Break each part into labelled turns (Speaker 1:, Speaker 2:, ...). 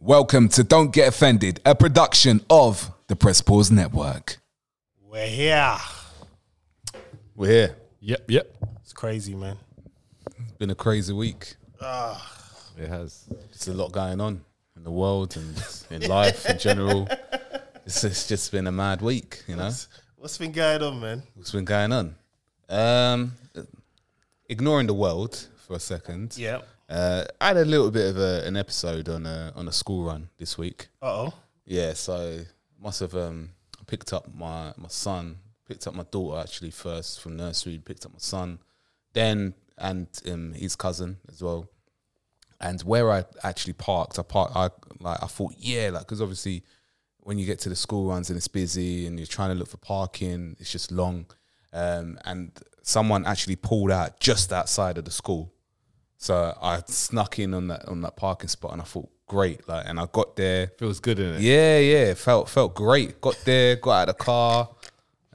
Speaker 1: Welcome to Don't Get Offended, a production of the Press Pause Network.
Speaker 2: We're here.
Speaker 1: We're here.
Speaker 3: Yep, yep.
Speaker 2: It's crazy, man.
Speaker 1: It's been a crazy week.
Speaker 3: It has.
Speaker 1: There's a lot going on in the world and in life in general. It's, it's just been a mad week, you know?
Speaker 2: What's been going on, man?
Speaker 1: What's been going on? Um, ignoring the world for a second.
Speaker 2: Yeah.
Speaker 1: Uh, I had a little bit of a, an episode on a, on a school run this week.
Speaker 2: Uh oh.
Speaker 1: Yeah, so must have um, picked up my my son, picked up my daughter actually first from nursery, picked up my son, then and um, his cousin as well. And where I actually parked, I parked. I like I thought, yeah, like because obviously when you get to the school runs and it's busy and you're trying to look for parking, it's just long. Um, and someone actually pulled out just outside of the school. So I snuck in on that on that parking spot, and I thought, great, like, and I got there.
Speaker 3: Feels good in it.
Speaker 1: Yeah, yeah, felt felt great. Got there, got out of the car,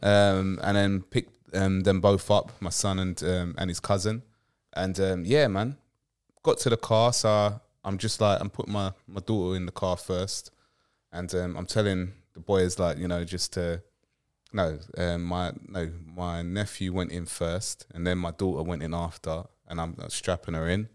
Speaker 1: um, and then picked um, them both up, my son and um, and his cousin, and um, yeah, man, got to the car. So I'm just like, I'm putting my my daughter in the car first, and um, I'm telling the boys like, you know, just to no, um, my no, my nephew went in first, and then my daughter went in after, and I'm strapping her in.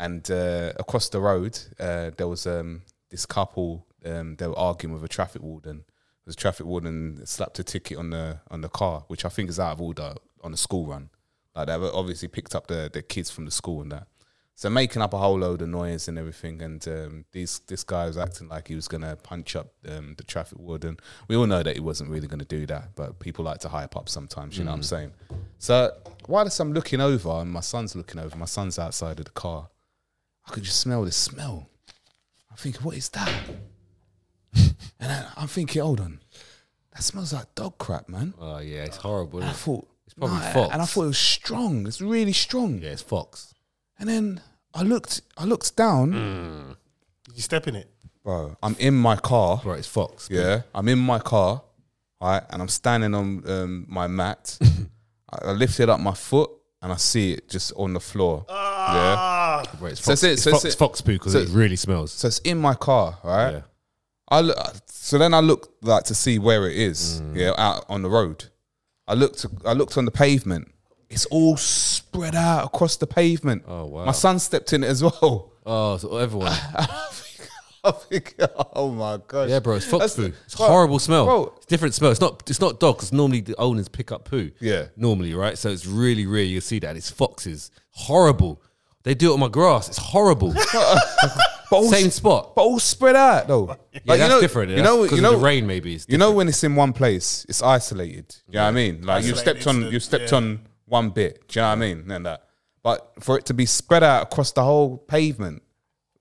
Speaker 1: And uh, across the road, uh, there was um, this couple. Um, they were arguing with a traffic warden. The traffic warden slapped a ticket on the on the car, which I think is out of order on a school run. Like they were obviously picked up the, the kids from the school and that. So making up a whole load of noise and everything, and um, these this guy was acting like he was gonna punch up um, the traffic warden. We all know that he wasn't really gonna do that, but people like to hype up sometimes. You know what I'm saying? So whilst I'm looking over and my son's looking over, my son's outside of the car. I could just smell this smell. I'm thinking, what is that? and I, I'm thinking, hold on, that smells like dog crap, man.
Speaker 3: Oh yeah, it's horrible.
Speaker 1: And I
Speaker 3: Isn't it?
Speaker 1: thought
Speaker 3: It's probably
Speaker 1: nah,
Speaker 3: Fox.
Speaker 1: and I thought it was strong. It's really strong.
Speaker 3: Yeah, it's Fox. Mm.
Speaker 1: And then I looked, I looked down.
Speaker 2: Did you step in it?
Speaker 1: bro. I'm in my car.
Speaker 3: Bro, it's Fox.
Speaker 1: Yeah, I'm in my car, all right, and I'm standing on um, my mat. I I lifted up my foot and I see it just on the floor. yeah,
Speaker 2: Ah.
Speaker 3: Bro, it's
Speaker 1: So
Speaker 3: Fox.
Speaker 1: that's it,
Speaker 3: It's
Speaker 1: so that's
Speaker 3: Fox,
Speaker 1: it.
Speaker 3: Fox poo because
Speaker 1: So-
Speaker 3: it really smells.
Speaker 1: so it's in my car, all right.
Speaker 3: yeah.
Speaker 1: I look, so then I look like to see where it is.
Speaker 3: Mm.
Speaker 1: Yeah, out on the road. I looked. I looked on the pavement. It's all spread out across the pavement.
Speaker 3: Oh, wow.
Speaker 1: My son stepped in it as well.
Speaker 3: Oh, so everyone.
Speaker 1: I think, I think, oh my gosh.
Speaker 3: Yeah, bro, it's
Speaker 1: That's
Speaker 3: fox
Speaker 1: the-
Speaker 3: poo. It's a horrible smell.
Speaker 1: Bro.
Speaker 3: It's different smell. It's not. It's not dog because normally the owners pick up poo.
Speaker 1: Yeah.
Speaker 3: normally, right? So it's really rare you see that. It's foxes. Horrible. They do it on my grass. It's horrible.
Speaker 1: But all
Speaker 3: Same spot.
Speaker 1: Oh, but all spread out though. Like,
Speaker 3: Yeah, that's different.
Speaker 1: You know, you know,
Speaker 3: the rain maybe. It's
Speaker 1: you know when it's in one place, it's isolated. Do you know what I mean? Like you
Speaker 2: Isolated
Speaker 1: stepped on,
Speaker 2: incident,
Speaker 1: you stepped
Speaker 2: yeah.
Speaker 1: on one bit. Do you know what I mean? And that, but for it to be spread out across the whole pavement,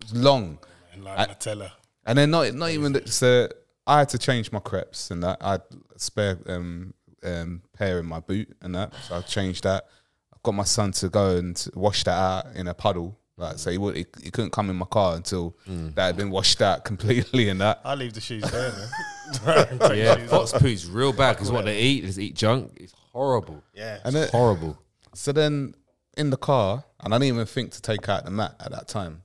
Speaker 1: it's long.
Speaker 2: And like Nutella.
Speaker 1: And then not not even that- so. I had to change my crepes and that. I had a spare um, um, pair in my boot and that. So I changed that. I got my son to go and wash that out in a puddle. Like so, he would he, he couldn't come in my car until that had been washed out completely and that.
Speaker 2: I leave the shoes there, man. Take
Speaker 3: yeah,
Speaker 2: shoes
Speaker 3: fox
Speaker 2: off.
Speaker 3: poo's real bad because what they eat is eat junk. It's horrible.
Speaker 2: Yeah.
Speaker 1: And it,
Speaker 3: Horrible.
Speaker 1: so then in the car, and I didn't even think to take out the mat at that time.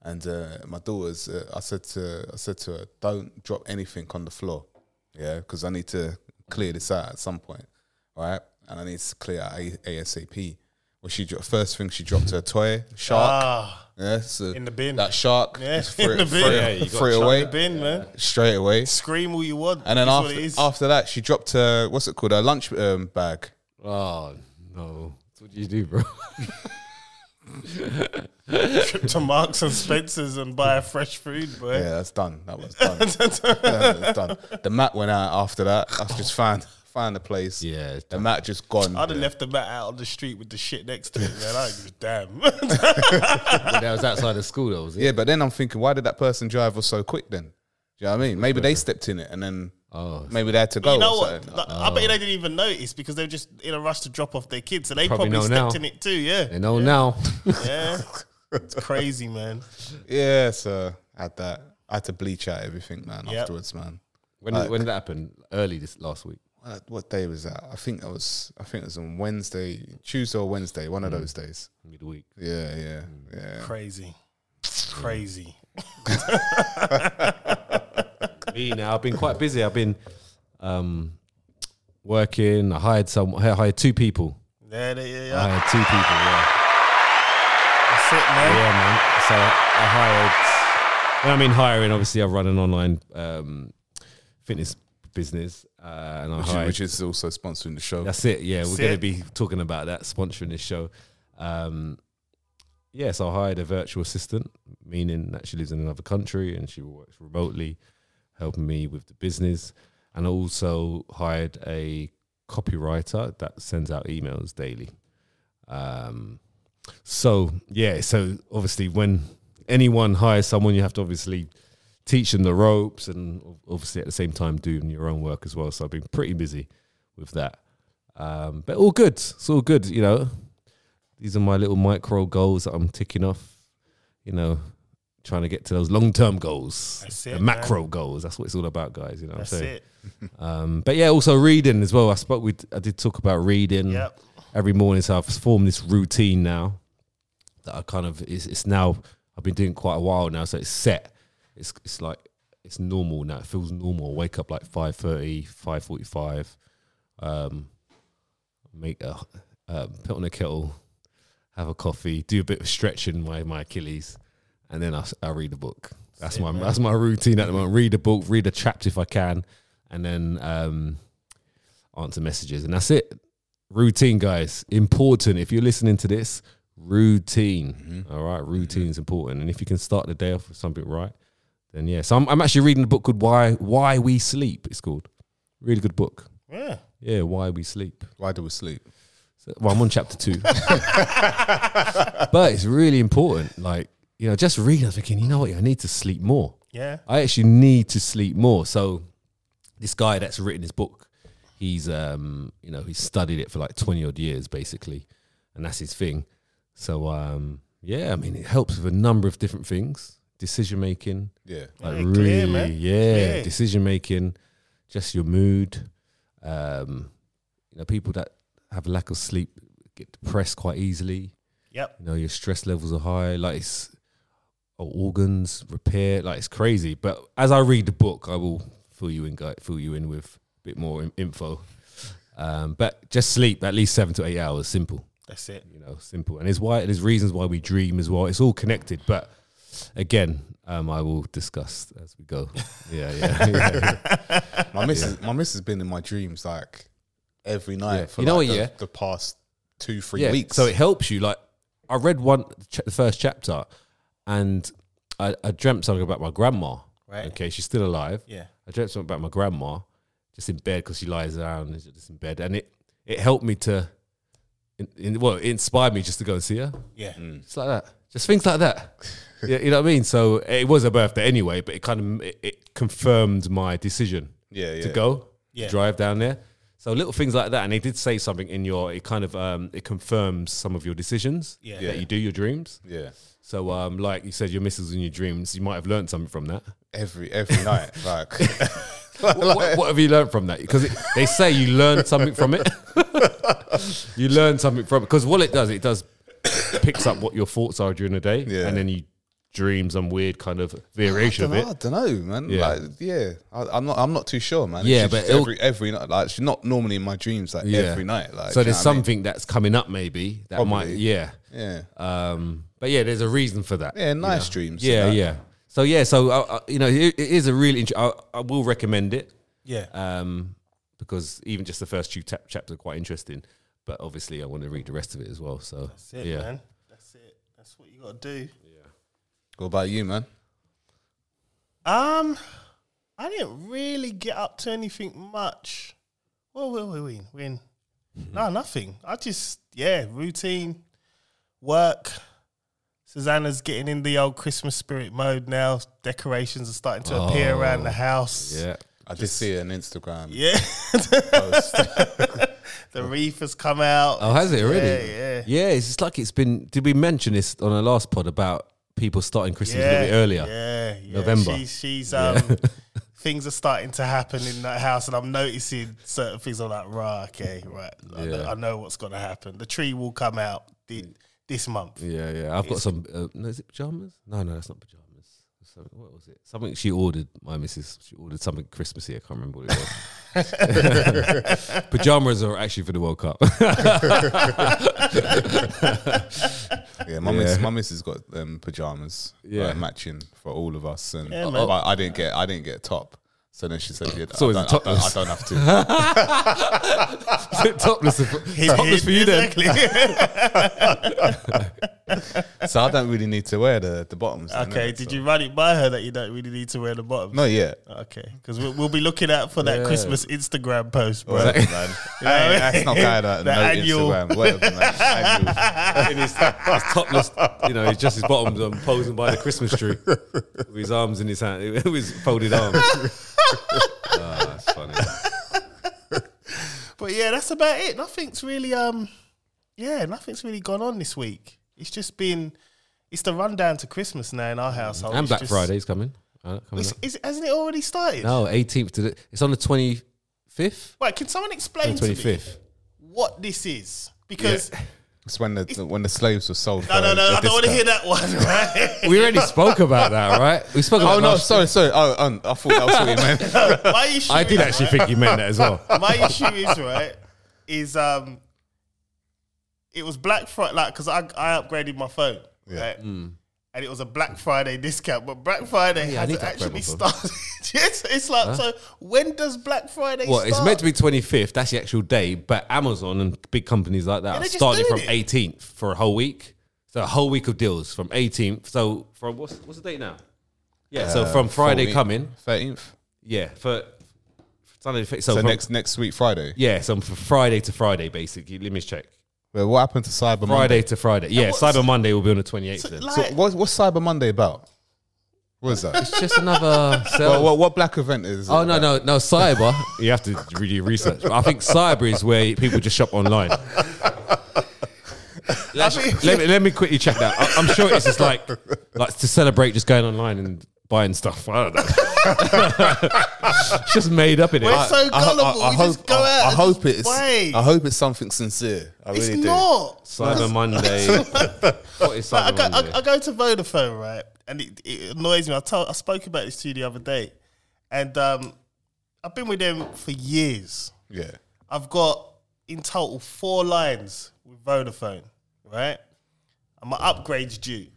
Speaker 1: And uh, my daughter's, uh, I said to, I said to her, don't drop anything on the floor, yeah, because I need to clear this out at some point, right? And I need to clear out A- ASAP. Well, she dro- first thing she dropped her toy shark,
Speaker 2: Ah.
Speaker 1: yeah, so
Speaker 2: in the bin.
Speaker 1: That shark,
Speaker 2: Yeah,
Speaker 1: just threw
Speaker 2: in the
Speaker 1: it,
Speaker 2: bin.
Speaker 1: threw it-
Speaker 2: Yeah,
Speaker 3: you got
Speaker 1: threw it
Speaker 3: chucked
Speaker 1: away
Speaker 2: Bin, man.
Speaker 1: straight away.
Speaker 2: Scream all you want.
Speaker 1: And then
Speaker 2: That's what
Speaker 1: after
Speaker 2: it is.
Speaker 1: after that, she dropped her what's it called her lunch um, bag.
Speaker 3: Oh no. What do you do, bro?
Speaker 2: trip to Marks and Spencers and buy fresh food, boy.
Speaker 1: Yeah, that's done. That was done. Yeah, that's done. The mat went out after that. I just found found the place.
Speaker 3: Yeah, it's
Speaker 1: the mat just gone.
Speaker 2: I'd have left the mat out on the street with the shit next to it, man. I don't give a damn.
Speaker 3: But that was outside of school though, was it?
Speaker 1: Yeah, but then I'm thinking, why did that person drive us so quick? Then, do you know what I mean? Maybe they stepped in it and then
Speaker 3: Oh.
Speaker 1: maybe they had to go.
Speaker 2: You know
Speaker 1: or
Speaker 2: what?
Speaker 1: something.
Speaker 2: Like, I bet you they didn't even notice because they were just in a rush to drop off their kids, so they
Speaker 3: Probably
Speaker 2: probably,
Speaker 3: know
Speaker 2: stepped in
Speaker 3: now.
Speaker 2: it too. Yeah,
Speaker 3: They know now.
Speaker 2: yeah. it's crazy, man.
Speaker 1: Yeah, so I had that. I had to bleach out everything, man. Afterwards, man.
Speaker 3: When did, when did that happen? Early this last week.
Speaker 1: What- What day was that? I think that was. I think it was on Wednesday, Tuesday or Wednesday,
Speaker 3: Hmm.
Speaker 1: one of those days.
Speaker 3: Midweek.
Speaker 1: Yeah, yeah, yeah.
Speaker 2: Crazy, crazy.
Speaker 3: Me now, I've been quite busy. I've been um, working. I hired some. I hired two people.
Speaker 2: Yeah, yeah, yeah.
Speaker 3: I
Speaker 2: yeah.
Speaker 3: hired two people. Yeah.
Speaker 2: That's it, man.
Speaker 3: Yeah, man. So I hired. When I mean hiring, obviously I run an online um, fitness business, uh, and I
Speaker 1: which,
Speaker 3: hired.
Speaker 1: is, which is also sponsoring the show.
Speaker 3: that's it. Yeah, we're
Speaker 2: That's
Speaker 3: going to
Speaker 2: it.
Speaker 3: be talking about that sponsoring this show. Um, yeah, so I hired a virtual assistant, meaning that she lives in another country and she works remotely, helping me with the business, and I also hired a copywriter that sends out emails daily. Um, so yeah, so obviously when anyone hires someone, you have to obviously teach them the ropes, and ob- obviously at the same time doing your own work as well. So I've been pretty busy with that, um, but all good. It's all good, you know. These are my little micro goals that I'm ticking off. You know, trying to get to those long term goals,
Speaker 2: That's it,
Speaker 3: the macro goals. That's what it's all about, guys. You know what
Speaker 2: That's
Speaker 3: I'm saying?
Speaker 2: it.
Speaker 3: Um, but yeah, also reading as well. I spoke with, I did talk about reading
Speaker 2: Yep.
Speaker 3: every morning. So I've formed this routine now that I kind of it's, it's now I've been doing quite a while now, so it's set. It's it's like it's normal now. It feels normal. I wake up like 5.30, 5.45, um, make a uh, put on a kettle, have a coffee, do a bit of stretching my my Achilles, and then I, s- I read a book. That's my that's my routine at the moment. Read a book, read a chapter if I can, and then um, answer messages, and that's it. Routine, guys, important. If you're listening to this, routine. All right, routine's important, and if you can start the day off with something right, then yeah. So I'm, I'm actually reading a book called Why Why We Sleep. It's called really good book.
Speaker 2: Yeah.
Speaker 3: Yeah, Why We Sleep.
Speaker 1: Why do we sleep?
Speaker 3: So, well, I'm on chapter two, but it's really important. Like you know, just reading, I was thinking, you know what? I need to sleep more.
Speaker 2: Yeah.
Speaker 3: I actually need to sleep more. So this guy that's written his book, he's um, you know, he's studied it for like twenty odd years basically, and that's his thing. So um, yeah, I mean, it helps with a number of different things: decision making,
Speaker 1: Yeah.
Speaker 3: like
Speaker 2: Yeah,
Speaker 3: really,
Speaker 2: clear, man.
Speaker 3: yeah,
Speaker 2: Clear.
Speaker 3: decision making, just your mood. Um, you know, people that have a lack of sleep get depressed quite easily.
Speaker 2: Yep.
Speaker 3: You know, your stress levels are high. Like it's our organs repair. Like it's crazy. But as I read the book, I will fill you in, guy, fill you in with a bit more in- info. Um, but just sleep at least seven to eight hours. Simple
Speaker 2: That's it.
Speaker 3: you know, simple. And there's why there's reasons why we dream as well. It's all connected. But again, um, I will discuss as we go. Yeah, yeah. yeah.
Speaker 1: My missus, my missus has been in my dreams like every night
Speaker 3: Yeah.
Speaker 1: for
Speaker 3: You know
Speaker 1: like,
Speaker 3: what,
Speaker 1: the,
Speaker 3: yeah?
Speaker 1: the past two, three
Speaker 3: Yeah,
Speaker 1: weeks.
Speaker 3: So it helps you. Like I read one ch- the first chapter, and I, I dreamt something about my grandma.
Speaker 2: Right.
Speaker 3: Okay, she's still alive.
Speaker 2: Yeah.
Speaker 3: I dreamt something about my grandma, just in bed because she lies around and she's just in bed, and it it helped me to, in, in, well, it inspired me just to go and see her.
Speaker 2: Yeah.
Speaker 3: Just like that. Just things like that. yeah, you know what I mean? So it was a birthday anyway, but it kind of it, it confirmed my decision
Speaker 1: yeah, yeah.
Speaker 3: to go,
Speaker 2: Yeah.
Speaker 3: to drive down there. So little things like that. And they did say something in your, it kind of, um, it confirms some of your decisions
Speaker 2: Yeah.
Speaker 3: that you do, your dreams.
Speaker 1: Yeah.
Speaker 3: So um, like you said, your misses in your dreams, you might have learned something from that.
Speaker 1: Every every night. Like
Speaker 3: what, what have you learned from that? Because they say you learn something from it. you learn something from it because what it does, it does picks up what your thoughts are during the day,
Speaker 1: Yeah.
Speaker 3: and then you dream some weird kind of variation
Speaker 1: I
Speaker 3: of it.
Speaker 1: don't know, man.
Speaker 3: Yeah.
Speaker 1: Like, yeah, I, I'm not. I'm not too sure, man.
Speaker 3: Yeah,
Speaker 1: It's
Speaker 3: but
Speaker 1: just
Speaker 3: it'll-
Speaker 1: every every night, like she's not normally in my dreams, like
Speaker 3: Yeah.
Speaker 1: every night. Like, do
Speaker 3: so
Speaker 1: you
Speaker 3: there's
Speaker 1: know what
Speaker 3: something that's coming up maybe that might,
Speaker 1: Probably.
Speaker 3: yeah.
Speaker 1: I mean?
Speaker 3: Um, but yeah, there's a reason for that.
Speaker 1: yeah, yeah, nice dreams.
Speaker 3: yeah,
Speaker 1: like.
Speaker 3: yeah. So yeah, so uh, uh, you know, it, it is a really. Int- I, I will recommend it.
Speaker 2: Yeah.
Speaker 3: um, because even just the first two chap- chapters are quite interesting. But obviously, I want to read the rest of it as well. So
Speaker 2: That's it,
Speaker 3: yeah,
Speaker 2: man. That's it. That's what you gotta do.
Speaker 1: What about you, man?
Speaker 2: Um, I didn't really get up to anything much. Well, we we we we in.
Speaker 3: Hmm.
Speaker 2: No, nothing. I just yeah, routine, work. Susanna's getting in the old Christmas spirit mode now. Decorations are starting to appear around the house.
Speaker 3: Oh, yeah.
Speaker 1: I did see an Instagram
Speaker 2: Yeah,
Speaker 1: post.
Speaker 2: the wreath has come out.
Speaker 3: Oh, has it already?
Speaker 2: Yeah, yeah.
Speaker 3: yeah. It's just like it's been. Did we mention this on our last pod about people starting Christmas a
Speaker 2: yeah,
Speaker 3: little bit earlier?
Speaker 2: Yeah, yeah.
Speaker 3: November.
Speaker 2: She's, she's um, things are starting to happen in that house, and I'm noticing certain things. I'm like, right, okay, right. I, know,
Speaker 3: Yeah. Mm.
Speaker 2: I know what's going to happen. The tree will come out the, this month.
Speaker 3: Yeah, yeah. I've got some. Uh, no, is it pajamas? No, no, that's not pajamas. It's something. What was it? Something she ordered. My missus she ordered something Christmassy. I can't remember what it was. Pajamas are actually for the World Cup.
Speaker 1: Yeah, my
Speaker 3: Yeah.
Speaker 1: miss, my missus got um, pajamas,
Speaker 3: Yeah.
Speaker 1: yeah, matching for all of us, and
Speaker 2: Yeah,
Speaker 1: I-
Speaker 2: man.
Speaker 1: I, I didn't get I didn't get a top. So then she said, yeah, I,
Speaker 3: always
Speaker 1: don't, I,
Speaker 3: the
Speaker 1: don't, I
Speaker 3: topless.
Speaker 1: don't have to.
Speaker 3: topless, topless for you then.
Speaker 1: so I don't really need to wear the the bottoms. then,
Speaker 2: okay,
Speaker 1: innit?
Speaker 2: did
Speaker 1: So-
Speaker 2: you Oh, run it by her that you don't really need to wear the bottoms?
Speaker 1: Not yet.
Speaker 2: Okay, because we'll, we'll be looking out for that
Speaker 3: Yeah.
Speaker 2: Christmas Instagram post, bro.
Speaker 1: Whatever, man. Hey, that's not guy that
Speaker 2: The
Speaker 1: no
Speaker 2: annual-
Speaker 1: Instagram. Whatever, man. Annual.
Speaker 3: in his his topless, you know, his, just his bottoms um, posing by the Christmas tree with his arms in his hand, with his folded arms. Ah, that's funny.
Speaker 2: But yeah, that's about it. Nothing's really um yeah, nothing's really gone on this week. It's just been it's the rundown to Christmas now in our household.
Speaker 3: Mm. And
Speaker 2: It's
Speaker 3: Black
Speaker 2: just-
Speaker 3: Friday's coming. Uh, coming
Speaker 2: It's,
Speaker 3: up.
Speaker 2: is, hasn't it already started?
Speaker 3: No, 18th to the, it's on the 25th.
Speaker 2: Wait, can someone
Speaker 3: On
Speaker 2: explain
Speaker 3: the
Speaker 2: to me
Speaker 3: 25th.
Speaker 2: what this is? Because
Speaker 1: It's when the, when the slaves were sold.
Speaker 2: no, no, no, I don't want to hear
Speaker 1: that.
Speaker 2: that one. Right?
Speaker 3: We already spoke about that, right? We spoke about
Speaker 1: Oh no,
Speaker 3: last-
Speaker 1: sorry, sorry. Oh, um, I thought that was what you meant.
Speaker 2: my issue
Speaker 3: I
Speaker 2: is,
Speaker 3: did actually think you meant that as well.
Speaker 2: my issue is right is um it was black friday like because I, I upgraded my phone right and it was a black friday discount but black friday
Speaker 3: Hmm. yeah, I need
Speaker 2: hasn't
Speaker 3: to upgrade
Speaker 2: actually
Speaker 3: my phone.
Speaker 2: started it's, it's like so when does black friday
Speaker 3: Well,
Speaker 2: start?
Speaker 3: it's meant to be 25th. That's the actual day. But Amazon and big companies like that
Speaker 2: they're
Speaker 3: are
Speaker 2: just
Speaker 3: starting from
Speaker 2: doing it.
Speaker 3: 18th for a whole week. So a whole week of deals from 18th. So from what's what's the date now? Yeah. so
Speaker 1: Uh,
Speaker 3: from Friday
Speaker 1: 14th,
Speaker 3: coming.
Speaker 1: 13th.
Speaker 3: Yeah. For Sunday. So,
Speaker 1: So
Speaker 3: from,
Speaker 1: next next week, Friday.
Speaker 3: Yeah. So from Friday to Friday, basically. Let me just check.
Speaker 1: Well, what happened to Cyber
Speaker 3: Friday to Friday. Yeah.
Speaker 2: what's-
Speaker 3: Cyber Monday will be on the 28th.
Speaker 2: So,
Speaker 3: then.
Speaker 2: like,
Speaker 1: Monday? So what, what's Cyber Monday about? What is that?
Speaker 3: It's just another. sale.
Speaker 1: well, what, what black event is? it
Speaker 3: Oh no
Speaker 1: about?
Speaker 3: no no! Cyber, you have to really do research. But I think cyber is where people just shop online. Let's- let, me, let me quickly check that. I, am sure it's just like like to celebrate just going online and buying stuff. I don't know. it's just made up in it.
Speaker 2: We're so gullible. we just go
Speaker 1: I,
Speaker 2: out.
Speaker 1: I
Speaker 2: and
Speaker 1: hope
Speaker 2: just
Speaker 1: it's.
Speaker 2: wait.
Speaker 1: I hope it's something sincere. I
Speaker 2: it's
Speaker 1: really
Speaker 2: not.
Speaker 3: cyber Monday. what is
Speaker 2: Like,
Speaker 3: Cyber
Speaker 2: I, go,
Speaker 3: Monday?
Speaker 2: I, I go to Vodafone, right? And it, it annoys me. I told, I spoke about this to you the other day, and um, I've been with them for years.
Speaker 1: do. Yeah.
Speaker 2: I've got in total four lines with Vodafone, right? And my upgrade's due.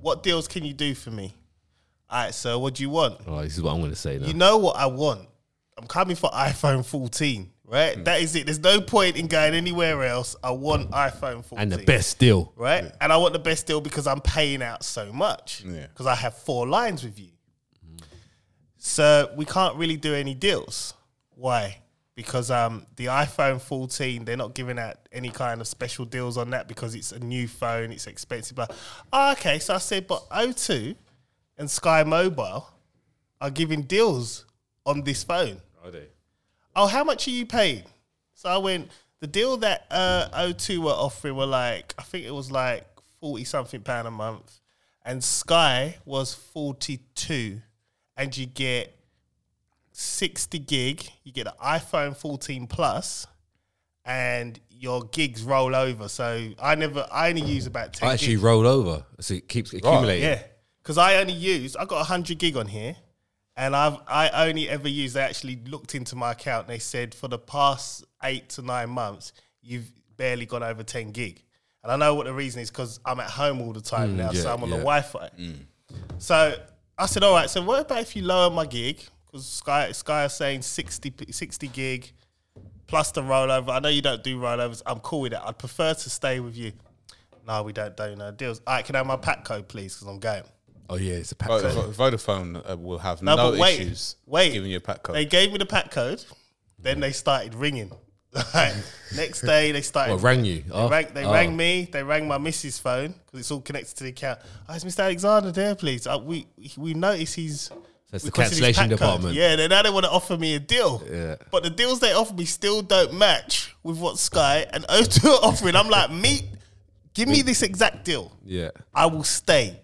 Speaker 2: What deals can you do for me? All right, sir, what do you want?
Speaker 3: oh, this is what I'm going to say now.
Speaker 2: You know what I want. I'm coming for iPhone 14,
Speaker 3: Hmm.
Speaker 2: right? That is it. There's no point in going anywhere else. I want iPhone 14
Speaker 3: and the best deal.
Speaker 2: right? And I want the best deal because I'm paying out so much
Speaker 1: Yeah.
Speaker 2: because I have four lines with you. So we can't really do any deals. Why? Because um, the iPhone 14, they're not giving out any kind of special deals on that because it's a new phone, it's expensive. But oh, okay, so I said, but O2 and Sky Mobile are giving deals on this phone oh, how much are you paying? So I went, the deal that uh, O2 were offering were like, I think it was like 40 something pound a month. And Sky was 42. And you get 60 gig, you get an iPhone 14 Plus, and your gigs roll over. So I never, I only use about 10
Speaker 3: I actually
Speaker 2: gigs.
Speaker 3: rolled over, so it keeps accumulating.
Speaker 2: Yeah, because I only used I got hundred gig on here, and I've I only ever used. They actually looked into my account. And they said for the past eight to nine months, you've barely gone over ten gig, and I know what the reason is because I'm at home all the time now, so
Speaker 3: yeah,
Speaker 2: I'm on the
Speaker 3: yeah. Mm.
Speaker 2: Wi-Fi. So I said, all right. So what about if you lower my gig? Because Sky Sky are saying 60, p- 60 gig plus the rollover. I know you don't do rollovers. I'm cool with it. I'd prefer to stay with you. No, we don't do no deals. All right, can I have my pack code, please? Because I'm going.
Speaker 3: Oh yeah, it's a pack.
Speaker 1: Vo-
Speaker 3: code.
Speaker 1: Vo- Vodafone uh, will have
Speaker 2: No,
Speaker 1: no,
Speaker 2: but wait,
Speaker 1: issues.
Speaker 2: wait.
Speaker 1: giving you a pack code.
Speaker 2: They gave me the pack code. Then they started ringing. Like, Next day, they started.
Speaker 3: Well, rang you. Oh,
Speaker 2: they rang, they rang me. They rang my missus' phone because it's all connected to the account. Oh, is Mr. Alexander there, please? Uh, we we notice he's.
Speaker 3: That's the
Speaker 2: because of his
Speaker 3: cancellation
Speaker 2: pack code.
Speaker 3: department.
Speaker 2: Yeah, they now they want to offer me a deal.
Speaker 3: Yeah.
Speaker 2: But the deals they offer me still don't match with what Sky and O2 are offering. I'm like, meet, give me this exact deal.
Speaker 3: Yeah.
Speaker 2: I will stay.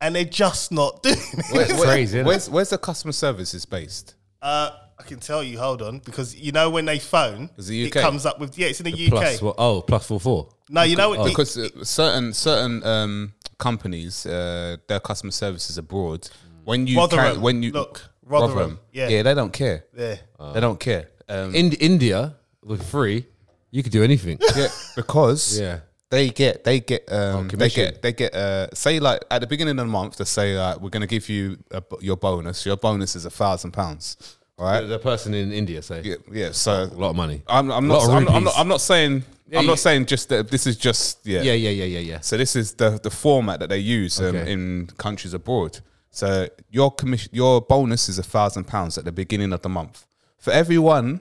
Speaker 2: And they're just not doing it.
Speaker 1: Where- where-
Speaker 3: crazy, innit?
Speaker 1: Where's, where's the customer service is based?
Speaker 2: Uh, I can tell you. Hold on, because you know when they phone,
Speaker 1: Is it
Speaker 2: it
Speaker 1: UK?
Speaker 2: comes up with yeah, it's in the, UK.
Speaker 3: Plus what? Oh, plus four four.
Speaker 2: no, you know it,
Speaker 1: Because uh, certain certain um, companies, uh, their customer services abroad, when you
Speaker 2: Rotherham.
Speaker 1: can, when you
Speaker 2: look, Rotherham. Yeah.
Speaker 1: yeah, they don't care.
Speaker 2: There.
Speaker 1: they don't care. Um,
Speaker 3: In India, with free, you could do anything.
Speaker 1: yeah, because
Speaker 3: yeah.
Speaker 1: they get they get um, they
Speaker 3: Oh, commission.
Speaker 1: get they get uh, say like at the beginning of the month they say like we're gonna give you a, bo- your bonus. Your bonus is a thousand pounds, all right?
Speaker 3: The person in India, say,
Speaker 1: Yeah, yeah. So
Speaker 3: a lot of money.
Speaker 1: I'm, I'm
Speaker 3: Lot
Speaker 1: not
Speaker 3: of
Speaker 1: I'm, not- I'm
Speaker 3: rupees.
Speaker 1: not I'm not saying I'm
Speaker 3: yeah.
Speaker 1: not saying just that this is just yeah.
Speaker 3: yeah, yeah, yeah, yeah, yeah.
Speaker 1: So this is the the format that they use um,
Speaker 3: Okay.
Speaker 1: in countries abroad. So your commission your bonus is a thousand pounds at the beginning of the month for everyone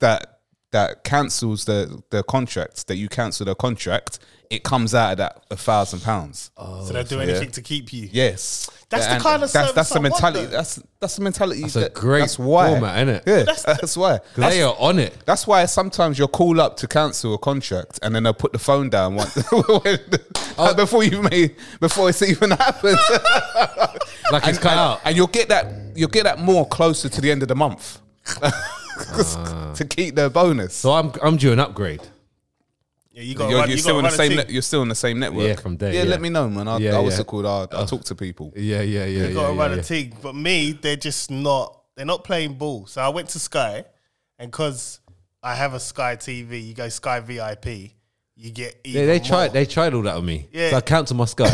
Speaker 1: that that cancels the the contract that you cancel the contract it comes out of that a thousand pounds
Speaker 3: Oh.
Speaker 2: so they'll do anything to keep you.
Speaker 1: yes
Speaker 2: That's the kind
Speaker 1: that's,
Speaker 2: of service
Speaker 1: that's the
Speaker 2: I want,
Speaker 1: mentality
Speaker 2: though.
Speaker 1: that's that's the mentality
Speaker 3: a
Speaker 1: that-
Speaker 3: great
Speaker 1: that's why
Speaker 3: format, innit?
Speaker 1: yeah that's, why
Speaker 3: they are on it.
Speaker 1: that's why sometimes you'll call up to cancel a contract and then they'll put the phone down once when,
Speaker 3: Oh.
Speaker 1: before you made before it's even happened.
Speaker 3: Like it's cut out.
Speaker 1: And you'll get that you'll get that more closer to the end of the month. 'Cause- to keep their bonus.
Speaker 3: Ah. So I'm I'm due an upgrade.
Speaker 2: Yeah, you got
Speaker 1: you're,
Speaker 2: to run.
Speaker 1: you're
Speaker 2: You
Speaker 1: still
Speaker 2: got
Speaker 1: in
Speaker 2: to
Speaker 1: the
Speaker 2: run a
Speaker 1: same
Speaker 2: team.
Speaker 1: net you're still in the same network.
Speaker 3: Yeah, from there,
Speaker 1: Yeah,
Speaker 3: yeah.
Speaker 1: let me know, man. I'll,
Speaker 3: Yeah,
Speaker 1: I was
Speaker 3: yeah.
Speaker 1: yeah. called I'll, I'll talk to people.
Speaker 3: Yeah, yeah, yeah.
Speaker 2: You got to run a team. But me, they're just not. They're not playing ball. So I went to Sky, and because I have a Sky TV, you go Sky VIP, you get.
Speaker 3: They,
Speaker 2: Even
Speaker 3: they
Speaker 2: more.
Speaker 3: tried. They tried all that on me.
Speaker 2: Yeah.
Speaker 3: So I cancelled my Sky.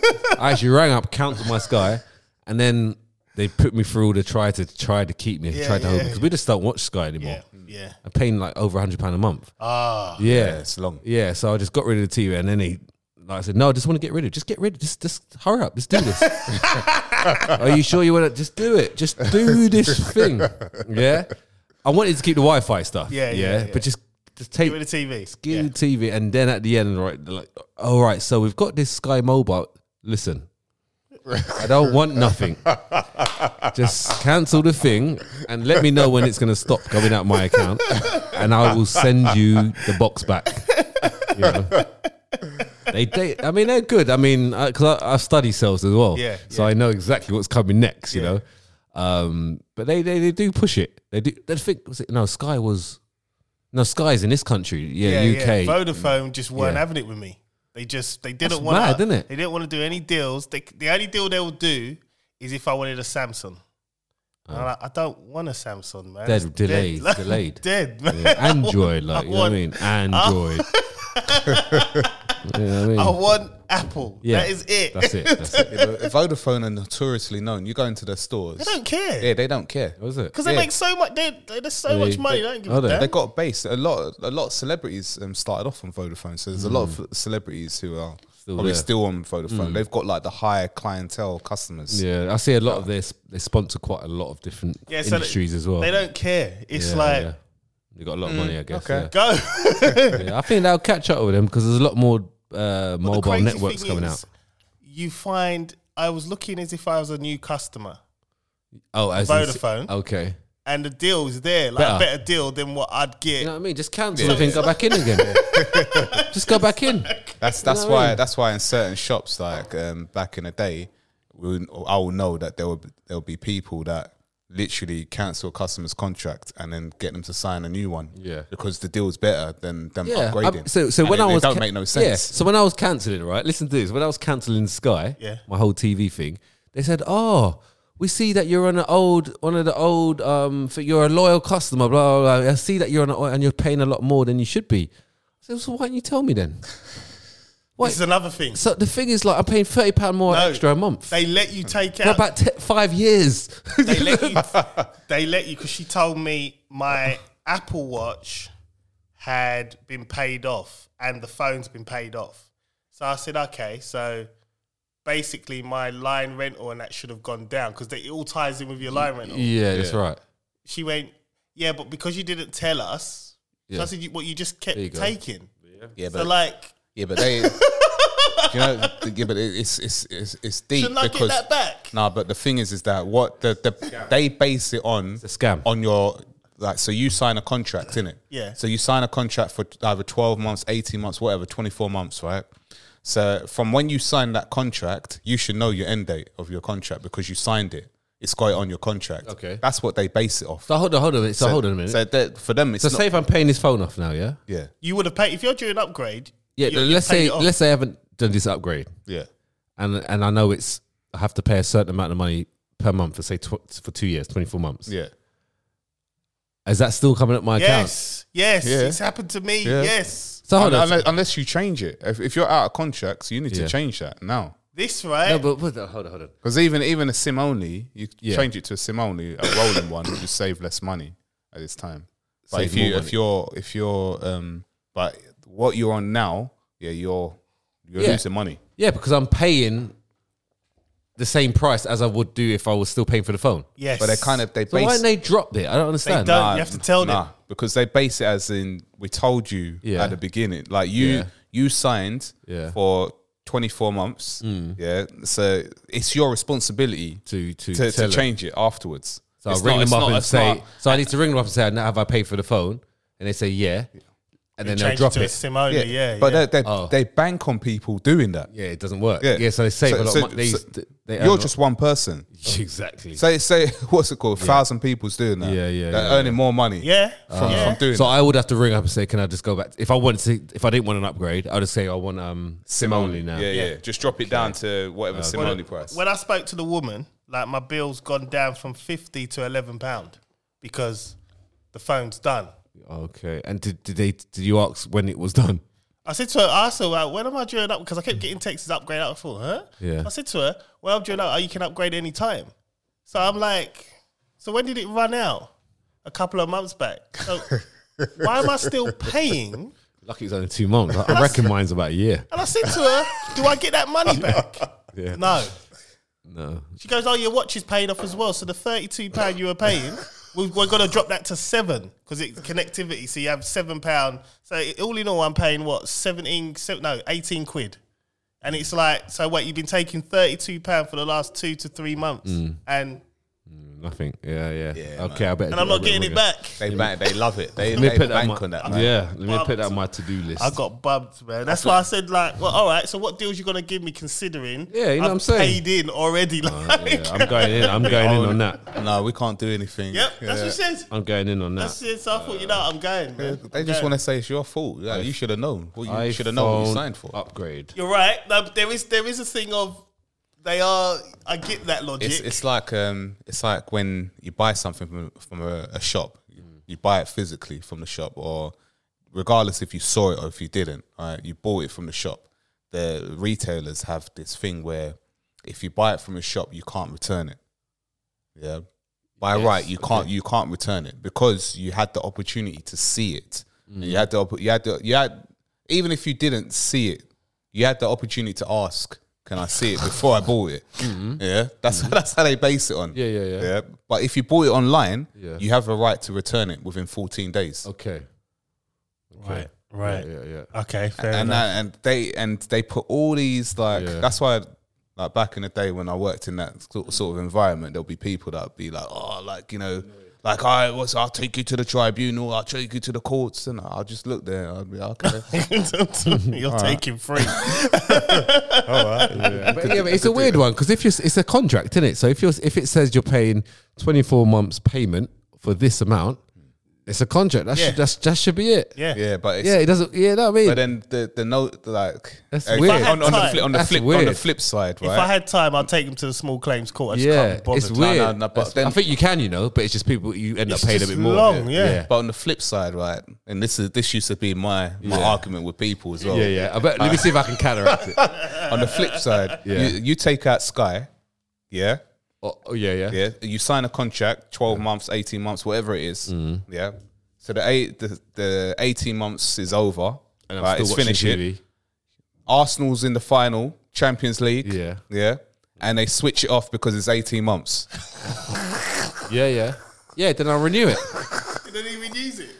Speaker 3: I actually rang up, cancelled my Sky, and then they put me through all the try to try to keep me,
Speaker 2: Yeah,
Speaker 3: try to hold
Speaker 2: yeah,
Speaker 3: because we just don't watch Sky anymore.
Speaker 2: Yeah, yeah.
Speaker 3: I'm paying like over hundred pound a month.
Speaker 2: Ah,
Speaker 3: yeah.
Speaker 1: Yeah, it's long.
Speaker 3: Yeah, so I just got rid of the TV, and then he, like I said, no, I just want to get rid of, it. just get rid of, just just hurry up, just do this. Are you sure you want to just do it? Just do this thing. Yeah, I wanted to keep the Wi-Fi stuff.
Speaker 2: Yeah, yeah, yeah.
Speaker 3: but just just take
Speaker 2: with the TV.
Speaker 3: give me the TV, and then at the end, right, they're like, all right, so we've got this Sky Mobile. Listen. I don't want nothing. Just cancel the thing and let me know when it's going to stop coming out my account, and I will send you the box back. You know? They, they, I mean, they're good. I mean, because I, I study sales as well,
Speaker 2: Yeah,
Speaker 3: so I know exactly what's coming next. You know, um, but they, they they do push it. They do. They think was it, no Sky was no Sky's in this country. Yeah,
Speaker 2: yeah,
Speaker 3: UK.
Speaker 2: Yeah. Vodafone just weren't
Speaker 3: Yeah.
Speaker 2: having it with me. They just they didn't
Speaker 3: That's
Speaker 2: want
Speaker 3: mad,
Speaker 2: to,
Speaker 3: isn't it?
Speaker 2: They didn't want to do any deals. They, the only deal they will do is if I wanted a Samsung. And I'm like, I don't want a Samsung, man.
Speaker 3: Oh. They're
Speaker 2: It's
Speaker 3: delayed,
Speaker 2: like,
Speaker 3: delayed.
Speaker 2: dead, man.
Speaker 3: Yeah, Android, like you know what I
Speaker 2: want-
Speaker 3: mean? Android. you know what I mean?
Speaker 2: I want Apple.
Speaker 3: Yeah.
Speaker 2: That is it.
Speaker 3: That's it. That's it.
Speaker 1: Yeah, but Vodafone are notoriously known. You go into their stores.
Speaker 2: they don't care
Speaker 1: Yeah, they don't care.
Speaker 3: What is it?
Speaker 2: because
Speaker 1: yeah.
Speaker 2: they make so much. They, they, there's so
Speaker 3: They-
Speaker 2: much money. They, don't give
Speaker 3: Oh,
Speaker 2: a
Speaker 3: they-
Speaker 2: damn.
Speaker 1: They got a base. A lot, a lot of celebrities um, started off on Vodafone. So there's a lot of celebrities who are probably
Speaker 3: Hmm. there. Hmm.
Speaker 1: still on Vodafone. They've got like the higher clientele customers.
Speaker 3: Yeah, I see a lot of this. They sponsor quite a lot of different
Speaker 2: Yeah, so they-
Speaker 3: industries as well.
Speaker 2: They don't Mm, care. It's
Speaker 3: Yeah,
Speaker 2: like
Speaker 3: yeah. they got a lot of money, I guess.
Speaker 1: okay.
Speaker 2: go.
Speaker 3: Yeah. Yeah, I think they'll catch up with them because there's a lot more uh,
Speaker 2: The
Speaker 3: mobile
Speaker 2: crazy
Speaker 3: networks
Speaker 2: thing
Speaker 3: coming
Speaker 2: is,
Speaker 3: out.
Speaker 2: You find I was looking as if I was a new customer.
Speaker 3: Oh, as in-
Speaker 2: Vodafone.
Speaker 3: okay.
Speaker 2: and the deal's there, like a
Speaker 3: Better.
Speaker 2: better deal than what I'd get.
Speaker 3: You know what I mean? Just cancel and then go back in again. Just go back in.
Speaker 1: That's that's
Speaker 3: know what I
Speaker 1: why
Speaker 3: mean?
Speaker 1: that's why in certain shops like um, back in the day, we would, I will know that there will there will be people that literally cancel a customer's contract and then get them to sign a new one.
Speaker 3: Yeah.
Speaker 1: because the deal's better than them
Speaker 3: Yeah.
Speaker 1: upgrading.
Speaker 3: I'm- so so
Speaker 1: And
Speaker 3: when
Speaker 1: it-
Speaker 3: I
Speaker 1: it
Speaker 3: was
Speaker 1: don't
Speaker 3: ca-
Speaker 1: make no
Speaker 3: Yeah.
Speaker 1: sense.
Speaker 3: So when I was cancelling, right? Listen to this. When I was cancelling Sky,
Speaker 2: Yeah.
Speaker 3: my whole TV thing, they said, "Oh, we see that you're on an old one of the old um, for you're a loyal customer, blah blah. blah. I see that you're on a, and you're paying a lot more than you should be." I said, "So why didn't you tell me then?"
Speaker 2: This is another thing.
Speaker 3: So the thing is, like, I'm paying thirty pound more
Speaker 2: No.
Speaker 3: extra a month
Speaker 2: They let you take
Speaker 3: for
Speaker 2: out.
Speaker 3: about t- five years.
Speaker 2: They let you. they let you because she told me my Apple Watch had been paid off and the phone's been paid off. So I said, okay, so basically my line rental and that should have gone down because it all ties in with your line rental.
Speaker 3: yeah, that's right.
Speaker 2: She went, yeah, but because you didn't tell us, so
Speaker 3: Yeah.
Speaker 2: I said, you, what you just kept
Speaker 3: you go.
Speaker 2: taking.
Speaker 1: yeah,
Speaker 2: So like,
Speaker 1: yeah, but they. do you know, yeah, but it- it's it's it's, it's deep
Speaker 2: shouldn't I get
Speaker 1: because
Speaker 2: that back?
Speaker 1: No, but the thing is, is that what the, the they base it on
Speaker 3: a scam.
Speaker 1: on your like. So you sign a contract, innit?
Speaker 2: Yeah.
Speaker 1: So you sign a contract for either twelve months, eighteen months, whatever, twenty four months, right? So from when you sign that contract, you should know your end date of your contract because you signed it. It's got it on your contract.
Speaker 3: Okay.
Speaker 1: That's what they base it off.
Speaker 3: So hold on, hold on a minute. So, hold on a minute. So,
Speaker 1: So that, for them, it's not,
Speaker 3: say if I'm paying this phone off now, yeah,
Speaker 1: yeah,
Speaker 2: You would have paid if you're doing upgrade.
Speaker 3: yeah.
Speaker 2: you- you
Speaker 3: let's
Speaker 2: paid
Speaker 3: say
Speaker 2: it off.
Speaker 3: let's say I haven't done this upgrade.
Speaker 1: yeah.
Speaker 3: and and I know it's I have to pay a certain amount of money per month for say tw- for two years, twenty four months.
Speaker 1: Yeah.
Speaker 3: Is that still coming up my account?
Speaker 2: Yes, yes,
Speaker 1: Yeah.
Speaker 2: it's happened to me.
Speaker 1: Yeah.
Speaker 2: Yes,
Speaker 3: So hold on.
Speaker 1: unless, unless you change it, if, if you're out of contracts, you need
Speaker 3: Yeah.
Speaker 1: to change that now.
Speaker 2: this right.
Speaker 3: no, but, but hold on, hold on.
Speaker 1: Because even even a sim only, you
Speaker 3: Yeah.
Speaker 1: change it to a sim only, a rolling one, you save less money at this time. But
Speaker 3: Save
Speaker 1: if you
Speaker 3: more
Speaker 1: if you're if you're um, but what you're on now, yeah, you're you're
Speaker 3: Yeah.
Speaker 1: losing money.
Speaker 3: Yeah, because I'm paying the same price as I would do if I was still paying for the phone.
Speaker 2: yes,
Speaker 1: But they kind of they
Speaker 3: So why
Speaker 1: base
Speaker 3: didn't they drop it? I don't
Speaker 2: they
Speaker 3: understand.
Speaker 2: don't. you have to tell them.
Speaker 1: nah, because they base it as in we told you
Speaker 3: Yeah.
Speaker 1: at the beginning, like you
Speaker 3: Yeah.
Speaker 1: you signed
Speaker 3: Yeah.
Speaker 1: for twenty four months, yeah. So it's your responsibility
Speaker 3: to to,
Speaker 1: Mm. to,
Speaker 3: tell
Speaker 1: to
Speaker 3: them.
Speaker 1: change it afterwards.
Speaker 3: So
Speaker 1: It's
Speaker 3: I ring
Speaker 1: not- it's
Speaker 3: them up
Speaker 1: not-
Speaker 3: and
Speaker 1: it's
Speaker 3: say,
Speaker 1: not-
Speaker 3: so I need to ring them up and say, "Now, have I paid for the phone? And they say, yeah. And then they'll
Speaker 2: change
Speaker 3: drop
Speaker 2: it to
Speaker 3: it.
Speaker 2: a sim only. Yeah, yeah.
Speaker 1: but They, they,
Speaker 3: Oh.
Speaker 1: they bank on people doing that.
Speaker 3: yeah, it doesn't work. Yeah,
Speaker 1: Yeah.
Speaker 3: so they save
Speaker 1: So-
Speaker 3: a lot
Speaker 1: so-
Speaker 3: of money. They,
Speaker 1: so
Speaker 3: they earn a
Speaker 1: You're
Speaker 3: lot-
Speaker 1: just one person.
Speaker 3: exactly.
Speaker 1: Say say what's it called? Thousand people's doing that.
Speaker 3: Yeah, yeah,
Speaker 1: They're
Speaker 3: yeah,
Speaker 1: earning more money.
Speaker 2: yeah,
Speaker 1: From,
Speaker 2: yeah.
Speaker 1: from doing
Speaker 3: so
Speaker 1: that.
Speaker 3: I would have to ring up and say, "Can I just go back? If I wanted to, if I didn't want an upgrade, I would just say I want um sim only now."
Speaker 1: Yeah, yeah,
Speaker 2: Yeah.
Speaker 1: Just drop it down to whatever sim only price.
Speaker 2: When I spoke to the woman, like my bill's gone down from fifty to eleven pound because the phone's done.
Speaker 3: Okay. And did, did they? Did you ask when it was done?
Speaker 2: I said to her, I said, well, when am I drawing up? Because I kept getting texts upgrade up for huh?
Speaker 3: Yeah.
Speaker 2: I said to her, well, I'm drawing up, oh, you can upgrade any time. So I'm like, so when did it run out? A couple of months back. So why am I still paying?
Speaker 3: Lucky it was only two months. I, I reckon mine's about a year.
Speaker 2: And I said to her, do I get that money back?
Speaker 3: Yeah.
Speaker 2: No.
Speaker 3: No.
Speaker 2: She goes, oh, your watch is paid off as well. So the £32 you were paying, we've, we're going to drop that to seven because it's connectivity. So you have seven pound. So it- all in all, I'm paying what, 17, se- no, 18 quid. And it's like, so what, you've been taking £32 for the last two to three months
Speaker 3: Mm.
Speaker 2: and,
Speaker 3: Nothing. Yeah, yeah.
Speaker 1: Yeah,
Speaker 3: okay, I better.
Speaker 2: and I'm not getting it back.
Speaker 1: they bank, they love it. They,
Speaker 3: Let me
Speaker 1: they
Speaker 3: put that on
Speaker 1: bank
Speaker 3: my,
Speaker 1: on that. man.
Speaker 3: Yeah, let me
Speaker 2: Well,
Speaker 3: put that on my to-do list.
Speaker 2: I got bumped, man. That's why I said, like, well, all right, so what deals you going to give me considering
Speaker 3: Yeah, you
Speaker 2: I've
Speaker 3: know what I'm saying.
Speaker 2: paid in already? Like,
Speaker 3: Yeah, I'm going in. I'm going in on that.
Speaker 1: No, we can't do anything.
Speaker 2: Yep, that's what
Speaker 1: Yeah.
Speaker 2: she says.
Speaker 3: I'm going in on
Speaker 2: That's
Speaker 3: that.
Speaker 2: it. So I thought, you know, I'm going, man.
Speaker 1: They just want to say it's your fault. Like, you should have known. What you should have known what you
Speaker 3: iPhone
Speaker 1: signed for.
Speaker 3: Upgrade.
Speaker 2: You're right. No, but there is there is a thing of they are. I get that logic.
Speaker 1: It's it's like um it's like when you buy something from from a, a shop, you buy it physically from the shop, or regardless if you saw it or if you didn't, right? You bought it from the shop. The retailers have this thing where if you buy it from a shop, you can't return it. Yeah, by right you can't you can't return it because you had the opportunity to see it. And you had the opp- you had the you had even if you didn't see it, you had the opportunity to ask, "Can I see it before I bought it?" Yeah, that's that's how they base it on.
Speaker 3: Mm-hmm. Yeah, yeah, yeah.
Speaker 1: But if you bought it online,
Speaker 3: Yeah.
Speaker 1: you have a right to return it within 14 days.
Speaker 3: Okay.
Speaker 2: right, right.
Speaker 3: Yeah, yeah.
Speaker 2: Okay, fair
Speaker 1: and that, and they and they put all these like
Speaker 3: Yeah.
Speaker 1: that's why like back in the day when I worked in that sort sort of environment, there'll be people that would be like, oh, like you know, like I was, I'll take you to the tribunal, I'll take you to the courts, and I'll just look there. I'll be like, okay,
Speaker 3: uh,
Speaker 2: You're taking free.
Speaker 3: But yeah, but it's a weird one because if you it's a contract, isn't it? So if you if it says you're paying 24 months payment for this amount, it's a contract. That
Speaker 2: Yeah.
Speaker 3: should that's, that should be it.
Speaker 2: Yeah.
Speaker 1: yeah, but it's,
Speaker 3: Yeah, it doesn't. Yeah, know what I mean.
Speaker 1: But then the the note like
Speaker 3: That's
Speaker 1: uh,
Speaker 3: weird.
Speaker 1: on, on the
Speaker 2: Time.
Speaker 1: flip on the
Speaker 3: That's
Speaker 1: flip on the
Speaker 3: weird.
Speaker 1: flip side,
Speaker 2: If I
Speaker 1: right?
Speaker 2: had time, I'd take them to the small claims court. I just
Speaker 3: yeah,
Speaker 2: can't be
Speaker 3: it's
Speaker 2: bothered.
Speaker 3: weird.
Speaker 1: no, but
Speaker 3: That's- I
Speaker 1: then-
Speaker 3: think you can, you know, but it's just people you end up
Speaker 2: It's
Speaker 3: paying a
Speaker 2: just
Speaker 3: bit more.
Speaker 2: long, yeah.
Speaker 1: But on the flip side, right? And this is this used to be my my
Speaker 3: Yeah.
Speaker 1: argument with people as well.
Speaker 3: yeah, yeah. I bet, let me see if I can counteract it.
Speaker 1: On the flip side,
Speaker 3: Yeah.
Speaker 1: you, you take out Sky, yeah,
Speaker 3: Oh, oh, yeah, yeah,
Speaker 1: yeah. You sign a contract, twelve months, eighteen months, whatever it is,
Speaker 3: Mm-hmm.
Speaker 1: yeah. So the eight the, the eighteen months is over.
Speaker 3: And I'm
Speaker 1: right,
Speaker 3: still
Speaker 1: it's
Speaker 3: watching
Speaker 1: finished. It.
Speaker 3: TV.
Speaker 1: Arsenal's in the final, Champions League,
Speaker 3: Yeah.
Speaker 1: yeah, and they switch it off because it's eighteen months.
Speaker 3: Yeah, yeah, yeah. Then I'll renew it.
Speaker 2: You don't even use it.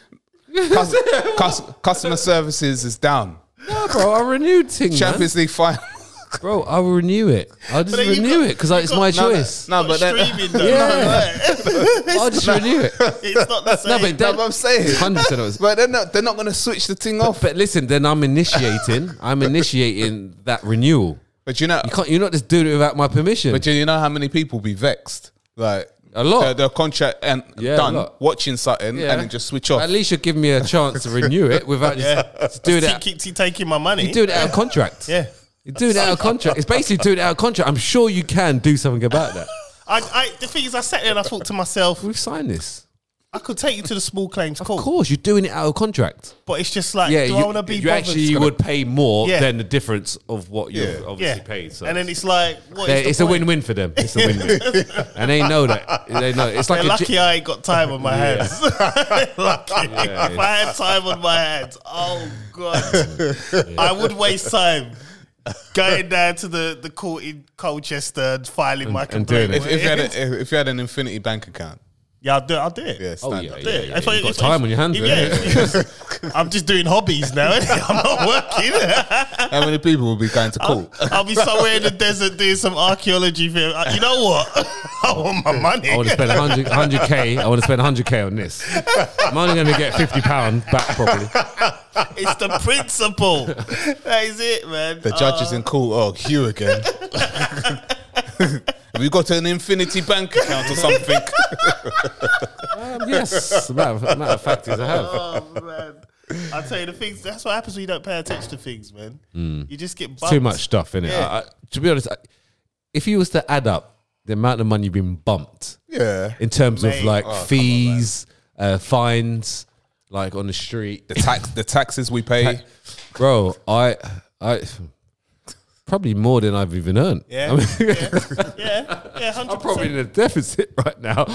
Speaker 1: Cus- cus- customer services is down.
Speaker 3: no, bro, I renewed thing, man.
Speaker 1: Champions League final.
Speaker 3: Bro, I will renew it. I'll just
Speaker 2: then you
Speaker 3: renew
Speaker 2: got-
Speaker 3: it because it's my
Speaker 1: no,
Speaker 3: choice.
Speaker 1: No, but then, no,
Speaker 2: Streaming, though.
Speaker 3: Yeah. I'll just renew it.
Speaker 2: It's not the same.
Speaker 3: No, but
Speaker 1: but I'm
Speaker 3: then,
Speaker 1: saying,
Speaker 3: hundred percent. it was-
Speaker 1: but they're not they're not going to switch the thing off.
Speaker 3: But listen, then I'm initiating. I'm initiating that renewal.
Speaker 1: But you know,
Speaker 3: You can't. You're not just doing it without my permission.
Speaker 1: but you know how many people be vexed like
Speaker 3: A lot.
Speaker 1: Their, their contract and
Speaker 3: Yeah, a
Speaker 1: done
Speaker 3: lot.
Speaker 1: watching something
Speaker 3: Yeah.
Speaker 1: and then just switch off.
Speaker 3: At least you're giving me a chance to renew it without just, just doing
Speaker 2: Keep,
Speaker 3: it.
Speaker 2: keep, keep taking my money.
Speaker 3: Doing it out of contract.
Speaker 2: yeah.
Speaker 3: You're doing it out of contract. It's basically doing it out of contract. I'm sure you can do something about that.
Speaker 2: I, I, the thing is, I sat there and I thought to myself,
Speaker 3: We've signed this.
Speaker 2: I could take you to the small claims
Speaker 3: Of
Speaker 2: court,
Speaker 3: course, you're doing it out of contract.
Speaker 2: but it's just like,
Speaker 3: Yeah,
Speaker 2: do
Speaker 3: you,
Speaker 2: I want to be
Speaker 3: you
Speaker 2: bothered?
Speaker 3: actually would pay more
Speaker 2: Yeah.
Speaker 3: than the difference of what you
Speaker 1: Yeah.
Speaker 3: have obviously paid. So
Speaker 2: and then it's like, what
Speaker 3: They-
Speaker 2: is the
Speaker 3: it's a
Speaker 2: point?
Speaker 3: win-win for them. It's a win-win, and they know that. They know it's like
Speaker 2: They're
Speaker 3: a
Speaker 2: lucky
Speaker 3: gy-
Speaker 2: I ain't got time on my hands. lucky.
Speaker 3: Yeah.
Speaker 2: If I had time on my hands, oh god, I would waste time going down to the, the court in Colchester and filing my
Speaker 3: and doing
Speaker 2: complaint.
Speaker 1: If,
Speaker 3: it.
Speaker 1: if, you had a, if, if you had an infinity bank account,
Speaker 2: yeah, I'll do. I'll do it.
Speaker 1: yeah,
Speaker 3: Oh
Speaker 1: stand
Speaker 3: yeah, yeah,
Speaker 1: up.
Speaker 3: yeah,
Speaker 2: Yeah,
Speaker 3: yeah.
Speaker 2: if I-
Speaker 3: You've got
Speaker 2: if I-
Speaker 3: time on your hands.
Speaker 2: Yeah,
Speaker 3: yeah.
Speaker 2: yeah. I'm just doing hobbies now. innit? I'm not working.
Speaker 1: How many people would be going to court?
Speaker 2: I'll be somewhere in the desert doing some archaeology. Film. Uh, You know what? I want my money.
Speaker 3: I want to spend 100, 100k. I want to spend 100k on this. I'm only going to get 50 pound back probably.
Speaker 2: It's the principle. that is it, man.
Speaker 1: The judge is in court. Oh, Hugh again. Have you got an infinity bank account or something?
Speaker 3: Um, yes, matter of, matter of fact is I have.
Speaker 2: Oh man, I tell you the things. That's what happens when you don't pay attention to things, man. You just get bumped.
Speaker 3: Hmm. Too much stuff in it.
Speaker 2: Yeah.
Speaker 3: to be honest, I, if you was to add up the amount of money you've been bumped
Speaker 1: Yeah.
Speaker 3: in terms
Speaker 2: Mate. oh,
Speaker 3: of like fees, uh, fines, like on the street,
Speaker 1: The tax, the taxes we pay.
Speaker 3: bro i i probably more than i've even earned
Speaker 2: Yeah,
Speaker 3: I mean,
Speaker 2: yeah, yeah, yeah. Hundred
Speaker 3: i'm probably in
Speaker 2: percent.
Speaker 3: a deficit right now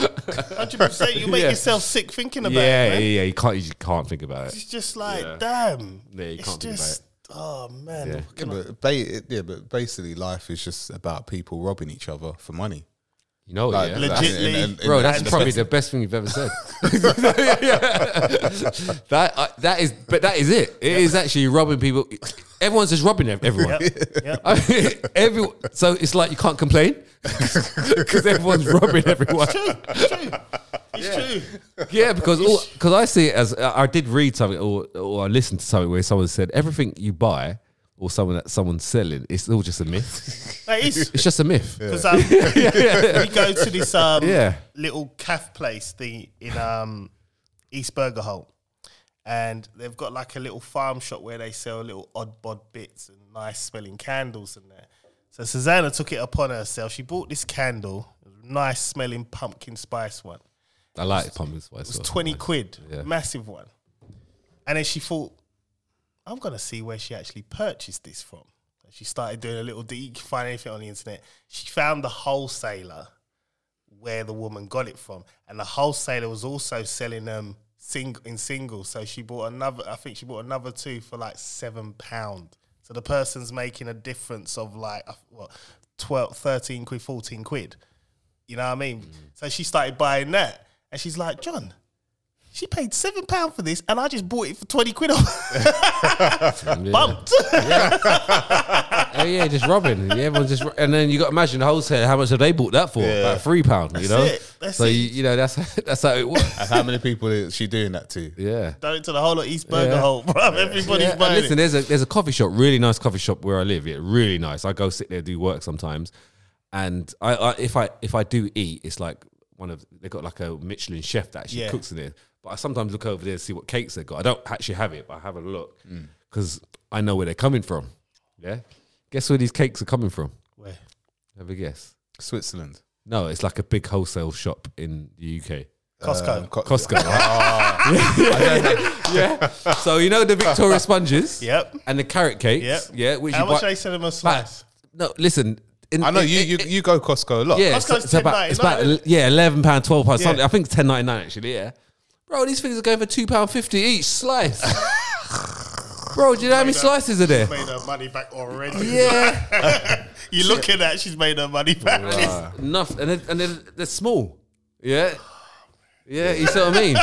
Speaker 2: Hundred percent. You make
Speaker 3: Yeah.
Speaker 2: yourself sick thinking about
Speaker 3: yeah
Speaker 2: it.
Speaker 3: yeah
Speaker 2: Man.
Speaker 3: yeah you can't you just can't think about it
Speaker 2: It's just like,
Speaker 3: Yeah.
Speaker 2: damn.
Speaker 3: Yeah, you
Speaker 2: it's
Speaker 3: can't think about
Speaker 2: just, oh man.
Speaker 3: Yeah.
Speaker 1: Yeah, but ba- yeah, but basically, life is just about people robbing each other for money.
Speaker 3: you know
Speaker 1: Like,
Speaker 3: Oh, yeah
Speaker 1: that's-
Speaker 2: Legitly.
Speaker 3: Bro, that's
Speaker 1: and-
Speaker 3: probably the best thing you've ever said. that I that is, but that is it. It is actually robbing people. Everyone's just robbing ev- everyone.
Speaker 2: Yep.
Speaker 3: I mean, every, so it's like you can't complain because everyone's robbing everyone.
Speaker 2: It's true.
Speaker 3: Yeah, because all because I see it as I I did read something or or I listened to something where someone said everything you buy or someone that someone's selling, it's all just a myth.
Speaker 2: That is
Speaker 3: It's just a myth.
Speaker 2: because um, we go to this um,
Speaker 3: Yeah.
Speaker 2: little calf place thing in um, East Burgerholt, and they've got like a little farm shop where they sell little odd bod bits and nice smelling candles and that. So Susanna took it upon herself. She bought this candle, nice smelling pumpkin spice one.
Speaker 3: I like pumpkin spice.
Speaker 2: It was
Speaker 3: sauce.
Speaker 2: twenty quid,
Speaker 3: Yeah.
Speaker 2: massive one. And then she thought, I'm gonna see where she actually purchased this from. And She started doing a little. dig- You can find anything on the internet. She found the wholesaler where the woman got it from, and the wholesaler was also selling them sing- in singles. So she bought another. I think she bought another two for like seven pound. So the person's making a difference of like I f- what 12, 13 quid, fourteen quid. You know what I mean? So she started buying that, and she's like, John. She paid seven pound for this, and I just bought it for twenty quid. off-
Speaker 3: Yeah.
Speaker 2: Bumped.
Speaker 3: Oh yeah, just robbing. Yeah, everyone's just, ro- and then you got to imagine the wholesale. How much have they bought that for? About three pound. You know.
Speaker 2: it, that's
Speaker 3: so
Speaker 2: it.
Speaker 3: You, you know that's that's how it works.
Speaker 1: And how many people is she doing that to?
Speaker 3: Yeah.
Speaker 2: Down to the whole of East Burger
Speaker 3: Yeah.
Speaker 2: Hole, bro. Everybody's
Speaker 3: Yeah, and
Speaker 2: buying
Speaker 3: listen,
Speaker 2: it.
Speaker 3: there's a there's a coffee shop, really nice coffee shop where I live. Yeah, really nice. I go sit there do work sometimes, and I, I if I if I do eat, it's like one of they got like a Michelin chef that actually
Speaker 2: Yeah.
Speaker 3: cooks in there. But I sometimes look over there and see what cakes they got. I don't actually have it, but I have a look because I know where they're coming from. Yeah, guess where these cakes are coming from?
Speaker 2: Where?
Speaker 3: Have a guess.
Speaker 1: Switzerland,
Speaker 3: No, it's like a big wholesale shop in the UK.
Speaker 2: Costco.
Speaker 1: Uh, Co-
Speaker 3: Uh, Costco.
Speaker 2: Oh.
Speaker 3: yeah. So you know the Victoria sponges?
Speaker 2: Yep.
Speaker 3: And the carrot cakes.
Speaker 2: Yep.
Speaker 3: Yeah. Which
Speaker 2: How
Speaker 3: you
Speaker 2: much
Speaker 3: buy-
Speaker 2: they sell them a slice?
Speaker 3: No, listen. In,
Speaker 1: I know
Speaker 3: in-
Speaker 1: you,
Speaker 3: in-
Speaker 1: you you go Costco a lot.
Speaker 3: yeah,
Speaker 2: Costco's
Speaker 3: it's, it's about, it's about
Speaker 2: £10.99,
Speaker 3: yeah, eleven pound, twelve pound.
Speaker 2: Yeah.
Speaker 3: something. I think it's ten ninety nine actually. Yeah, bro, these things are going for two pound fifty each slice. bro, do you know how many slices are there?
Speaker 2: Made her money back already.
Speaker 3: Yeah,
Speaker 2: You look at that, she's made her money back.
Speaker 3: enough, and then, and then they're small. Yeah, yeah, you see what I mean?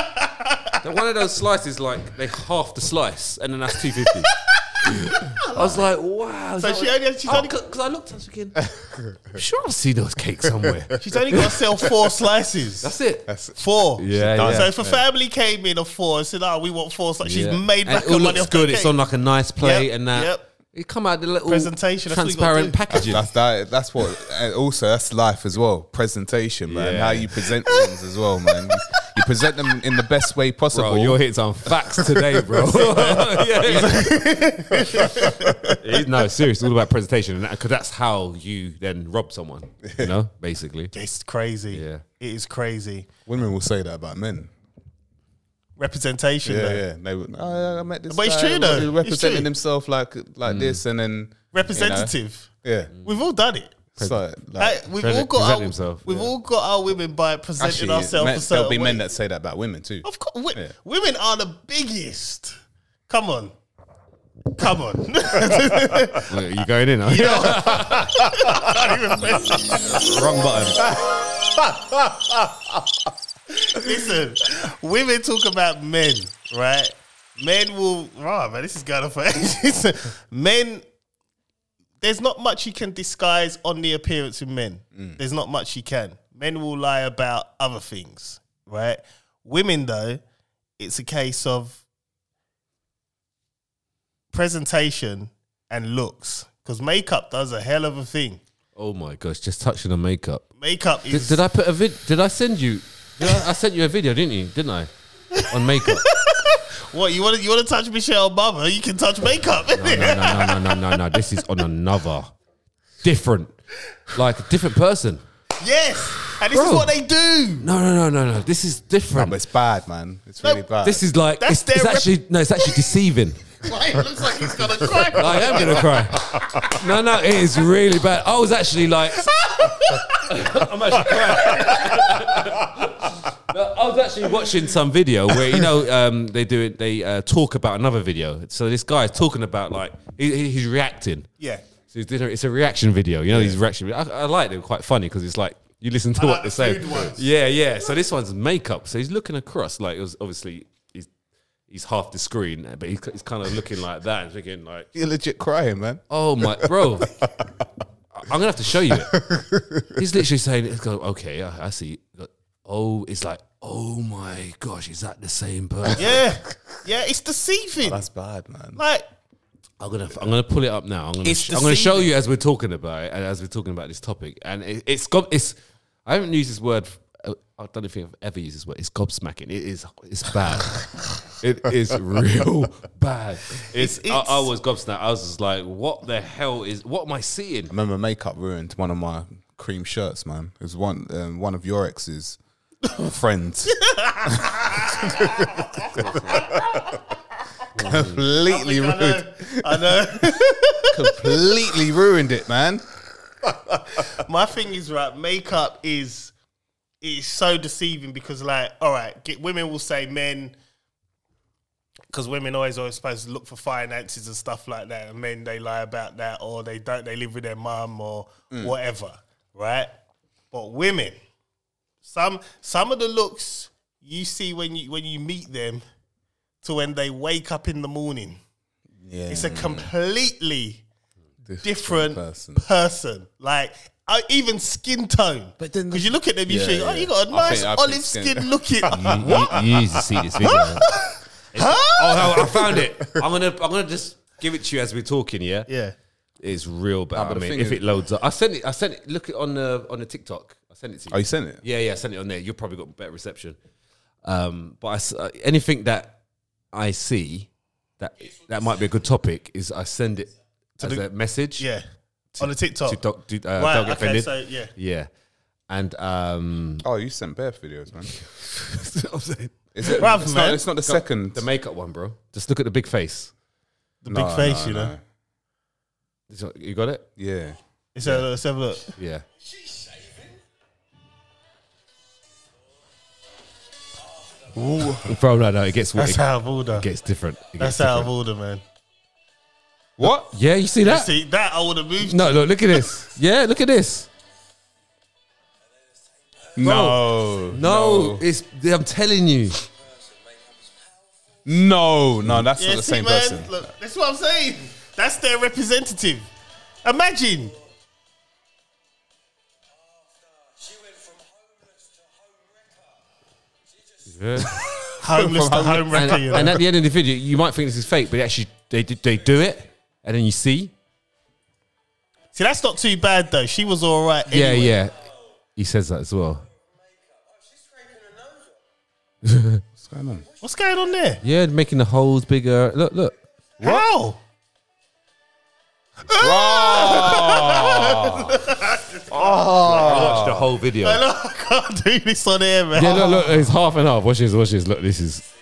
Speaker 3: Now, one of those slices, like they half the slice, and then that's two fifty. I was like, wow.
Speaker 2: So she only- she's only-
Speaker 3: because Oh, I looked, I was thinking, I'm sure I've seen those cakes somewhere.
Speaker 2: She's only got to sell four slices.
Speaker 3: That's it.
Speaker 2: four.
Speaker 3: Yeah, yeah.
Speaker 2: So if a family came in of four and said, oh, we want four slices,
Speaker 3: Yeah.
Speaker 2: she's made
Speaker 3: And
Speaker 2: back
Speaker 3: it all
Speaker 2: her money
Speaker 3: looks
Speaker 2: off
Speaker 3: good.
Speaker 2: the
Speaker 3: It's
Speaker 2: cake.
Speaker 3: on like a nice plate
Speaker 2: Yep,
Speaker 3: and that.
Speaker 2: yep.
Speaker 3: It come out the little
Speaker 2: Presentation, that's what you gotta
Speaker 3: transparent
Speaker 2: do.
Speaker 3: packaging.
Speaker 1: That's that, that's what. And also, that's life as well. Presentation, man.
Speaker 3: Yeah.
Speaker 1: How you present things as well, man. You present them in the best way possible.
Speaker 3: Bro, you're hitting some facts today, bro. Yeah. no, seriously, all about presentation, because that's how you then rob someone. You know, basically.
Speaker 2: It's crazy.
Speaker 3: Yeah.
Speaker 2: It is crazy.
Speaker 1: Women will say that about men.
Speaker 2: Representation,
Speaker 1: Yeah,
Speaker 2: though.
Speaker 1: yeah. They would, oh, I met this
Speaker 2: But it's
Speaker 1: guy
Speaker 2: true, though.
Speaker 1: who
Speaker 2: It's
Speaker 1: representing
Speaker 2: true.
Speaker 1: himself like like
Speaker 3: Mm.
Speaker 1: this, and then
Speaker 2: Representative.
Speaker 1: You know, yeah.
Speaker 2: We've all done it.
Speaker 1: So, like,
Speaker 2: Like, we've
Speaker 3: Present-
Speaker 2: all got
Speaker 3: present
Speaker 2: our,
Speaker 3: himself,
Speaker 2: we've
Speaker 3: yeah.
Speaker 2: all got our women by presenting
Speaker 1: actually,
Speaker 2: ourselves
Speaker 1: men-
Speaker 2: a certain
Speaker 1: there'll be
Speaker 2: way.
Speaker 1: men that say that about women too.
Speaker 2: Of course, wo- women are the biggest. Come on, come on.
Speaker 3: Look, you going in? Huh? Wrong button.
Speaker 2: Listen, women talk about men, right? Men will. Oh man, this is going off. for ages. men. There's not much you can disguise on the appearance of men.
Speaker 3: Mm.
Speaker 2: There's not much you can. Men will lie about other things, right? Women, though, it's a case of presentation and looks, because makeup does a hell of a thing.
Speaker 3: Oh my gosh! Just touching on makeup.
Speaker 2: Makeup
Speaker 3: Did,
Speaker 2: is.
Speaker 3: did I put a vid? Did I send you? Did I, I sent you a video, didn't you? Didn't I? On makeup.
Speaker 2: what you want? to You want to touch Michelle Obama? You can touch makeup.
Speaker 3: No, Oh, no, no, no, no, no, no. This is on another, different, like a different person.
Speaker 2: Yes, and this is
Speaker 3: Bro.
Speaker 2: what they do.
Speaker 3: No, no, no, no, no. This is
Speaker 1: No,
Speaker 3: different.
Speaker 1: but it's bad, man. It's really bad.
Speaker 3: this is like
Speaker 2: That's
Speaker 3: it's, it's
Speaker 2: their rep-
Speaker 3: actually no, it's actually deceiving.
Speaker 2: Why it looks like he's gonna cry.
Speaker 3: I am gonna cry. No, no, it is really bad. I was actually like, I'm actually crying. No, I was actually watching some video where you know um, they do it. They uh, talk about another video. So this guy is talking about like he, he- he's reacting.
Speaker 2: Yeah,
Speaker 3: So it's, different- it's a reaction video. You know, these reaction. I, I like them quite funny because it's like you listen to
Speaker 2: I
Speaker 3: what
Speaker 2: like
Speaker 3: they
Speaker 2: the
Speaker 3: say.
Speaker 2: food ones.
Speaker 3: Yeah, yeah. So this one's makeup. So he's looking across, like it was obviously he's he's half the screen, but he's, he's kind of looking like that and thinking like,
Speaker 1: You're legit crying, man.
Speaker 3: oh my, bro. I- I'm gonna have to show you it. He's literally saying, it's going, "Okay, I, I see." Oh, it's like, oh my gosh, is that the same person?
Speaker 2: yeah, yeah. It's deceiving.
Speaker 1: That's bad, man.
Speaker 2: Like
Speaker 3: I'm gonna I'm gonna pull it up now. I'm gonna
Speaker 2: It's
Speaker 3: sh- I'm gonna show
Speaker 2: deceiving.
Speaker 3: you as we're talking about it and as we're talking about this topic. And it, it's gob it's I haven't used this word. uh, I don't think I've ever used this word. It's gobsmacking. It is it's bad. it is real bad. It's,
Speaker 2: it's-
Speaker 3: I, I was gobsmacked. I was just like, what the hell is what am I seeing?
Speaker 1: I remember makeup ruined one of my cream shirts, man. It was one um, one of your ex's friends. completely
Speaker 2: I
Speaker 1: ruined,
Speaker 2: know, I know.
Speaker 1: completely ruined it, man.
Speaker 2: My thing is right. Makeup is is so deceiving because like, all right, get, women will say men. Because women always always supposed to look for finances and stuff like that, and men they lie about that, or they don't. They live with their mum or whatever, right? But women, some some of the looks you see when you when you meet them to when they wake up in the morning.
Speaker 1: Yeah,
Speaker 2: It's a completely
Speaker 1: Different
Speaker 2: different
Speaker 1: person.
Speaker 2: person. Like I, even skin tone. But then because you look at them, you
Speaker 1: Yeah,
Speaker 2: think, oh,
Speaker 1: yeah.
Speaker 2: you got a
Speaker 1: I
Speaker 2: nice
Speaker 1: think I
Speaker 2: olive
Speaker 1: think
Speaker 2: skin.
Speaker 1: skin- Mm-hmm.
Speaker 2: looking.
Speaker 3: You, you, you need to see this video. It's- Oh, no, I found it. I'm gonna I'm gonna just give it to you as we're talking. Yeah.
Speaker 2: yeah.
Speaker 3: It's real bad.
Speaker 1: but
Speaker 3: I
Speaker 1: the
Speaker 3: mean,
Speaker 1: thing
Speaker 3: if
Speaker 1: is-
Speaker 3: it loads up, I sent it. I sent it. Look it on the on the TikTok. I sent it to you.
Speaker 1: Oh, you sent it?
Speaker 3: Yeah, yeah. I sent it on there. You probably got better reception. Um, but I s uh, anything that I see that that might be a good topic is I send it as a message.
Speaker 2: Yeah. On the TikTok.
Speaker 3: To doc, do, uh,
Speaker 2: right.
Speaker 3: Don't Get
Speaker 2: Okay.
Speaker 3: offended.
Speaker 2: So yeah.
Speaker 3: yeah. And um,
Speaker 1: Oh, you sent bare videos, man.
Speaker 3: I'm saying,
Speaker 1: Is it?
Speaker 2: Bruv,
Speaker 1: it's,
Speaker 2: man.
Speaker 1: Not, it's not the second.
Speaker 3: the makeup one, bro. Just look at the big face.
Speaker 2: The big face, you know.
Speaker 3: This one- You got it?
Speaker 1: Yeah.
Speaker 2: Let's, have, a- let's have a look.
Speaker 3: Yeah. Bro, no, no, it gets
Speaker 2: That's
Speaker 3: it
Speaker 2: out of order.
Speaker 3: gets different. It
Speaker 2: That's
Speaker 3: gets
Speaker 2: out of
Speaker 3: different.
Speaker 2: order, man.
Speaker 1: What?
Speaker 3: Yeah, you see that?
Speaker 2: See that I would have moved.
Speaker 3: No, look, look at this. Yeah, look at this.
Speaker 1: No.
Speaker 3: No, it's. I'm telling you.
Speaker 1: No. No, that's
Speaker 2: Yeah,
Speaker 1: not the
Speaker 2: see,
Speaker 1: same
Speaker 2: man.
Speaker 1: person.
Speaker 2: Look, that's what I'm saying. That's their representative. Imagine. Homeless to home
Speaker 3: And,
Speaker 2: wrecker, you know.
Speaker 3: and at the end of the video, you might think this is fake, but actually, they did- they do it, and then you see.
Speaker 2: See, that's not too bad though. She was all right. Anyway.
Speaker 3: Yeah, yeah. He says that as well.
Speaker 1: What's going on?
Speaker 2: What's going on there?
Speaker 3: Yeah, making the holes bigger. Look, look.
Speaker 2: How?
Speaker 1: Ah!
Speaker 3: I watched the whole video.
Speaker 2: I know, I can't do this on air, man. Oh,
Speaker 3: Yeah, look, look. It's half and half. Watch this, watch this. Look, this is.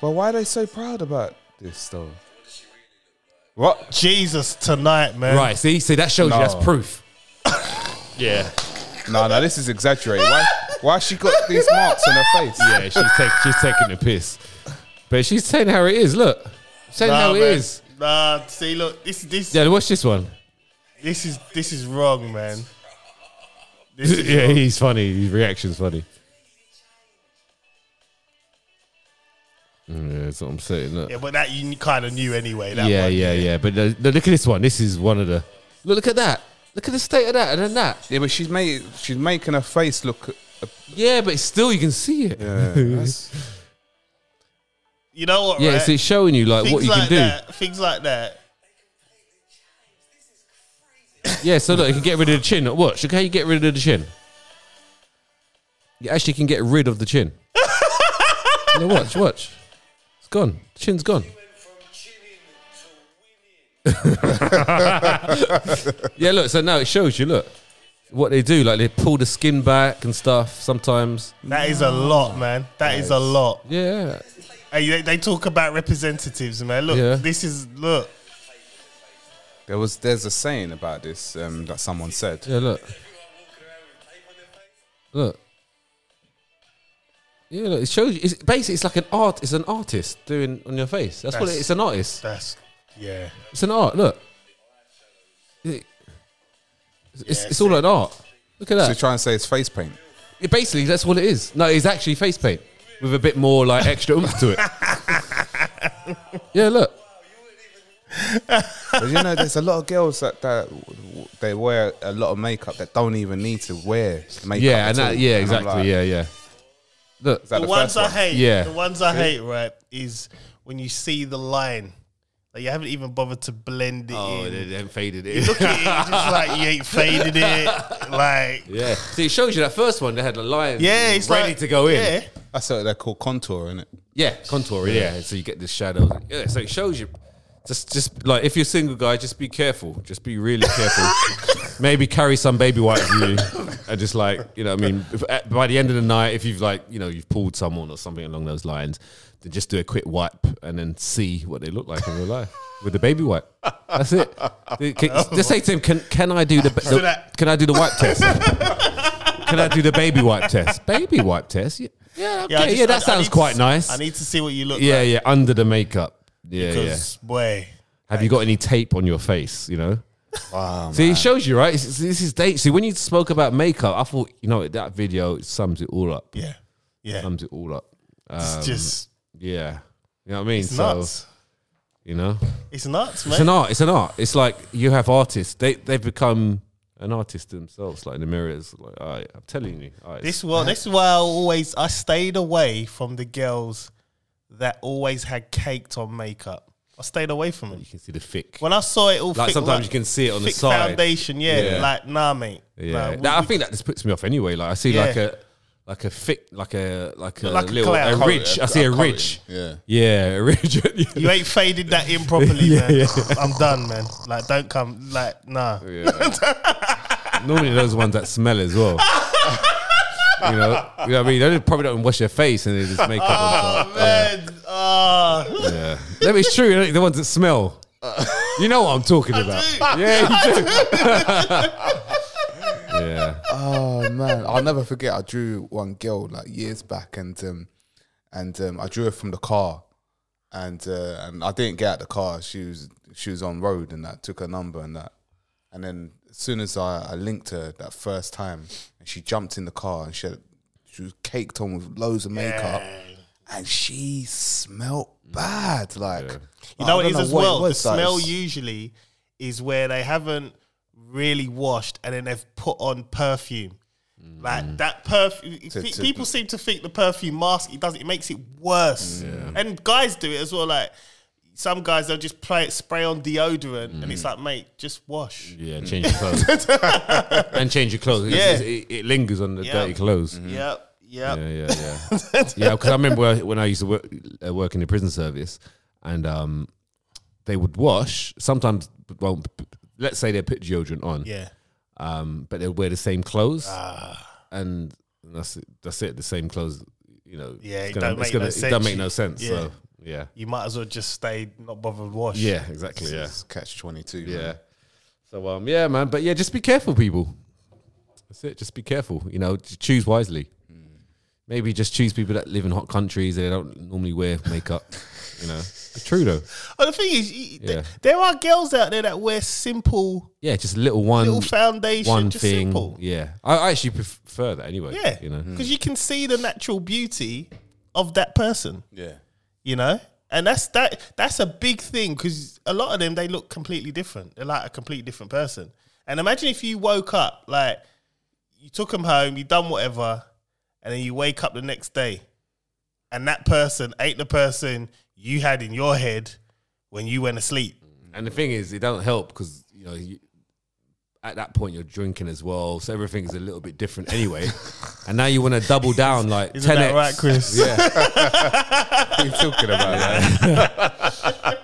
Speaker 1: But why are they so proud about this though? What?
Speaker 2: Jesus tonight, man.
Speaker 3: Right, see? See, that shows
Speaker 1: No.
Speaker 3: you that's proof. yeah.
Speaker 1: No, no, this is exaggerated. Why? Why she got these marks on her face?
Speaker 3: Yeah, she's, take, she's taking the piss. But she's saying how it is. Look. Saying
Speaker 2: Nah,
Speaker 3: how it is.
Speaker 2: man. Nah, see, look, this, this,
Speaker 3: Yeah, watch this one.
Speaker 2: this is, this is wrong, man. This is
Speaker 3: yeah, he's funny. His reaction's funny. Mm, Yeah, that's what I'm saying. Look.
Speaker 2: Yeah, but that you kind of knew anyway. That
Speaker 3: yeah,
Speaker 2: one.
Speaker 3: yeah, yeah. But the, the- look at this one. This is one of the. Look, look at that. Look at the state of that and then that.
Speaker 1: Yeah, but she's made she's making her face look.
Speaker 3: Yeah, but still you can see it.
Speaker 1: Yeah, that's-
Speaker 2: You know what?
Speaker 3: Yeah,
Speaker 2: right?
Speaker 3: so it's showing you like
Speaker 2: things
Speaker 3: what you
Speaker 2: like
Speaker 3: can do.
Speaker 2: that, things like that.
Speaker 3: Yeah, so look, you can get rid of the chin. Watch. Look how you get rid of the chin. You actually can get rid of the chin. no, watch, watch. It's gone. Chin's gone. Yeah, look. So now it shows you. Look, what they do. Like they pull the skin back and stuff. Sometimes.
Speaker 2: That is a lot, man. that is, a lot.
Speaker 3: Yeah.
Speaker 2: Hey, they, they talk about representatives, man. Look,
Speaker 3: Yeah.
Speaker 2: this is look.
Speaker 1: there was there's a saying about this um, that someone said.
Speaker 3: Yeah. Look. Look. Yeah, look, it shows you. It's basically it's like an art. It's an artist doing on your face. That's, what it,
Speaker 2: That's-
Speaker 3: it's an artist.
Speaker 2: That's yeah.
Speaker 3: It's an art. Look, It- it's, it's,
Speaker 2: Yeah,
Speaker 3: it's all an art. Look at
Speaker 1: So
Speaker 3: that.
Speaker 1: trying to say it's face paint.
Speaker 3: It basically, that's what it is. No, it's actually face paint with a bit more like extra oomph to it. yeah, look.
Speaker 1: But you know, there's a lot of girls that, that w- w- they wear a lot of makeup that don't even need to wear makeup.
Speaker 3: Yeah,
Speaker 1: at
Speaker 3: and that,
Speaker 1: all.
Speaker 3: yeah,
Speaker 1: And I'm
Speaker 3: exactly.
Speaker 1: like,
Speaker 3: yeah, yeah. Look,
Speaker 1: Is that
Speaker 2: the,
Speaker 1: the,
Speaker 2: ones
Speaker 1: first
Speaker 2: I
Speaker 1: one?
Speaker 2: hate,
Speaker 3: Yeah.
Speaker 2: the ones I hate, right, is when you see the line, like you haven't even bothered to blend oh, it
Speaker 3: Oh,
Speaker 2: in.
Speaker 3: then faded
Speaker 2: Look at it, it's just like you ain't faded it. Like
Speaker 3: yeah. See, it shows you that first one. They had a lion.
Speaker 2: yeah, it's
Speaker 3: ready
Speaker 2: like-
Speaker 3: to go in.
Speaker 2: Yeah,
Speaker 1: That's what they're called contour, isn't it?
Speaker 3: Yeah, contour. Yeah. so you get this shadow. Yeah, so it shows you. Just, just like if you're a single guy, just be careful. Just be really careful. Maybe carry some baby wipe with you, and just like you know, what I mean, if, at, by the end of the night, if you've like you know you've pulled someone or something along those lines, then just do a quick wipe and then see what they look like in real life with the baby wipe. That's it. Can- Just say to him, "Can can I do the, ba-
Speaker 2: Do
Speaker 3: the
Speaker 2: Oh. that.
Speaker 3: can I do the wipe test? Can I do the baby wipe test? Baby wipe test? Yeah, yeah, okay,
Speaker 2: I
Speaker 3: yeah.
Speaker 2: just- I- I
Speaker 3: that sounds
Speaker 2: need to
Speaker 3: quite
Speaker 2: s-
Speaker 3: nice.
Speaker 2: I need to see what you look
Speaker 3: Yeah,
Speaker 2: like.
Speaker 3: yeah, under the makeup. Yeah, yeah.
Speaker 2: Because boy,
Speaker 3: Have you got any tape on your face? You know.
Speaker 2: Oh,
Speaker 3: See, it shows you, right? It's- it's- This is date. See, when you spoke about makeup, I thought, you know, that video it sums it all up.
Speaker 2: yeah, yeah,
Speaker 3: Sums it all up.
Speaker 2: it's just
Speaker 3: Yeah. You know what I mean?
Speaker 2: it's nuts.
Speaker 3: you know,
Speaker 2: It's nuts,
Speaker 3: it's an
Speaker 2: man.
Speaker 3: art. It's an art. It's like you have artists. They they've become an artist themselves. Like in the mirrors. Like all right, I'm telling you. all right,
Speaker 2: This well, this is why I always I stayed away from the girls that always had caked on makeup. I stayed away from them.
Speaker 3: you can see the thick.
Speaker 2: When I saw it all,
Speaker 3: Like
Speaker 2: thick, like,
Speaker 3: sometimes you can see it on the
Speaker 2: thick
Speaker 3: side.
Speaker 2: foundation. Yeah,
Speaker 3: Yeah.
Speaker 2: like nah, mate.
Speaker 3: Yeah,
Speaker 2: Nah, we-
Speaker 3: That- I
Speaker 2: we-
Speaker 3: think that just puts me off anyway. Like I see
Speaker 2: Yeah.
Speaker 3: like a like a thick like a like a
Speaker 2: Like a
Speaker 3: little
Speaker 2: cloud.
Speaker 3: a,
Speaker 2: Coat,
Speaker 3: ridge. I see a,
Speaker 1: coating.
Speaker 3: ridge.
Speaker 1: Yeah.
Speaker 3: Yeah, a ridge.
Speaker 2: You ain't faded that in properly,
Speaker 3: Yeah,
Speaker 2: man.
Speaker 3: yeah.
Speaker 2: I'm done, man. Like, don't come. Like, nah.
Speaker 3: Normally those ones that smell as well. you know, you know what I mean. They probably don't wash their face and they just make up.
Speaker 2: Oh, man. Oh.
Speaker 3: on top. yeah, that is true. innit? The ones that smell. You know what I'm talking about. Yeah, you do. yeah.
Speaker 1: Oh man, I'll never forget. I drew one girl like years back, and um, and um, I drew her from the car, and uh, and I didn't get out the car. She was she was on road, and I took her number and that, and then as soon as I, I linked her that first time, and she jumped in the car, and she had, she was caked on with loads of makeup, and she smelt bad. Like
Speaker 2: You know
Speaker 1: I
Speaker 2: what it
Speaker 1: don't
Speaker 2: is as
Speaker 1: what it
Speaker 2: well?
Speaker 1: was,
Speaker 2: the
Speaker 1: like,
Speaker 2: smell
Speaker 1: it's-
Speaker 2: usually is where they haven't really washed and then they've put on perfume. Like that perfume, pe-
Speaker 1: to-
Speaker 2: people seem to think the perfume mask it does it makes it worse, and guys do it as well. Like some guys, they'll just play it, spray on deodorant, and it's like, mate, just wash.
Speaker 3: Yeah, change your clothes and change your clothes. It's-
Speaker 2: Yeah.
Speaker 3: it's- it, it lingers on the
Speaker 2: Yeah. Mm-hmm.
Speaker 3: dirty clothes.
Speaker 2: Yep, Yeah.
Speaker 3: Yeah, yeah, yeah. yeah, because I remember when I- when I used to work, uh, work in the prison service, and um, they would wash. Sometimes, well, p- p- let's say they put deodorant on,
Speaker 2: Yeah.
Speaker 3: um, but they'd wear the same clothes,
Speaker 2: Ah,
Speaker 3: and that's it, that's it. The same clothes, you know.
Speaker 2: Yeah,
Speaker 3: it's
Speaker 2: it don't
Speaker 3: it's
Speaker 2: make no
Speaker 3: It don't
Speaker 2: sense.
Speaker 3: make no sense.
Speaker 2: Yeah.
Speaker 3: So yeah,
Speaker 2: you might as well just stay not bothered wash.
Speaker 3: yeah, exactly. Yeah,
Speaker 1: It's catch twenty two.
Speaker 3: yeah. So um, yeah, man. But yeah, just be careful, people. That's it. Just be careful. You know, j- choose wisely.
Speaker 2: Hmm.
Speaker 3: Maybe just choose people that live in hot countries. They don't normally wear makeup. you know, it's true though.
Speaker 2: Oh, the thing is, you, th-
Speaker 3: Yeah.
Speaker 2: there are girls out there that wear simple
Speaker 3: Yeah, just a little one,
Speaker 2: little foundation,
Speaker 3: one
Speaker 2: just
Speaker 3: thing.
Speaker 2: simple.
Speaker 3: Yeah, I, I actually prefer that anyway.
Speaker 2: Yeah, Hmm. because
Speaker 3: you know.
Speaker 2: you can see the natural beauty of that person.
Speaker 1: yeah.
Speaker 2: you know and that's that that's a big thing because a lot of them they look completely different they're like a completely different person and imagine if you woke up like you took them home you done whatever and then you wake up the next day and that person ain't the person you had in your head when you went to sleep
Speaker 3: And the thing is, it don't help because you know, you, at that point you're drinking as well, so everything's a little bit different anyway. and now you want to double down like
Speaker 2: isn't
Speaker 3: ten
Speaker 2: that right chris
Speaker 1: What are you talking about? man?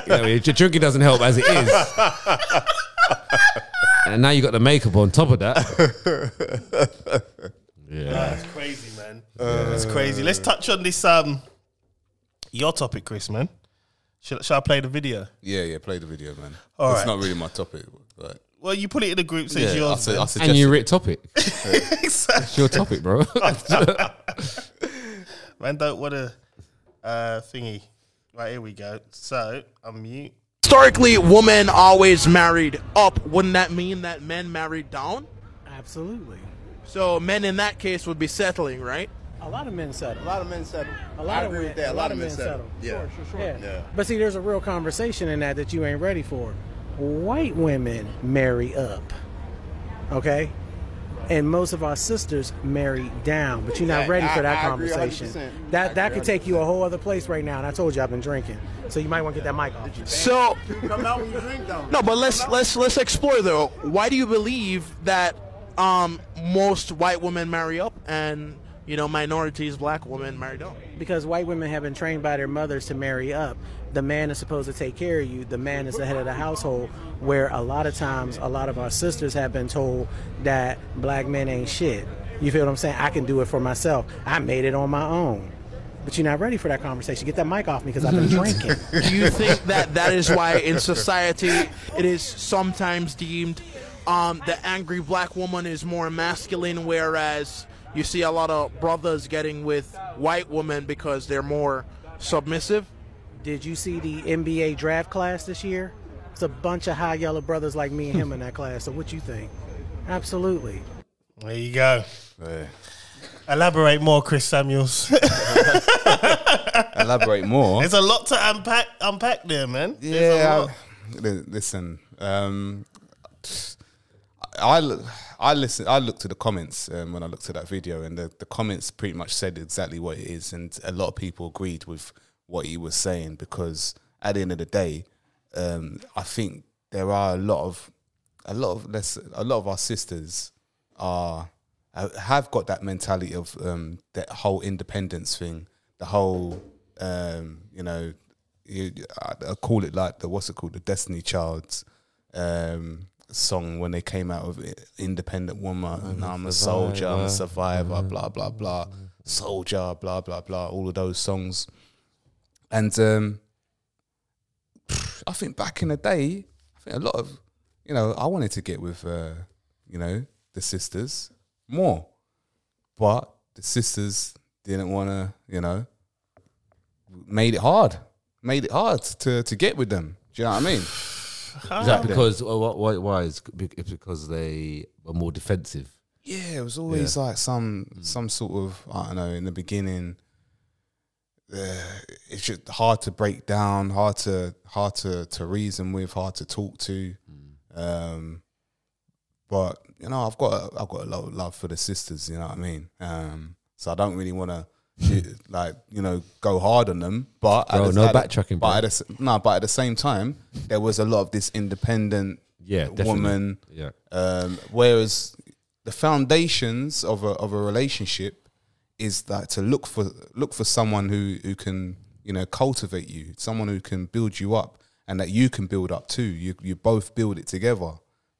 Speaker 3: You know, your drinking doesn't help as it is. and now you got the makeup on top of that. yeah.
Speaker 2: that's crazy man that's crazy let's touch on this um your topic chris man shall, shall i play the video
Speaker 1: Yeah, yeah. Play the video, man.
Speaker 2: All
Speaker 1: it's
Speaker 2: right.
Speaker 1: not really my topic. Right.
Speaker 2: well you put it in the group so
Speaker 1: Yeah,
Speaker 2: it's
Speaker 1: I,
Speaker 2: yours
Speaker 1: su- I
Speaker 2: man.
Speaker 1: suggest
Speaker 3: And you writ topic.
Speaker 2: Exactly.
Speaker 3: It's your topic, bro.
Speaker 2: Man, don't want a uh, thingy. Right, here we go. So, I'm mute.
Speaker 4: Historically, women always married up. Wouldn't that mean that men married down?
Speaker 5: Absolutely.
Speaker 4: So men in that case would be settling, right?
Speaker 5: A lot of men settle.
Speaker 6: A lot of men settle.
Speaker 5: A lot
Speaker 6: I
Speaker 5: of
Speaker 6: agree
Speaker 5: men,
Speaker 6: with that. A lot of men settle.
Speaker 5: Yeah.
Speaker 6: Yeah.
Speaker 5: Sure, sure, sure. Yeah.
Speaker 6: Yeah.
Speaker 5: But see, there's a real conversation in that that you ain't ready for. White women marry up, okay, and most of our sisters marry down, but you're not
Speaker 6: Exactly.
Speaker 5: ready for
Speaker 6: I-
Speaker 5: that
Speaker 6: I agree
Speaker 5: conversation.
Speaker 6: 100%. I
Speaker 5: That that
Speaker 6: agree
Speaker 5: could take you a whole other place right now. And I told you I've been drinking, so you might want to get that mic off.
Speaker 4: So
Speaker 6: Come out when you drink, though.
Speaker 4: no, but let's let's let's explore though. Why do you believe that um, most white women marry up and you know minorities, black women marry down?
Speaker 5: because white women have been trained by their mothers to marry up. The man is supposed to take care of you. The man is the head of the household. Where a lot of times, a lot of our sisters have been told that black men ain't shit. You feel what I'm saying? I can do it for myself. I made it on my own. But you're not ready for that conversation. Get that mic off me because I've been drinking.
Speaker 4: Do you think that that is why in society it is sometimes deemed um, the angry black woman is more masculine, whereas you see a lot of brothers getting with white women because they're more submissive?
Speaker 5: Did you see the NBA draft class this year? It's a bunch of high yellow brothers like me and him in that class. So what you think? Absolutely.
Speaker 2: There you go.
Speaker 1: Yeah.
Speaker 2: Elaborate more, Chris Samuels.
Speaker 1: Elaborate more.
Speaker 2: There's a lot to unpack unpack there, man. There's a
Speaker 1: Yeah.
Speaker 2: lot.
Speaker 1: li- Listen, um, I l- I listen. I looked at the comments um, when I looked at that video, and the, the comments pretty much said exactly what it is, and a lot of people agreed with what he was saying because at the end of the day, um, I think there are a lot of a lot of less a lot of our sisters are ha- have got that mentality of um, that whole independence thing, the whole um, you know, you, I, I call it like the what's it called, the Destiny Child's um, song when they came out of it, Independent Woman, and I'm a soldier, I'm a survivor, Mm-hmm. blah blah blah, soldier, blah blah blah, all of those songs, and um, I think back in the day, I think a lot of, you know, I wanted to get with, uh, you know, the sisters more, but the sisters didn't want to, you know, made it hard, made it hard to to get with them. Do you know what I mean?
Speaker 3: Is that because why, why, why is it's because they were more defensive?
Speaker 1: Yeah, it was always like some
Speaker 3: Mm.
Speaker 1: some sort of I don't know in the beginning. Uh, it's just hard to break down, hard to hard to to reason with, hard to talk to.
Speaker 3: Mm.
Speaker 1: Um, but you know, I've got a, I've got a lot of love for the sisters. You know what I mean? Um, so I don't really want to. like you know, go hard on them, but at
Speaker 3: Hmm. Bro,
Speaker 1: the-
Speaker 3: no
Speaker 1: at the-
Speaker 3: backtracking, bro.
Speaker 1: But at the, s- no, but at the same time, there was a lot of this independent
Speaker 3: Yeah, definitely.
Speaker 1: woman
Speaker 3: Yeah.
Speaker 1: um, whereas the foundations of a of a relationship is that to look for look for someone who who can you know cultivate you, someone who can build you up, and that you can build up too. You you both build it together.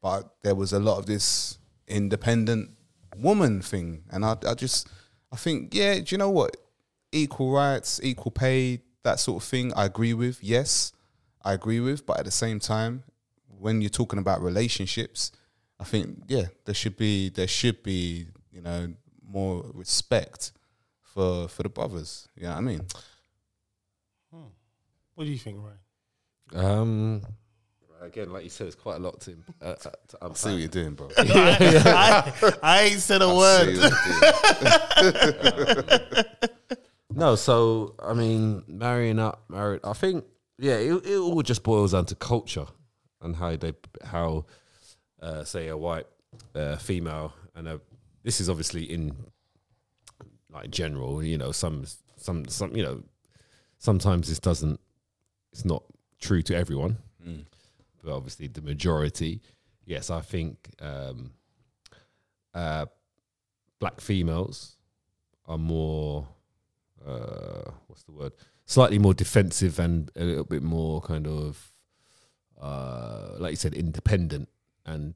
Speaker 1: But there was a lot of this independent woman thing, and I I just I think yeah, do you know what? Equal rights, equal pay, that sort of thing. I agree with yes, I agree with, but at the same time, when you're talking about relationships, I think yeah, there should be there should be you know more respect for for the brothers. You know what I mean?
Speaker 2: What do you think, Ryan?
Speaker 3: Um, again, like you said, it's quite a lot to. Uh, to unpack.
Speaker 1: See what you're doing, bro.
Speaker 2: I, I ain't said a
Speaker 1: See
Speaker 2: word.
Speaker 1: what you're doing.
Speaker 3: No, so I mean, marrying up, married. I think, yeah, it, it all just boils down to culture and how they, how, uh, say, a white uh, female and a. This is obviously in, like, general. You know, some, some, some. You know, sometimes this doesn't. It's not true to everyone, but obviously the majority. Yes, I think um, uh, black females are more uh, what's the word? Slightly more defensive and a little bit more kind of, uh, like you said, independent, and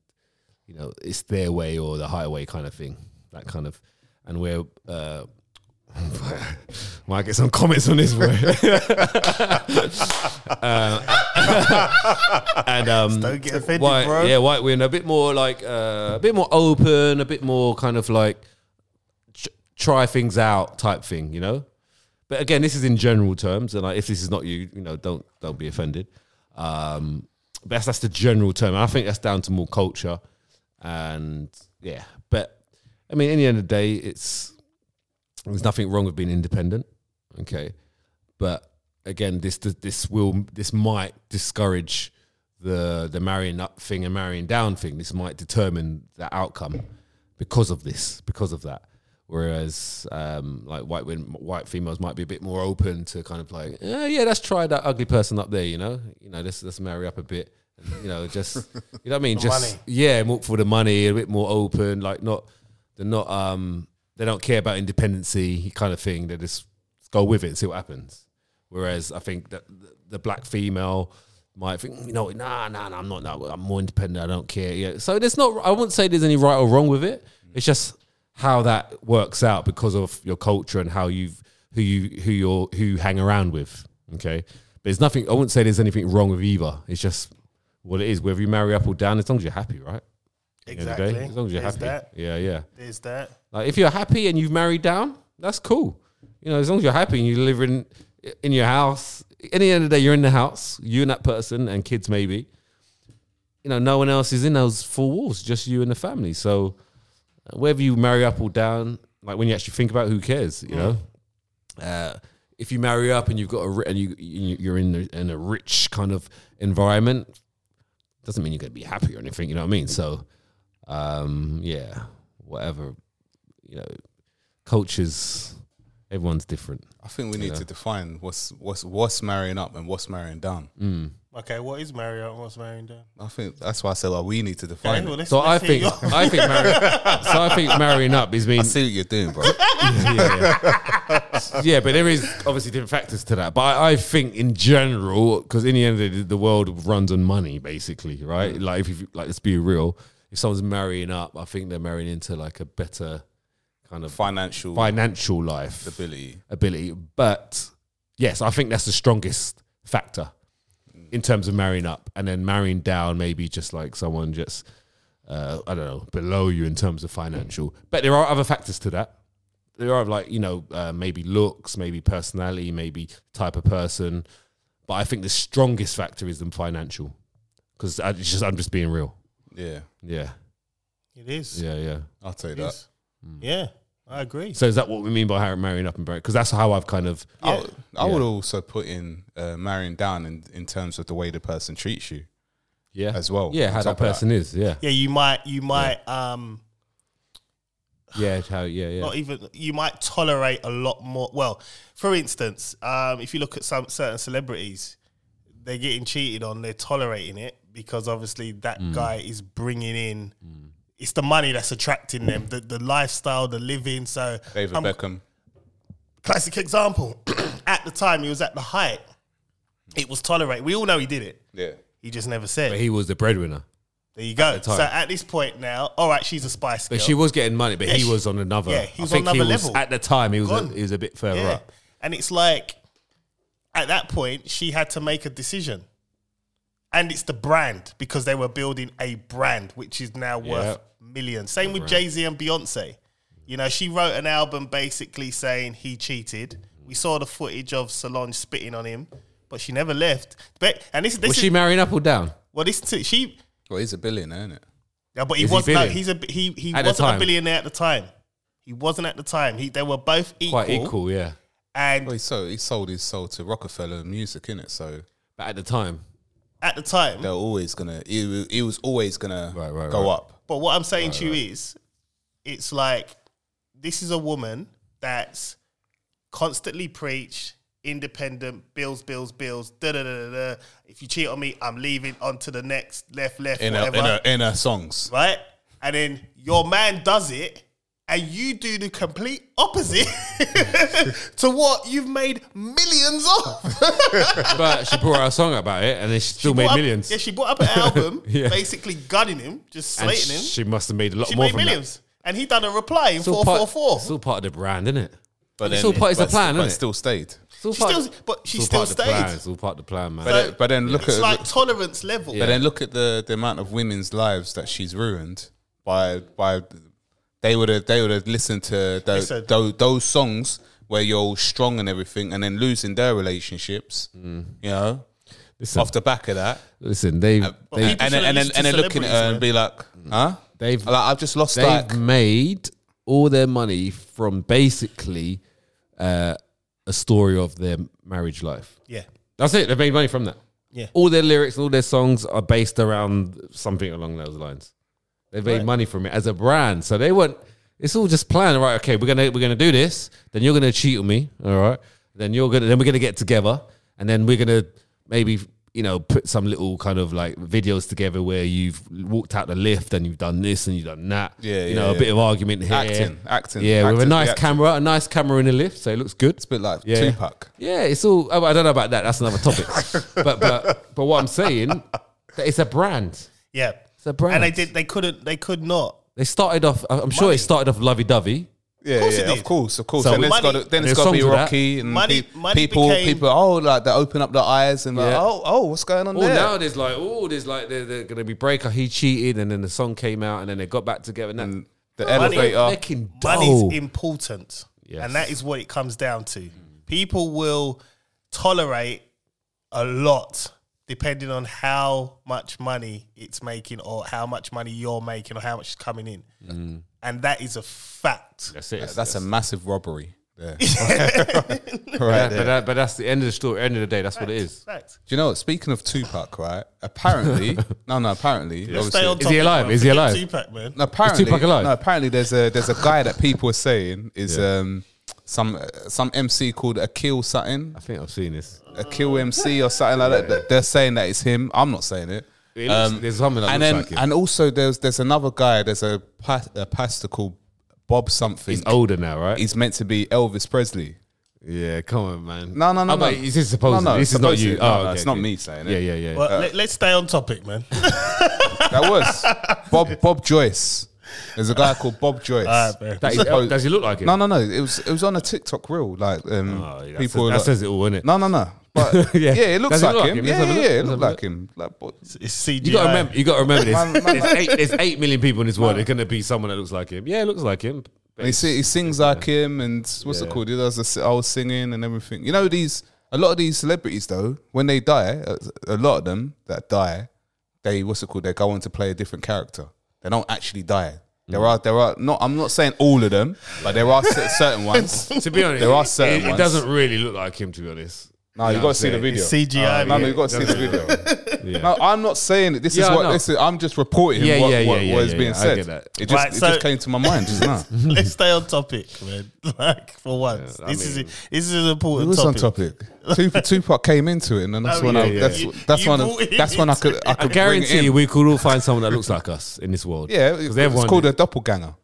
Speaker 3: you know, it's their way or the highway kind of thing. That kind of, and we're. Uh, might get some comments on this one. Um, and um,
Speaker 2: Don't get offended,
Speaker 3: white,
Speaker 2: bro.
Speaker 3: yeah, white women are a bit more like uh, a bit more open, a bit more kind of like tr- try things out type thing, you know. But again, this is in general terms, and like, if this is not you, you know, don't don't be offended. Um, but that's that's the general term. And I think that's down to more culture, and yeah. But I mean, in the end of the day, it's there's nothing wrong with being independent, okay. But again, this this, this will this might discourage the the marrying up thing and marrying down thing. This might determine the outcome because of this, because of that. Whereas, um, like white women, white females might be a bit more open to kind of like, yeah, yeah, let's try that ugly person up there, you know, you know, let's let's marry up a bit, you know, just you know what I mean, just
Speaker 2: money.
Speaker 3: yeah, more for the money, a bit more open, like not they're not um they don't care about independency kind of thing. They just go with it and see what happens. Whereas I think that the- the black female might think, "Mm, you know, nah, nah, nah, I'm not that. I'm more independent. I don't care. Yeah. So there's not. I wouldn't say there's any right or wrong with it.
Speaker 2: Mm.
Speaker 3: It's just how that works out because of your culture and how you've who you who you're who you hang around with. Okay. But there's nothing. I wouldn't say there's anything wrong with either. It's just what it is. Whether you marry up or down, as long as you're happy, right? At the end of the
Speaker 2: Exactly.
Speaker 3: day, As long as you're
Speaker 2: There's
Speaker 3: happy.
Speaker 2: that.
Speaker 3: Yeah. Yeah.
Speaker 2: There's that.
Speaker 3: Like if you're happy and you've married down, that's cool. You know, as long as you're happy and you live in in your house. At the end of the day, you're in the house, you and that person and kids maybe. You know, no one else is in those four walls, just you and the family. So uh, whether you marry up or down, like when you actually think about it, who cares, you know? Uh, if you marry up and you've got a ri- and you you- you're in the, in a rich kind of environment, doesn't mean you're gonna be happy or anything. You know what I mean? So, um, yeah, whatever you know, cultures, everyone's different.
Speaker 1: I think we need to define what's what's what's marrying up and what's marrying down.
Speaker 2: Okay, what is Mario and what's marrying down?
Speaker 1: I think that's why I said well, we need to
Speaker 2: Okay,
Speaker 1: define
Speaker 2: well,
Speaker 1: it.
Speaker 2: let's-
Speaker 3: So I
Speaker 2: let's hear
Speaker 3: think,
Speaker 2: your-
Speaker 3: I think, marry, so I think marrying up is
Speaker 1: I
Speaker 3: mean,
Speaker 1: see what you're doing, bro.
Speaker 3: yeah, but there is obviously different factors to that. But I, I think in general, because in the end, the, the world runs on money, basically,
Speaker 2: Mm.
Speaker 3: right? Like, if you, like, let's be real. If someone's marrying up, I think they're marrying into like a better kind of
Speaker 1: Financial
Speaker 3: financial life
Speaker 1: stability.
Speaker 3: ability. But yes, I think that's the strongest factor in terms of marrying up, and then marrying down maybe just like someone just uh, I don't know below you in terms of financial. But there are other factors to that. There are like you know uh, maybe looks, maybe personality, maybe type of person. But I think the strongest factor is the financial because just I'm just being real.
Speaker 1: Yeah,
Speaker 3: Yeah,
Speaker 2: It is.
Speaker 3: yeah, Hmm. yeah.
Speaker 1: I'll tell you
Speaker 2: It
Speaker 1: that.
Speaker 2: is. Yeah, I agree.
Speaker 3: So is that what we mean by marrying up and break? Because that's how I've kind of
Speaker 1: I would- I would also put in uh, marrying down in, in terms of the way the person treats you.
Speaker 3: yeah
Speaker 1: As well,
Speaker 3: yeah
Speaker 1: on
Speaker 3: how
Speaker 1: top
Speaker 3: that
Speaker 1: of that.
Speaker 3: person is yeah
Speaker 2: Yeah, you might, you might, um,
Speaker 3: Yeah, it's how yeah, yeah.
Speaker 2: not even you might tolerate a lot more. Well, for instance, um, if you look at some certain celebrities, they're
Speaker 3: Hmm.
Speaker 2: getting cheated on, they're tolerating it because obviously that guy is bringing in it's the money that's attracting them, the, the lifestyle, the living. So,
Speaker 1: David
Speaker 2: I'm-
Speaker 1: Beckham.
Speaker 2: classic example. at the time, he was at the height. It was tolerated. We all know he did it.
Speaker 1: Yeah.
Speaker 2: He just never said.
Speaker 3: But he was the breadwinner.
Speaker 2: there you go.
Speaker 3: time.
Speaker 2: so at this point now, all right, she's a Spice Girl.
Speaker 3: But she was getting money, but
Speaker 2: Yeah,
Speaker 3: he
Speaker 2: she-
Speaker 3: was on another.
Speaker 2: yeah, he was
Speaker 3: I think
Speaker 2: on
Speaker 3: he
Speaker 2: another
Speaker 3: was,
Speaker 2: level.
Speaker 3: At the time, he was a,
Speaker 2: Gone.
Speaker 3: he was a bit further
Speaker 2: yeah.
Speaker 3: up.
Speaker 2: And it's like, at that point, she had to make a decision. And it's the brand because they were building a brand which is now worth millions. Same with Jay Z and Beyonce. You know, she wrote an album basically saying he cheated. We saw the footage of Solange spitting on him, but she never left. But and this, this
Speaker 3: Was
Speaker 2: is
Speaker 3: she marrying up or down?
Speaker 2: Well, this t- she.
Speaker 1: Well, he's a billionaire, isn't it?
Speaker 2: Yeah, but he
Speaker 3: Is he
Speaker 2: was no.
Speaker 3: billion?
Speaker 2: He's a he. He
Speaker 3: At the
Speaker 2: wasn't a
Speaker 3: time.
Speaker 2: billionaire at the time. He wasn't at the time. He they were both equal.
Speaker 3: Quite equal, yeah.
Speaker 1: Well, he
Speaker 2: And
Speaker 1: sold, he sold his soul to Rockefeller music, innit? So
Speaker 3: But at the time,
Speaker 2: at the time.
Speaker 1: they're always gonna. He, wa- he was always gonna
Speaker 3: Right, right,
Speaker 1: go
Speaker 3: right.
Speaker 1: up.
Speaker 2: But what I'm saying to you is, it's like this is a woman that's constantly preached independent bills, bills, bills. Da da da da. da. If you cheat on me, I'm leaving. On to the next. Left, left.
Speaker 1: In her,
Speaker 2: whatever.
Speaker 1: in, her, in her songs.
Speaker 2: right? And then your man does it, and you do the complete opposite to what you've made millions of.
Speaker 3: but she brought out a song about it, and then she still made
Speaker 2: Brought up-
Speaker 3: millions.
Speaker 2: Yeah, she brought up an album,
Speaker 3: Yeah.
Speaker 2: basically gunning him, just
Speaker 3: and
Speaker 2: slating him. She,
Speaker 3: she must have made a lot more
Speaker 2: made
Speaker 3: from
Speaker 2: millions, and he done a reply in
Speaker 3: that. Still part-
Speaker 2: four four
Speaker 3: Still
Speaker 2: four.
Speaker 3: part of the brand, isn't it?
Speaker 1: But
Speaker 3: It's all part- it's
Speaker 1: but
Speaker 3: the plan,
Speaker 1: st- but
Speaker 3: innit?
Speaker 1: still stayed.
Speaker 3: Still
Speaker 2: She still, but she still
Speaker 3: still part of the plan.
Speaker 2: stayed.
Speaker 3: It's all part of the plan, man.
Speaker 1: But,
Speaker 2: So,
Speaker 1: it- but then look
Speaker 2: It's
Speaker 1: at
Speaker 2: like tolerance level.
Speaker 1: But then look at the, the amount of women's lives that she's ruined by by they would have they would have listened to those
Speaker 2: Listen.
Speaker 1: those, those songs where you're strong and everything, and then losing their relationships, you know,
Speaker 3: Listen.
Speaker 1: off the back of that,
Speaker 3: Listen, they've
Speaker 2: People
Speaker 1: and, and, then-
Speaker 2: shouldn't
Speaker 1: and then
Speaker 2: listen
Speaker 1: and
Speaker 2: to
Speaker 1: then looking at
Speaker 2: celebrities,
Speaker 1: her and
Speaker 2: man.
Speaker 1: be like, huh?
Speaker 3: They've-
Speaker 1: like, I've just lost
Speaker 3: they've
Speaker 1: like
Speaker 3: made all their money from basically uh, a story of their marriage life.
Speaker 2: yeah,
Speaker 3: That's it. They've made money from that.
Speaker 2: Yeah.
Speaker 3: All their lyrics and all their songs are based around something along those lines. They've made money from it as a brand. So they weren't it's all just planned, right? Okay, we're gonna we're gonna do this, then you're gonna cheat on me, all right. Then you're gonna then we're gonna get together and then we're gonna maybe you know, put some little kind of like videos together where you've walked out the lift and you've done this and you've done that.
Speaker 1: Yeah,
Speaker 3: you
Speaker 1: yeah,
Speaker 3: know, a
Speaker 1: yeah.
Speaker 3: bit of argument here,
Speaker 1: Acting, acting,
Speaker 3: Yeah, with a
Speaker 1: actively
Speaker 3: nice
Speaker 1: acting.
Speaker 3: camera, a nice camera in the lift, so it looks good.
Speaker 1: it's a bit like
Speaker 3: Yeah.
Speaker 1: Tupac.
Speaker 3: Yeah, it's all. oh, I don't know about that. That's another topic. but but but what I'm saying, that it's a brand.
Speaker 2: yeah.
Speaker 3: It's a brand.
Speaker 2: And they did. They couldn't. They could not.
Speaker 3: They started off. I- I'm sure it started off lovey dovey.
Speaker 1: Yeah,
Speaker 2: course it
Speaker 1: yeah,
Speaker 2: did.
Speaker 1: of course, of course.
Speaker 3: So-
Speaker 1: and then it's
Speaker 2: Money-
Speaker 1: got to, then
Speaker 3: There's
Speaker 1: it's got to be
Speaker 3: songs of that.
Speaker 1: rocky and
Speaker 2: Money-
Speaker 1: pe-
Speaker 2: money
Speaker 1: people,
Speaker 2: became-
Speaker 1: people. Oh, like they open up their eyes and like,
Speaker 3: Yeah.
Speaker 1: oh, oh, what's going on
Speaker 3: Oh,
Speaker 1: there?
Speaker 3: now there's like oh, there's like they're, they're gonna be breaker. He cheated, and then the song came out, and then they got back together. And, that,
Speaker 1: the
Speaker 2: Money-
Speaker 1: elevator.
Speaker 3: Mm. Fucking
Speaker 2: money's
Speaker 3: dough.
Speaker 2: important
Speaker 3: Yes.
Speaker 2: and that is what it comes down to people will tolerate a lot depending on how much money it's making or how much money you're making or how much is coming in
Speaker 3: Mm.
Speaker 2: and that is a fact
Speaker 3: That's it.
Speaker 1: That's a massive robbery. Yeah. right
Speaker 3: Yeah,
Speaker 1: there.
Speaker 3: but, that, but that's the end of the story. End of the day, that's what it is.
Speaker 2: fact
Speaker 1: Do you know what? Speaking of Tupac, right? Apparently, no, no. Apparently, obviously-
Speaker 2: Stay on
Speaker 3: Is he
Speaker 2: topic,
Speaker 3: alive?
Speaker 2: man.
Speaker 3: Is he
Speaker 2: Forget
Speaker 3: alive?
Speaker 2: Tupac, man.
Speaker 1: No, apparently,
Speaker 3: Tupac alive?
Speaker 1: no, apparently, there's a there's a guy that people are saying is
Speaker 3: Yeah.
Speaker 1: um some some MC called Akil something,
Speaker 3: I think I've seen this.
Speaker 1: Akil MC or something like that. that. They're saying that it's him. I'm not saying it. Um,
Speaker 3: It looks- there's something that
Speaker 1: and
Speaker 3: looks
Speaker 1: then
Speaker 3: like him.
Speaker 1: and also there's there's another guy. There's a, pa- a pastor called Bob something.
Speaker 3: He's older now, right?
Speaker 1: He's meant to be Elvis Presley.
Speaker 3: yeah, come on, man.
Speaker 1: No, no, no, no.
Speaker 3: Oh, but Is this supposed?
Speaker 1: No, no,
Speaker 3: this is not
Speaker 1: supposedly.
Speaker 3: you.
Speaker 1: No,
Speaker 3: oh,
Speaker 1: no,
Speaker 3: okay,
Speaker 1: it's not
Speaker 3: okay.
Speaker 1: me saying it.
Speaker 3: Yeah, yeah, yeah.
Speaker 2: Well, let, us stay on topic man
Speaker 1: That was Bob Bob Joyce. There's a guy called Bob Joyce.
Speaker 3: That is-
Speaker 1: Supposed-
Speaker 3: does he look like him?
Speaker 1: no, no, no. It was it was on a TikTok reel. Like um,
Speaker 3: Oh, yeah,
Speaker 1: people
Speaker 3: that says,
Speaker 1: were
Speaker 3: that
Speaker 1: like,
Speaker 3: says it all, innit?
Speaker 1: No, no, no. But
Speaker 3: Yeah.
Speaker 1: yeah. it looks
Speaker 3: Does it
Speaker 1: like,
Speaker 3: look like
Speaker 1: him.
Speaker 3: him? Let's
Speaker 1: Yeah,
Speaker 3: have a
Speaker 1: yeah,
Speaker 3: look.
Speaker 1: yeah, it looked
Speaker 3: Let's have a
Speaker 1: like
Speaker 3: look.
Speaker 1: him. Like, but
Speaker 2: it's CGI
Speaker 3: You gotta remember. You gotta remember this.
Speaker 1: Man, man,
Speaker 3: there's, eight, there's eight million people in this world. There's gonna be someone that looks like him. Yeah, it looks like him.
Speaker 1: and he, si- he sings like him, and what's
Speaker 3: Yeah.
Speaker 1: it called? He does the si- old singing and everything. You know these a lot of these celebrities though, when they die, a- a lot of them that die, they what's it called? They go on to play a different character. They don't actually die.
Speaker 3: Mm.
Speaker 1: There are there are not. I'm not saying all of them, but there are cer- certain ones.
Speaker 3: To be honest,
Speaker 1: There are
Speaker 3: it-
Speaker 1: certain
Speaker 3: it, it
Speaker 1: ones.
Speaker 3: doesn't really look like him. To be honest,
Speaker 1: No, you
Speaker 3: Yeah,
Speaker 1: got
Speaker 3: I'm
Speaker 1: to see the
Speaker 3: saying.
Speaker 1: video. No,
Speaker 2: CGI
Speaker 1: no,
Speaker 2: man.
Speaker 1: you got to see the video. No, I'm not saying it. This
Speaker 3: Yeah,
Speaker 1: is
Speaker 3: I
Speaker 1: what
Speaker 3: know.
Speaker 1: this is. I'm just reporting
Speaker 3: Yeah,
Speaker 1: what,
Speaker 3: yeah,
Speaker 1: what
Speaker 3: yeah,
Speaker 1: was
Speaker 3: yeah,
Speaker 1: being
Speaker 3: yeah, I
Speaker 1: said.
Speaker 3: get that.
Speaker 1: It just
Speaker 2: Right,
Speaker 1: it
Speaker 2: so-
Speaker 1: just came to my mind just now.
Speaker 2: Let's stay on topic, man. Like for once,
Speaker 3: I
Speaker 2: this
Speaker 3: mean-
Speaker 2: is this is an
Speaker 1: It
Speaker 2: important
Speaker 1: was on
Speaker 2: topic.
Speaker 1: topic. Tupac, Tupac came into it, and then that's
Speaker 2: Oh,
Speaker 1: when
Speaker 2: yeah,
Speaker 1: I
Speaker 2: yeah.
Speaker 1: that's
Speaker 2: You-
Speaker 1: that's
Speaker 2: you
Speaker 1: when I,
Speaker 2: brought him
Speaker 1: that's when I
Speaker 2: into
Speaker 1: could I could
Speaker 3: I
Speaker 1: bring
Speaker 3: guarantee
Speaker 1: it
Speaker 3: you,
Speaker 1: in.
Speaker 3: we could all find someone that looks like us in this world.
Speaker 1: Yeah,
Speaker 3: because
Speaker 1: it, it's
Speaker 3: everyone.
Speaker 1: called a doppelganger.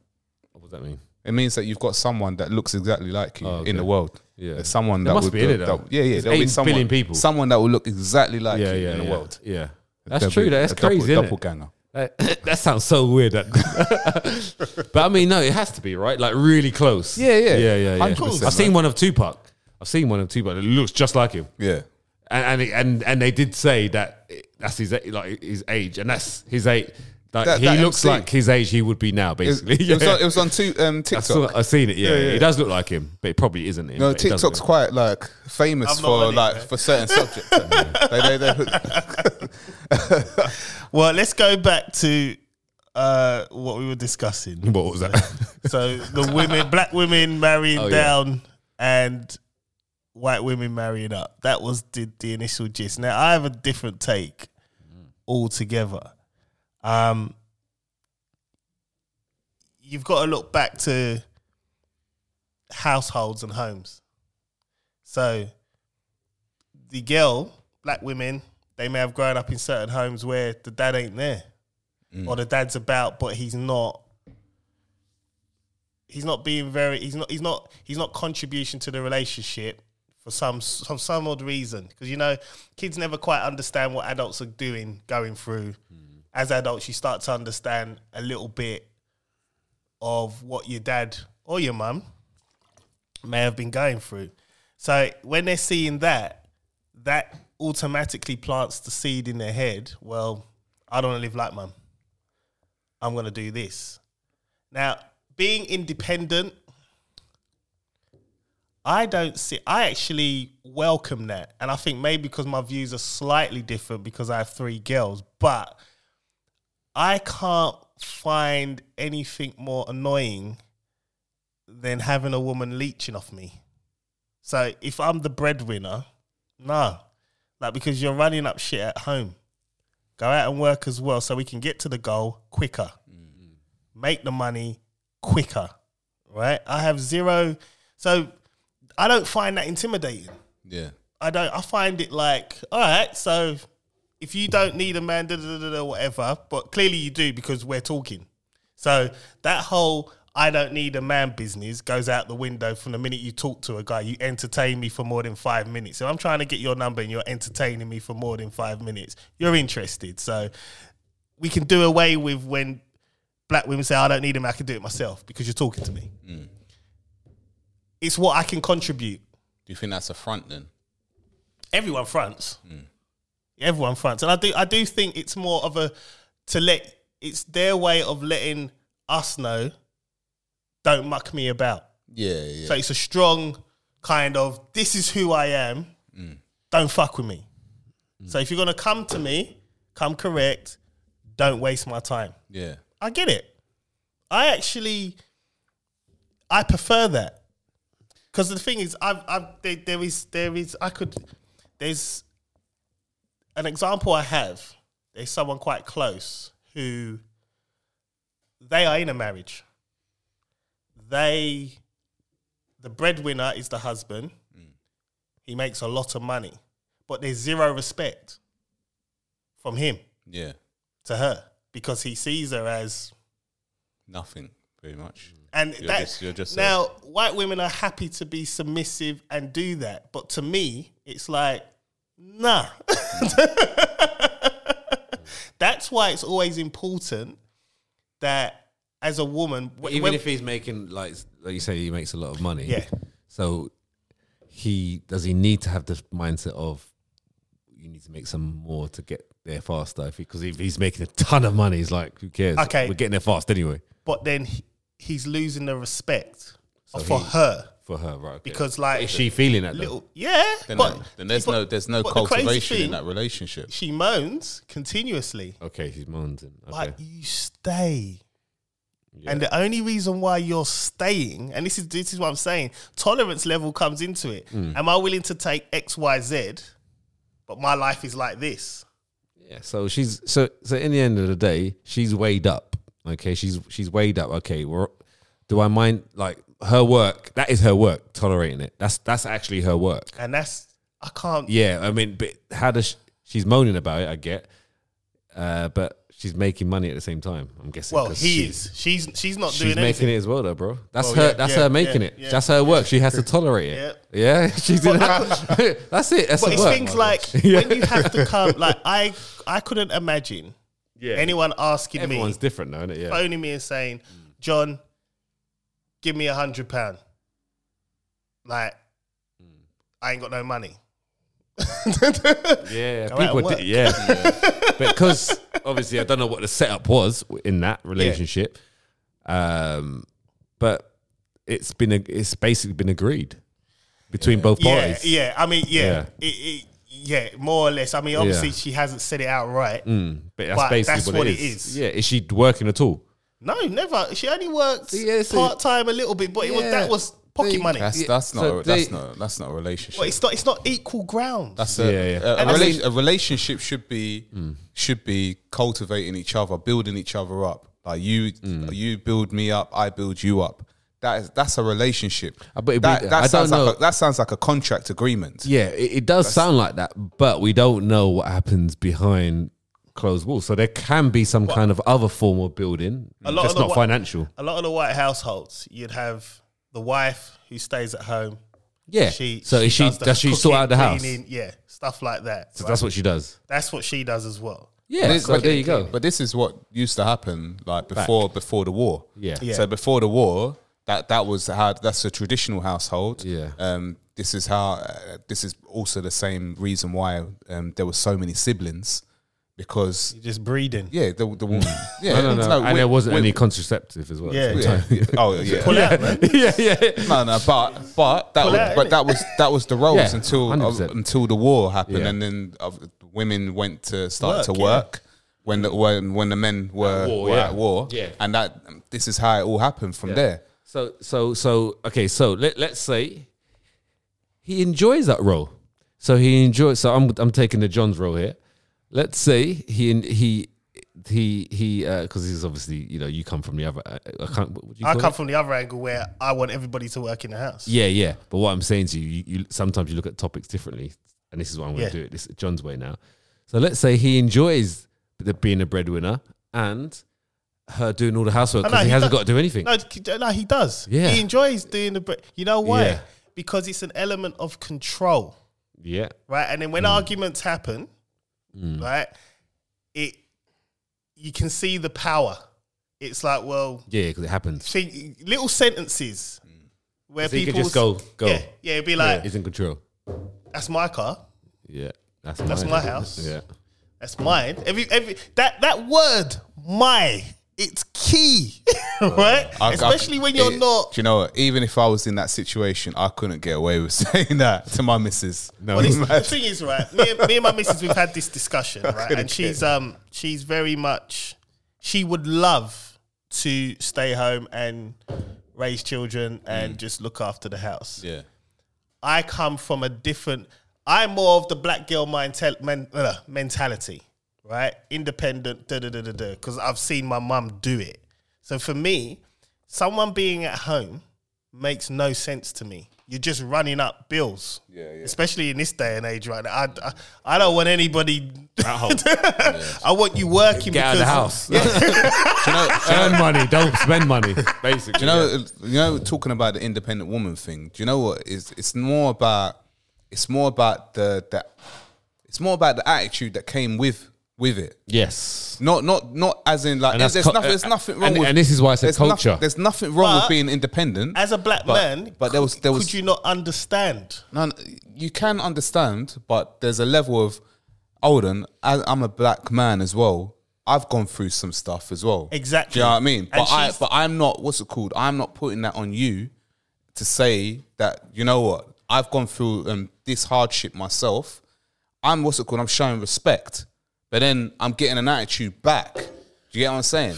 Speaker 3: what does that mean?
Speaker 1: It means that you've got someone that looks exactly like you
Speaker 3: Oh, okay.
Speaker 1: in the world.
Speaker 3: Yeah.
Speaker 1: There's someone
Speaker 3: There
Speaker 1: that
Speaker 3: must
Speaker 1: would
Speaker 3: be, innit,
Speaker 1: that-
Speaker 3: though?
Speaker 1: yeah, yeah.
Speaker 3: There's
Speaker 1: There'll be
Speaker 3: 8
Speaker 1: someone,
Speaker 3: billion people.
Speaker 1: someone that will look exactly like
Speaker 3: Yeah,
Speaker 1: you
Speaker 3: yeah,
Speaker 1: in the
Speaker 3: yeah.
Speaker 1: world.
Speaker 3: Yeah, that's
Speaker 1: There'll
Speaker 3: true.
Speaker 1: be
Speaker 3: though. That's
Speaker 1: a doppel-
Speaker 3: crazy. innit?
Speaker 1: Doppelganger.
Speaker 3: That, that sounds so weird. That, but I mean, no, it has to be right. Like really close.
Speaker 1: Yeah, yeah.
Speaker 3: yeah, yeah. yeah.
Speaker 1: 100%,
Speaker 3: I've seen one of Tupac. I've seen one of Tupac. It looks just like him,
Speaker 1: Yeah.
Speaker 3: and and it- and, and they did say that it- that's his like his age, and that's his age. Like
Speaker 1: That-
Speaker 3: he
Speaker 1: that
Speaker 3: looks
Speaker 1: MC.
Speaker 3: like his age he would be now,
Speaker 1: It,
Speaker 3: basically.
Speaker 1: it was
Speaker 3: Yeah.
Speaker 1: on, it was on two, um,
Speaker 3: I saw,
Speaker 1: TikTok.
Speaker 3: I've seen it. Yeah,
Speaker 1: yeah.
Speaker 3: it does look like him, but it probably isn't him.
Speaker 1: No,
Speaker 3: but it does
Speaker 1: TikTok's
Speaker 3: look-
Speaker 1: quite like famous
Speaker 2: I'm not
Speaker 1: for
Speaker 2: on it,
Speaker 1: like
Speaker 2: man.
Speaker 1: for certain subjects. they, they, they put,
Speaker 2: Well, let's go back to uh, what we were discussing.
Speaker 3: What was that?
Speaker 2: So the women, black women marrying
Speaker 3: Oh, yeah.
Speaker 2: down and white women marrying up. That was the, the initial gist. Now I have a different take altogether. Um, you've got to look back to households and homes. So the girl, black women, they may have grown up in certain homes where the dad ain't there,
Speaker 3: Mm.
Speaker 2: or the dad's about, but he's not. He's not being very. He's not. He's not. He's not contribution to the relationship for some for some odd reason. Because you know, kids never quite understand what adults are doing, going through. As adults, you start to understand a little bit of what your dad or your mum may have been going through. So when they're seeing that, that automatically plants the seed in their head. Well, I don't want to live like mum. I'm going to do this. Now, being independent, I don't see, I actually welcome that. And I think maybe because my views are slightly different because I have three girls, but I can't find anything more annoying than having a woman leeching off me. So if I'm the breadwinner, no. Like because you're running up shit at home. Go out and work as well so we can get to the goal quicker. Make the money quicker. Right? I have zero so I don't find that intimidating.
Speaker 1: yeah.
Speaker 2: I don't. I find it like, all right, so if you don't need a man, da da da da, whatever. But clearly you do because we're talking. So that whole I don't need a man business goes out the window from the minute you talk to a guy. You entertain me for more than five minutes. So I'm trying to get your number and you're entertaining me for more than five minutes. You're interested. So we can do away with when black women say, I don't need him, I can do it myself because you're talking to me. It's what I can contribute
Speaker 1: Do you think that's a front then?
Speaker 2: everyone fronts. Everyone fronts, and I do. I do think it's more of a to let. It's their way of letting us know. Don't muck me about.
Speaker 1: Yeah, yeah.
Speaker 2: So it's a strong kind of this is who I am. Don't fuck with me. So if you're gonna come to me, come correct. Don't waste my time.
Speaker 1: yeah.
Speaker 2: I get it. I actually, I prefer that because the thing is, I've, I've there, there is, there is, I could, there's an example I have. There's someone quite close who they are in a marriage. They, the breadwinner is the husband. He makes a lot of money, but there's zero respect from him
Speaker 1: Yeah.
Speaker 2: to her because he sees her as
Speaker 1: Nothing, pretty much.
Speaker 3: Mm.
Speaker 2: and
Speaker 1: You're
Speaker 2: that,
Speaker 1: just- you're just a-
Speaker 2: now white women are happy to be submissive and do that, but to me, it's like nah. That's why it's always important that as a woman, wh-
Speaker 3: Even
Speaker 2: when-
Speaker 3: if he's making like like you say, he makes a lot of money.
Speaker 2: Yeah.
Speaker 3: So he does he need to have this mindset of you need to make some more to get there faster? Because if he's making a ton of money, he's like, who cares?
Speaker 2: Okay.
Speaker 3: we're getting there fast anyway
Speaker 2: but then he, he's losing the respect
Speaker 3: So
Speaker 2: for
Speaker 3: he-
Speaker 2: her
Speaker 3: for her, right? okay.
Speaker 2: because like
Speaker 3: is she feeling that? Little,
Speaker 2: little yeah,
Speaker 1: Then,
Speaker 2: but
Speaker 1: no- then there's
Speaker 2: but-
Speaker 1: no there's no
Speaker 2: but the crazy
Speaker 1: cultivation
Speaker 2: thing,
Speaker 1: in that relationship.
Speaker 2: She moans continuously.
Speaker 3: okay, she's moaning. Okay.
Speaker 2: But you stay.
Speaker 3: Yeah.
Speaker 2: And the only reason why you're staying, and this is this is what I'm saying, tolerance level comes into
Speaker 3: Mm.
Speaker 2: it. Am I willing to take X, Y, Z, but my life is like this?
Speaker 3: Yeah, so she's so so in the end of the day, she's weighed up. Okay, she's she's weighed up. Okay, well, do I mind like her work? That is her work. Tolerating it. That's that's actually her work.
Speaker 2: And that's I can't.
Speaker 3: Yeah, I mean, but how does she, she's moaning about it? I get, uh, but she's making money at the same time. I'm guessing.
Speaker 2: Well,
Speaker 3: 'cause
Speaker 2: he
Speaker 3: she-
Speaker 2: is. She's she's not
Speaker 3: She's
Speaker 2: doing anything.
Speaker 3: making it as well, though, bro. That's
Speaker 2: Well,
Speaker 3: her.
Speaker 2: yeah,
Speaker 3: that's
Speaker 2: yeah,
Speaker 3: her making
Speaker 2: yeah,
Speaker 3: it.
Speaker 2: yeah.
Speaker 3: that's her work. She has to tolerate it. Yeah, she's in that. that's it. That's
Speaker 2: But
Speaker 3: her
Speaker 2: it's
Speaker 3: work.
Speaker 2: things like when you have to come. Like I I couldn't imagine anyone asking
Speaker 3: everyone's
Speaker 2: me,
Speaker 3: different, though, isn't it? Yeah.
Speaker 2: phoning me and saying, "John, give me a hundred pound." Like I ain't got no money.
Speaker 3: Yeah,
Speaker 2: out
Speaker 3: people
Speaker 2: and
Speaker 3: did, yeah. because obviously I don't know what the setup was in that relationship, um, but it's been a, it's basically been agreed between both
Speaker 2: Yeah,
Speaker 3: parties.
Speaker 2: yeah. I mean, yeah,
Speaker 3: Yeah.
Speaker 2: It, it, yeah, more or less. I mean, obviously
Speaker 3: Yeah. Hmm.
Speaker 2: she hasn't said it outright.
Speaker 3: but that's
Speaker 2: but
Speaker 3: basically
Speaker 2: that's
Speaker 3: what,
Speaker 2: what
Speaker 3: it
Speaker 2: it
Speaker 3: is.
Speaker 2: is.
Speaker 3: Yeah, is she working at all?
Speaker 2: No, never. She only worked
Speaker 3: Yeah, so-
Speaker 2: part time a little bit, but it was
Speaker 3: Yeah.
Speaker 2: that was pocket
Speaker 3: They-
Speaker 2: money.
Speaker 1: That's
Speaker 3: Yeah,
Speaker 1: that's not
Speaker 3: so
Speaker 1: a- that's
Speaker 3: they-
Speaker 1: not that's not a relationship.
Speaker 2: But it's not it's not equal ground.
Speaker 1: That's a,
Speaker 3: Yeah, Mm. yeah.
Speaker 1: a- a
Speaker 2: And I
Speaker 1: rela-
Speaker 2: think-
Speaker 1: a relationship should be should be cultivating each other, building each other up. Like you
Speaker 3: Mm.
Speaker 1: you build me up, I build you up. That is that's a relationship.
Speaker 3: Uh, but it-
Speaker 1: that,
Speaker 3: I
Speaker 1: that
Speaker 3: don't
Speaker 1: sounds
Speaker 3: know.
Speaker 1: like a, that sounds like a contract agreement.
Speaker 3: Yeah, it, it does sound like that, but we don't know what happens behind closed walls. So there can be some kind of other form of building
Speaker 2: A lot
Speaker 3: that's
Speaker 2: of the
Speaker 3: not
Speaker 2: wa-
Speaker 3: financial.
Speaker 2: a lot of the white households, you'd have the wife who stays at home.
Speaker 3: Yeah.
Speaker 2: She
Speaker 3: so is she
Speaker 2: does
Speaker 3: does,
Speaker 2: the
Speaker 3: she sort
Speaker 2: cooking,
Speaker 3: out the house?
Speaker 2: cleaning, yeah, stuff like that.
Speaker 3: So
Speaker 2: right?
Speaker 3: that's what she does.
Speaker 2: that's what she does as well.
Speaker 3: Yeah.
Speaker 1: This-
Speaker 3: so there you go.
Speaker 1: But this is what used to happen like before before the war.
Speaker 3: Yeah. Yeah.
Speaker 1: So before the war, that that was how that's a traditional household.
Speaker 3: Yeah.
Speaker 1: Um this is how uh, this is also the same reason why um, there were so many siblings because
Speaker 2: You're just breeding.
Speaker 1: Yeah, the the woman. Yeah,
Speaker 3: Hmm. No, no, no. and
Speaker 1: we-
Speaker 3: there wasn't
Speaker 1: we-
Speaker 3: any contraceptive as well.
Speaker 2: Yeah.
Speaker 3: So-
Speaker 1: yeah. Oh yeah.
Speaker 2: Pull out, man.
Speaker 3: yeah, yeah.
Speaker 1: No, no, but but that
Speaker 2: Pull
Speaker 1: was,
Speaker 2: out,
Speaker 1: but
Speaker 2: innit?
Speaker 1: that was that was the roles
Speaker 3: Yeah,
Speaker 1: until uh,
Speaker 3: 100%.
Speaker 1: until the war happened,
Speaker 3: Yeah.
Speaker 1: and then uh, women went to start to
Speaker 2: Work, yeah.
Speaker 1: work when the when when the men were
Speaker 3: war,
Speaker 1: were
Speaker 3: yeah.
Speaker 1: at war,
Speaker 3: Yeah.
Speaker 1: and that this is how it all happened from there.
Speaker 3: So, so, so, okay. So let let's say he enjoys that role. So he enjoys. So I'm I'm taking the John's role here. Let's say he he he he because he's obviously you know you come from the other. I, I can't. What do you
Speaker 2: I
Speaker 3: call
Speaker 2: come
Speaker 3: it?
Speaker 2: from the other angle where I want everybody to work in the house.
Speaker 3: Yeah, yeah. But what I'm saying to you, you, you sometimes you look at topics differently, and this is what I'm going
Speaker 2: Yeah.
Speaker 3: to do it this John's way now. So let's say he enjoys the, being a breadwinner and her doing all the housework
Speaker 2: I know, Oh,
Speaker 3: because he,
Speaker 2: he
Speaker 3: hasn't
Speaker 2: does-
Speaker 3: got to do anything.
Speaker 2: No, c- no, he does.
Speaker 3: Yeah.
Speaker 2: He enjoys doing the break. You know why?
Speaker 3: Yeah.
Speaker 2: Because it's an element of control,
Speaker 3: Yeah,
Speaker 2: right? And then when
Speaker 3: Mm.
Speaker 2: arguments happen, right, it you can see the power. It's like, well,
Speaker 3: yeah, because it happens.
Speaker 2: think little sentences where
Speaker 3: Mm. So you
Speaker 2: people
Speaker 3: could just go, go.
Speaker 2: Yeah, yeah, it'd be like,
Speaker 3: He's in control.
Speaker 2: "That's my car,
Speaker 3: Yeah, that's
Speaker 2: That's
Speaker 3: mine.
Speaker 2: my house.
Speaker 3: Yeah,
Speaker 2: that's mine." Every every that that word, my, it's key, right?
Speaker 1: I- I-
Speaker 2: Especially when you're
Speaker 1: it-
Speaker 2: not.
Speaker 1: Do you know what? Even if I was in that situation, I couldn't get away with saying that to my missus. No,
Speaker 2: Well, this, the thing is, right? Me and, me and my missus, we've had this discussion, right? And she's um, she's very much, she would love to stay home and raise children and
Speaker 1: Mm.
Speaker 2: just look after the house.
Speaker 1: yeah.
Speaker 2: I come from a different. I'm more of the black girl mental, men, uh, mentality, right? Independent, da da da da da. Because I've seen my mum do it. So for me, someone being at home makes no sense to me. You're just running up bills, yeah, yeah. especially in this day and age, right? Now. I, I I don't want anybody. I want you working.
Speaker 3: get out of the
Speaker 2: because-
Speaker 3: house. Earn money, don't spend money. Basically,
Speaker 1: Do you know? You know, talking about the independent woman thing. Do you know what? It's it's more about it's more about the that it's more about the attitude that came with with it.
Speaker 3: yes.
Speaker 1: Not not not as in like there's,
Speaker 3: that's co- uh,
Speaker 1: nothing there's nothing wrong
Speaker 3: and-
Speaker 1: with
Speaker 3: and this is why I said
Speaker 1: there's noth-
Speaker 3: culture.
Speaker 1: there's nothing wrong with
Speaker 2: But-
Speaker 1: being independent.
Speaker 2: As a black
Speaker 1: But-
Speaker 2: man,
Speaker 1: but there was there was
Speaker 2: could you not understand?
Speaker 1: no, no, you can understand, but there's a level of Olden. I, I'm a black man as well. I've gone through some stuff as well.
Speaker 2: Exactly.
Speaker 1: Do you know what I mean?
Speaker 2: And
Speaker 1: But I,
Speaker 2: she's-
Speaker 1: but I'm not. What's it called? I'm not putting that on you to say that you know what I've gone through um, this hardship myself. I'm what's it called? I'm showing respect, but then I'm getting an attitude back. Do you get what I'm saying?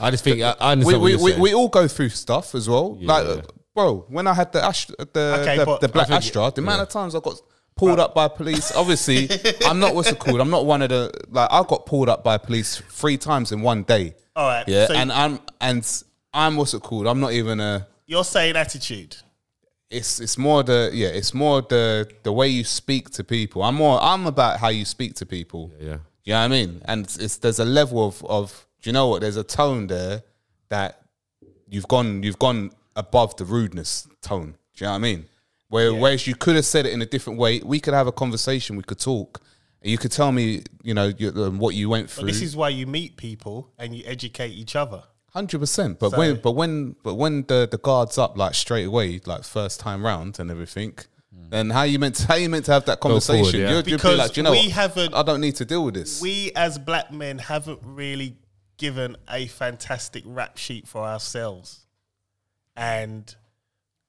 Speaker 3: I just think I, I
Speaker 1: we,
Speaker 3: understand.
Speaker 1: we,
Speaker 3: what
Speaker 1: we,
Speaker 3: you're
Speaker 1: we all go through stuff as well. Like, uh, bro, when I had the Ash, the,
Speaker 2: Okay,
Speaker 1: the,
Speaker 2: but
Speaker 1: the Black
Speaker 2: I think-
Speaker 1: Astra, the amount of times I got pulled up by police. Obviously, I'm not what's it called. I'm not one of the like. I got pulled up by police three times in one day.
Speaker 2: All right,
Speaker 1: Yeah,
Speaker 2: Oh, so-
Speaker 1: and I'm and I'm what's it called? I'm not even a.
Speaker 2: You're saying attitude.
Speaker 1: It's it's more the yeah. It's more the the way you speak to people. I'm more. I'm about how you speak to people.
Speaker 3: Yeah.
Speaker 1: You know what I mean? And it's, it's there's a level of of do you know what? There's a tone there that you've gone you've gone above the rudeness tone. Do you know what I mean? Where whereas you could have said it in a different way, we could have a conversation, we could talk, and you could tell me, you know, you, um, what you went
Speaker 2: But
Speaker 1: through.
Speaker 2: this is why you meet people and you educate each other.
Speaker 1: Hundred percent. But
Speaker 2: So-
Speaker 1: when, but when, but when the the guards up like straight away, like first time round and everything,
Speaker 2: Hmm.
Speaker 1: then how you meant to, how you meant to have that
Speaker 3: forward,
Speaker 1: conversation?
Speaker 3: yeah.
Speaker 1: You'd- you'd be
Speaker 2: Because
Speaker 1: like, "Do you know,
Speaker 2: we
Speaker 1: what?
Speaker 2: haven't-
Speaker 1: I don't need to deal with this.
Speaker 2: We as black men haven't really given a fantastic rap sheet for ourselves. And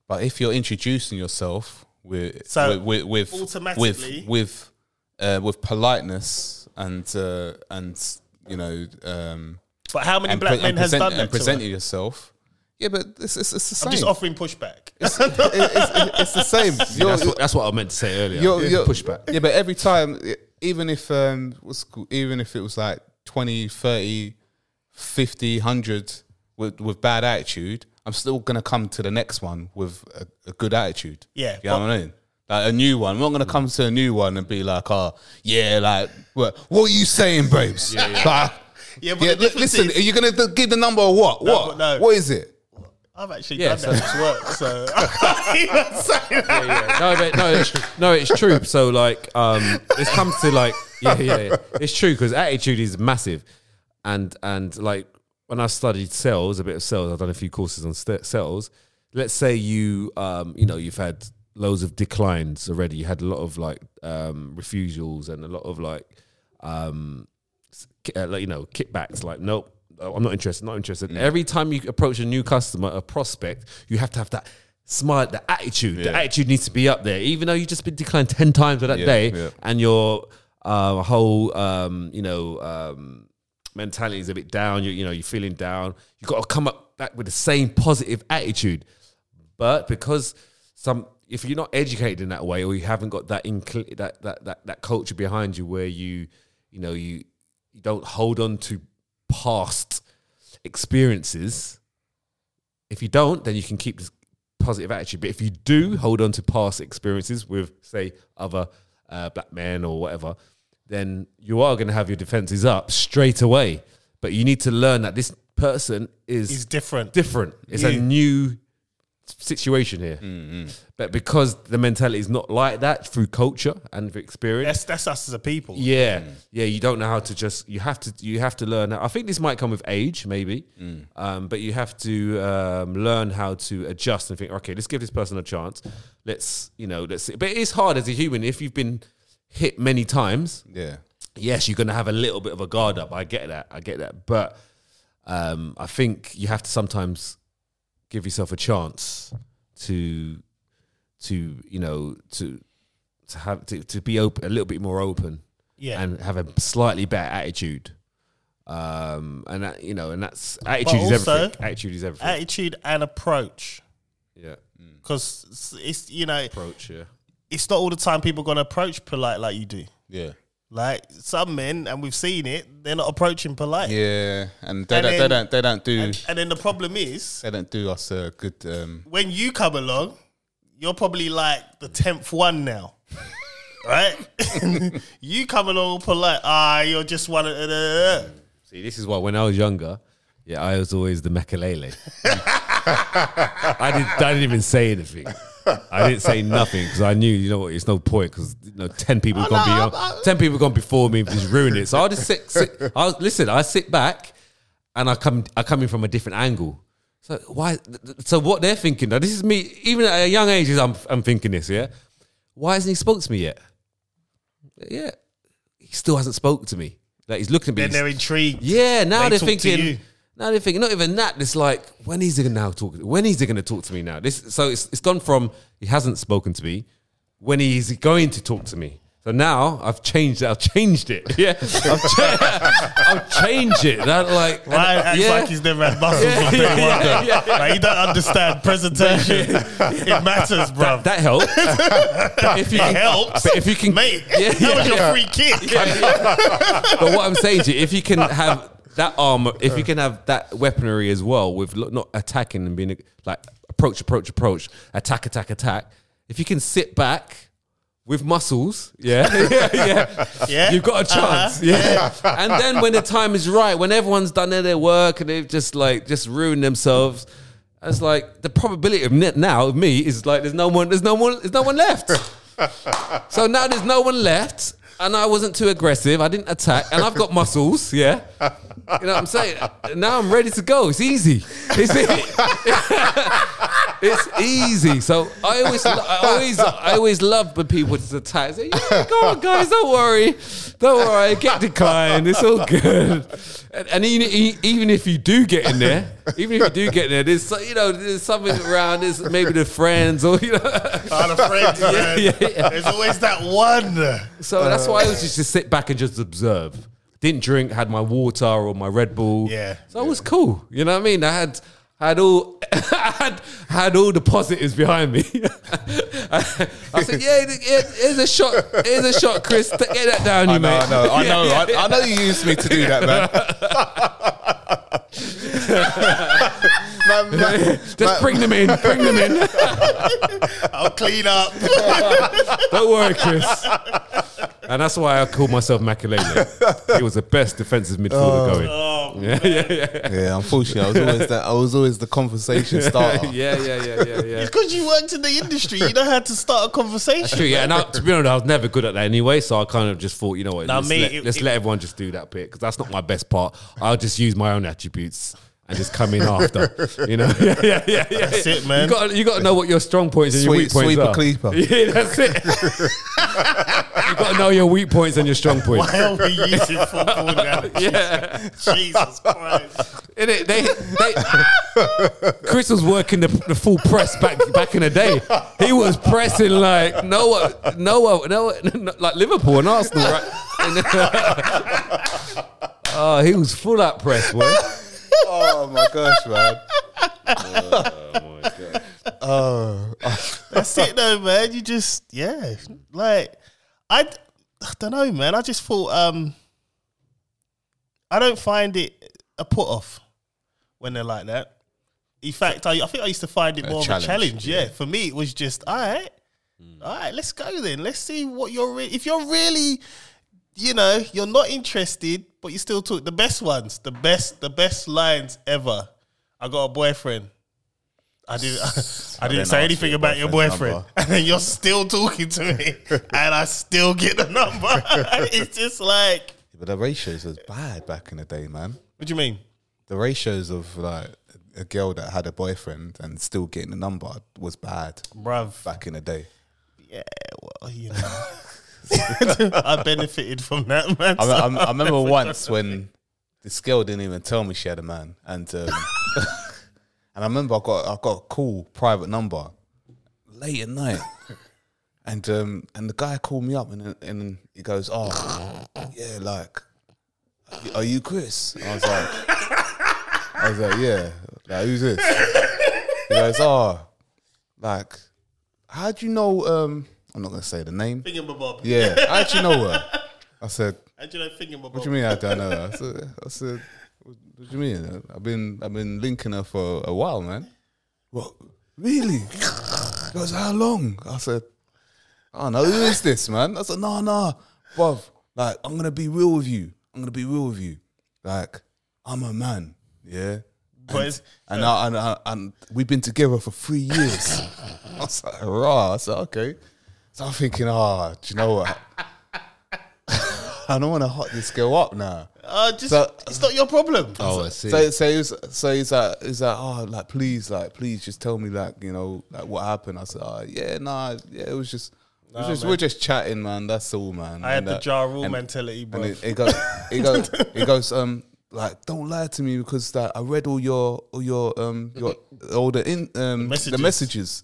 Speaker 1: but if you're introducing yourself with
Speaker 2: So,
Speaker 1: with with with
Speaker 2: automatically-
Speaker 1: with with, uh, with politeness and uh, and you know um,
Speaker 2: but how many
Speaker 1: and,
Speaker 2: black
Speaker 1: pre-
Speaker 2: men
Speaker 1: and
Speaker 2: has
Speaker 1: present-
Speaker 2: done that?
Speaker 1: and
Speaker 2: to us?
Speaker 1: presenting yourself, yeah, but it's it's, it's the same.
Speaker 2: I'm just offering pushback.
Speaker 1: it's, it's, it's, it's the same. You're-
Speaker 3: That's what, that's what I meant to say earlier.
Speaker 1: You're- you're-
Speaker 3: Pushback.
Speaker 1: Yeah, but every time, e- even if um, what's it called, even if it was like 20, 30, 50, 100 with, with bad attitude, I'm still gonna come to the next one with a, a good attitude.
Speaker 2: Yeah,
Speaker 1: you know what I mean. Like a new one. I'm not gonna come to a new one and be like, "Oh, yeah, like what? What are you saying, babes? Like,
Speaker 2: Yeah, but
Speaker 1: yeah, li-
Speaker 2: the difference
Speaker 1: listen,
Speaker 2: is-
Speaker 1: are you gonna d- give the number or what?
Speaker 2: but
Speaker 1: what?
Speaker 2: no.
Speaker 1: What is it?
Speaker 2: I've actually
Speaker 3: Yeah,
Speaker 2: done that at work, so I can't even say that.
Speaker 3: no, but no, it's, no, it's true. So like, um, it comes to like, yeah, yeah, yeah. it's true because attitude is massive, and and like when I studied sales, a bit of sales, I've done a few courses on st- sales. Let's say you, um, you know, you've had loads of declines already. You had a lot of like um, refusals and a lot of like, um, s- ki- uh, like you know, kickbacks. Like, nope. oh, I'm not interested. Not interested.
Speaker 1: Mm.
Speaker 3: Every time you approach a new customer, a prospect, you have to have that smile, the attitude. The attitude needs to be up there, even though you've just been declined ten times for that
Speaker 1: Yeah,
Speaker 3: day,
Speaker 1: yeah.
Speaker 3: and your uh, whole, um, you know, um, mentality is a bit down. You, you know, you're feeling down. You got to come up back with the same positive attitude. But because some, if you're not educated in that way, or you haven't got that incl- that, that that that culture behind you, where you, you know, you you don't hold on to past experiences. If you don't, then you can keep this positive attitude. But if you do hold on to past experiences with, say, other uh, black men or whatever, then you are going to have your defenses up straight away. But you need to learn that this person is
Speaker 2: He's different.
Speaker 3: different. It's a
Speaker 2: Yeah.
Speaker 3: new Mm-hmm. situation here. But because the mentality is not like that through culture and through experience,
Speaker 2: That's that's us as a people.
Speaker 3: yeah, yeah. You don't know how to just. You have to. You have to learn. I think this might come with age, maybe. Um, but you have to um, learn how to adjust and think. Okay, let's give this person a chance. Let's, you know, let's. See. But it is hard as a human if you've been hit many times
Speaker 1: Yeah,
Speaker 3: yes, you're going to have a little bit of a guard up. I get that. I get that. But um, I think you have to sometimes give yourself a chance to to you know to to have to, to be open a little bit more open
Speaker 2: Yeah.
Speaker 3: and have a slightly better attitude um and that, you know and that's attitude
Speaker 2: But
Speaker 3: is
Speaker 2: also-
Speaker 3: everything attitude is everything
Speaker 2: Attitude and approach,
Speaker 3: yeah
Speaker 2: because it's you know
Speaker 3: approach yeah
Speaker 2: it's not all the time people gonna approach polite like you do.
Speaker 1: yeah.
Speaker 2: Like some men, and we've seen it, they're not approaching polite.
Speaker 1: Yeah, and they, don't,
Speaker 2: And then-
Speaker 1: they don't they don't do
Speaker 2: And, and then the problem is
Speaker 1: they don't do us a good um,
Speaker 2: when you come along, you're probably like the tenth one now. Right, you come along polite. Ah, you're just one. Of, uh,
Speaker 3: See, this is why when I was younger, yeah, I was always the mekalele. I, didn't, I didn't even say anything. I didn't say nothing because I knew, you know what, it's no point because you know, ten people
Speaker 2: Oh,
Speaker 3: have gone beyond, ten people have gone before me and just ruined it. So I'll just sit. sit I was, listen, I sit back and I come, I come in from a different angle. So why? th- th- So what they're thinking? Now this is me. Even at a young age, is I'm, I'm thinking this. Yeah. Why hasn't he spoke to me yet? Yeah, he still hasn't spoke to me. Like he's looking at me.
Speaker 2: then
Speaker 3: he's-
Speaker 2: they're intrigued.
Speaker 3: yeah, now
Speaker 2: They
Speaker 3: they
Speaker 2: talk
Speaker 3: are
Speaker 2: to
Speaker 3: thinking.
Speaker 2: you.
Speaker 3: Now they're thinking. Not even that. It's like when is he gonna now talk? When is he gonna talk to me now? This so it's it's gone from he hasn't spoken to me. When is he going to talk to me? So now I've changed. I've changed it. Yeah, I've, cha- I've changed it. That like,
Speaker 2: Ryan acts
Speaker 3: uh, yeah.
Speaker 2: like he's never had muscles on day one. Like, he don't understand presentation. it matters, bruv.
Speaker 3: that helps. But if you
Speaker 2: it
Speaker 3: can,
Speaker 2: helps.
Speaker 3: but if you can,
Speaker 2: Mate,
Speaker 3: Yeah,
Speaker 2: that
Speaker 3: yeah.
Speaker 2: was your free kick.
Speaker 3: but what I'm saying to you, if you can have that armor, if you can have that weaponry as well, with lo- not attacking and being like approach, approach, approach, attack, attack, attack. If you can sit back with muscles, yeah, yeah, yeah,
Speaker 2: Yeah.
Speaker 3: you've got a chance, yeah. And then when the time is right, when everyone's done their- their work and they've just like just ruined themselves. It's like the probability of net now of me is like there's no one, there's no one, there's no one left. So now there's no one left, and I wasn't too aggressive. I didn't attack, and I've got muscles. Yeah, you know what I'm saying. Now I'm ready to go. It's easy. It's e- it's easy. So I always, I always, I always love when people just attack. I say, yeah, go on, guys, don't worry, don't worry. Get declined. It's all good. And, and even, e- even if you do get in there, even if you do get in there, there's so- you know there's something around. There's maybe the friends or you know.
Speaker 2: I'm afraid, man.
Speaker 3: yeah, yeah.
Speaker 2: There's always that one.
Speaker 3: So that's why I was
Speaker 1: Uh,
Speaker 3: just to sit back and just observe. Didn't drink, had my water or my Red Bull.
Speaker 2: Yeah.
Speaker 3: So it was cool. You know what I mean? I had had all I had had all the positives behind me. I, said, yeah, yeah, here's a shot, here's a shot, Chris. Get that down,
Speaker 1: I
Speaker 3: you
Speaker 1: know,
Speaker 3: mate.
Speaker 1: I know, I know, I, I know. You used me to do that, man.
Speaker 7: Man, man,
Speaker 3: Just bring them in, bring them in.
Speaker 2: I'll clean up.
Speaker 3: Don't worry, Chris. And that's why I called myself Makalele. He was the best defensive
Speaker 1: Oh.
Speaker 3: midfielder going. yeah, yeah, yeah,
Speaker 1: yeah, unfortunately, I was always the, I was always the conversation starter.
Speaker 3: yeah, yeah, yeah, yeah, yeah.
Speaker 2: Because you worked in the industry, you know how to start a
Speaker 3: That's
Speaker 2: conversation.
Speaker 3: true, yeah. And I, to be honest, I was never good at that anyway, so I kind of just thought, you know what,
Speaker 2: Nah,
Speaker 3: let's,
Speaker 2: me,
Speaker 3: let,
Speaker 2: it-
Speaker 3: let's
Speaker 2: it-
Speaker 3: let everyone just do that bit because that's not my best part. I'll just use my own attributes and just come in after, you know? Yeah, yeah, yeah. yeah. That's
Speaker 2: it, man.
Speaker 3: You got you got to know what your strong points and your
Speaker 1: Sweep-
Speaker 3: weak points
Speaker 1: sweeper
Speaker 3: are.
Speaker 1: cleeper.
Speaker 3: Yeah, that's it. you got to know your weak points and your strong points.
Speaker 2: Why are we using football now?
Speaker 3: Yeah.
Speaker 2: Jesus Christ.
Speaker 3: Innit? They, they, Chris was working the, the full press back back in the day. He was pressing like no one, no one, no one, like Liverpool and Arsenal, right? And- oh, he was full up press, boy.
Speaker 1: Oh my gosh, man.
Speaker 2: That's it though, man. You just yeah. Like I, d- I don't know, man. I just thought um I don't find it a put off when they're like that. In fact, I, I think I used to find it more of
Speaker 1: challenge,
Speaker 2: a challenge. Yeah. Mm. for me it was just all right, all right. Let's go then. Let's see what you're. Re- if you're really, you know, you're not interested, but you still took the best ones, the best, the best lines ever. I got a boyfriend. I didn't. I, didn't
Speaker 1: didn't
Speaker 2: say
Speaker 1: ask
Speaker 2: anything
Speaker 1: your
Speaker 2: about your
Speaker 1: boyfriend's
Speaker 2: boyfriend,
Speaker 1: number.
Speaker 2: and then you're still talking to me, and I still get the number. it's just like,
Speaker 1: But the ratios was bad back in the day, man.
Speaker 2: what do you mean?
Speaker 1: The ratios of like a girl that had a boyfriend and still getting a number was bad
Speaker 2: Bruv,
Speaker 1: back in the day.
Speaker 2: yeah, well, you know. I benefited from that, man.
Speaker 1: I,
Speaker 2: So-
Speaker 1: I, I remember once when this girl didn't even tell me she had a man, and um, and I remember I got I got a call private number late at night, and um, and the guy called me up and and he goes, oh yeah, like are you Chris? I was like, I was like, yeah, like who's this? He goes, oh, like how do you know? Um, I'm not gonna say the name.
Speaker 2: Thingamabob.
Speaker 1: Yeah, I actually know her. I said.
Speaker 2: How do you know Thingamabob?
Speaker 1: What do you mean I don't know her? I said, I said what, what do you mean? I've been I've been linking her for a while, man. What? Really? He goes, how long? I said, I don't know, who is this, man? I said, no, no, bruv, like, I'm gonna be real with you. I'm gonna be real with you. Like, I'm a man, yeah?
Speaker 2: But it's-
Speaker 1: And, I, and, I, and we've been together for three years. I was like, rah. I said, okay. So I'm thinking, ah, do you know what? I don't want to hot this girl up now.
Speaker 2: uh, just,
Speaker 1: So-
Speaker 2: it's not your problem.
Speaker 3: Oh, I see.
Speaker 1: So, so he's, so he's like, he's like, oh, like please, like please, just tell me, like you know, like what happened. I said, oh, yeah, nah, yeah, it was just, it was just we we're just chatting, man. That's all, man.
Speaker 2: I had
Speaker 1: And
Speaker 2: the
Speaker 1: that-
Speaker 2: Ja Rule
Speaker 1: and-
Speaker 2: mentality, bro.
Speaker 1: And it, it goes, it goes, it goes, um, like don't lie to me because like, I read all your, all your, um, your, all the in, um, the
Speaker 2: messages.
Speaker 1: messages.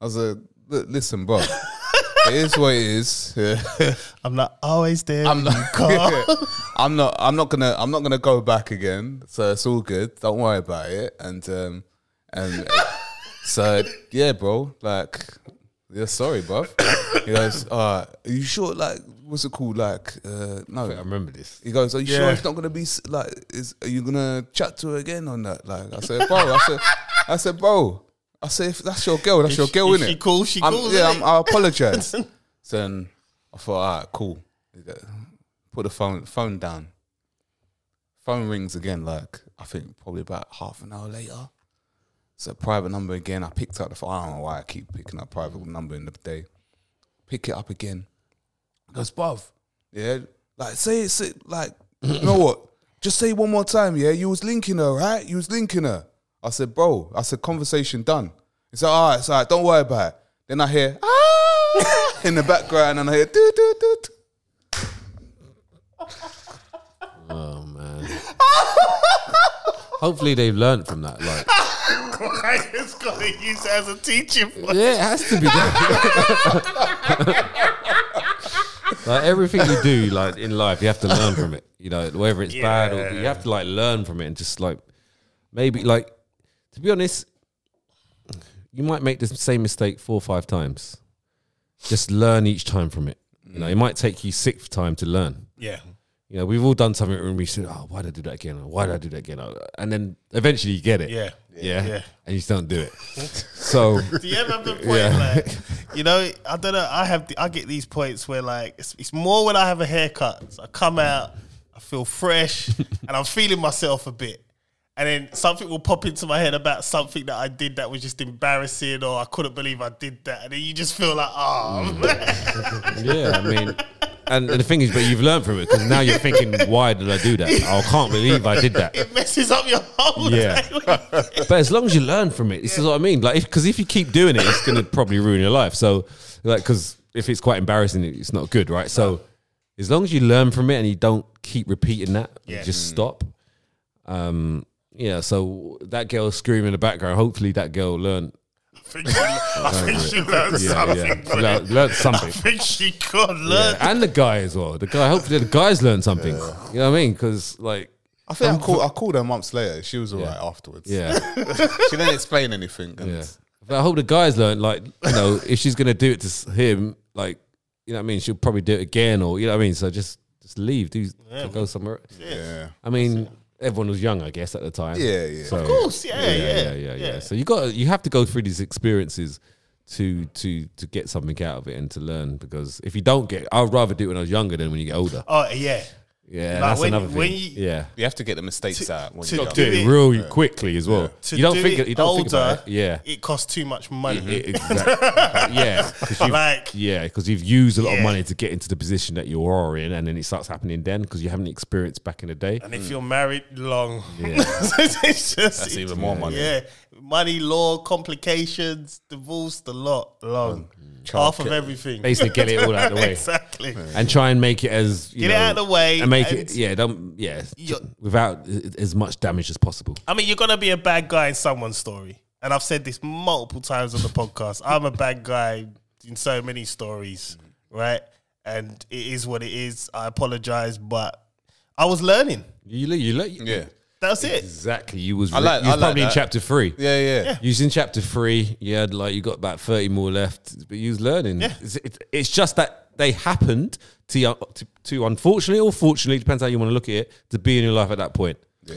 Speaker 1: I was like, "Look, listen, bro. it is what it is.
Speaker 2: I'm not always there.
Speaker 1: I'm
Speaker 2: I'm
Speaker 1: not. I'm not. I'm not gonna. I'm not gonna go back again. So it's all good. Don't worry about it. And um, and uh, so yeah, bro. Like, yeah, sorry, bro. He goes, uh, are you sure? Like, what's it called? Like, uh,
Speaker 3: I
Speaker 1: no.
Speaker 3: remember this.
Speaker 1: He goes, are you sure
Speaker 2: Yeah.
Speaker 1: it's not gonna be s- like? Is are you gonna chat to her again on that? Like, I said, bro. I said, I said, bro. I said, if that's your girl, that's your
Speaker 2: she-
Speaker 1: girl,
Speaker 2: if
Speaker 1: innit?
Speaker 2: she cool, she
Speaker 1: I'm,
Speaker 2: cool,
Speaker 1: Yeah,
Speaker 2: innit?
Speaker 1: I'm, I apologize. so then I thought, all right, cool. Put the phone phone down. Phone rings again, like I think probably about half an hour later. It's a private number again. I picked up the phone. I don't know why I keep picking up private number in the day. Pick it up again. Goes, bruv, yeah. Like say it, say, like you know what? Just say it one more time, yeah. You was linking her, right? You was linking her. I said, bro. I said, conversation done. He said, all right, it's all right. Don't worry about it. Then I hear ah in the background, and I hear do do do. do.
Speaker 3: Oh man. Hopefully they've learned from that. Like,
Speaker 2: I just gotta use it as a teaching point.
Speaker 3: yeah, it has to be done. like everything you do, like in life, you have to learn from it. You know, whether it's bad or you have to like learn from it and just like maybe like to be honest, you might make the same mistake four or five times. Just learn each time from it. You know, it might take you sixth time to learn.
Speaker 2: Yeah.
Speaker 3: You know, we've all done something and we said, "Oh, why did I do that again? Oh, Why did I do that again?" Oh, And then eventually you get it.
Speaker 2: Yeah.
Speaker 3: yeah,
Speaker 2: Yeah.
Speaker 3: and you just don't do it. so
Speaker 2: Do you ever have the point
Speaker 3: Yeah.
Speaker 2: like you know, I don't know, I have the, I get these points where like it's, it's more when I have a haircut. So I come out, I feel fresh and I'm feeling myself a bit. And then something will pop into my head about something that I did that was just embarrassing or I couldn't believe I did that. And then you just feel like, oh
Speaker 3: Mm. yeah, I mean, and, and the thing is, but you've learned from it because now you're thinking, "Why did I do that? Oh, I can't believe I did that."
Speaker 2: it messes up your whole
Speaker 3: Yeah.
Speaker 2: day.
Speaker 3: But as long as you learn from it, this is what I mean. Like, because if, you keep doing it, it's going to probably ruin your life. So, like, because if it's quite embarrassing, it- it's not good, right? So, as long as you learn from it and you don't keep repeating that, you
Speaker 2: Yeah. Mm.
Speaker 3: just stop. Um, yeah. So that girl screaming in the background. Hopefully, that girl learned.
Speaker 2: I think she, I think she learned
Speaker 3: Yeah,
Speaker 2: something.
Speaker 3: yeah.
Speaker 2: from it.
Speaker 3: Lear- learned
Speaker 2: I
Speaker 3: something.
Speaker 2: think she could learn.
Speaker 3: Yeah, and the guy as well. The guy. Hopefully, the guys learned something. You know what I mean? Because like,
Speaker 1: I think I called, I called her months later. She was alright afterwards.
Speaker 3: yeah.
Speaker 1: she didn't explain anything. And
Speaker 3: Yeah. But I hope the guys learned, like, you know, if she's going to do it to s- him, like, you know what I mean? She'll probably do it again or, you know what I mean? So just just leave, do go somewhere.
Speaker 1: yeah.
Speaker 3: I mean, everyone was young, I guess, at the time.
Speaker 1: Yeah, yeah.
Speaker 3: So, of
Speaker 2: course, yeah, yeah,
Speaker 3: yeah, yeah, yeah. So you got you have to go through these experiences to to to get something out of it and to learn because if you don't get, I'd rather do it when I was younger than when you get older.
Speaker 2: Oh yeah.
Speaker 3: Yeah,
Speaker 2: Like,
Speaker 3: that's
Speaker 2: when-
Speaker 3: another thing.
Speaker 2: when you-
Speaker 3: yeah,
Speaker 1: You have to get the mistakes out. When
Speaker 2: to
Speaker 1: you're
Speaker 2: do
Speaker 1: young.
Speaker 2: it
Speaker 3: real quickly as well.
Speaker 2: To
Speaker 3: You don't
Speaker 2: do
Speaker 3: think
Speaker 2: it
Speaker 3: you don't
Speaker 2: older,
Speaker 3: think about it. Yeah, Mm-hmm.
Speaker 2: It costs too much money.
Speaker 3: It- exactly. yeah, 'cause you've,
Speaker 2: Like-
Speaker 3: yeah, because you've used a lot of
Speaker 2: Yeah.
Speaker 3: money to get into the position that you are in, and then it starts happening then because you haven't experienced back in the day.
Speaker 2: and if you're married long,
Speaker 3: Yeah.
Speaker 2: it's just
Speaker 1: Mm. That's even more money.
Speaker 2: Yeah, money, law, complications, divorce, the lot, long, half of everything.
Speaker 3: Basically, get it all out of the way
Speaker 2: exactly.
Speaker 3: and try and make it as you
Speaker 2: Get it
Speaker 3: know,
Speaker 2: out of the way
Speaker 3: and make
Speaker 2: and-
Speaker 3: it yeah, don't yeah,
Speaker 2: You're-
Speaker 3: without a- as much damage as possible.
Speaker 2: I mean, you're gonna be a bad guy in someone's story, and I've said this multiple times on the podcast. I'm a bad guy in so many stories, right? And it is what it is. I apologize, but I was learning.
Speaker 3: You le- you le-
Speaker 1: Yeah.
Speaker 2: That's it.
Speaker 3: exactly. You was
Speaker 1: I
Speaker 3: re-
Speaker 1: like-
Speaker 3: you was
Speaker 1: I like
Speaker 3: probably in
Speaker 1: that.
Speaker 3: chapter three.
Speaker 1: Yeah, yeah.
Speaker 3: You was in chapter three. You had like you got about thirty more left, but you was learning. It's, it, it's just that they happened to, you- to to unfortunately or fortunately depends how you want to look at it to be in your life at that point.
Speaker 1: Yeah.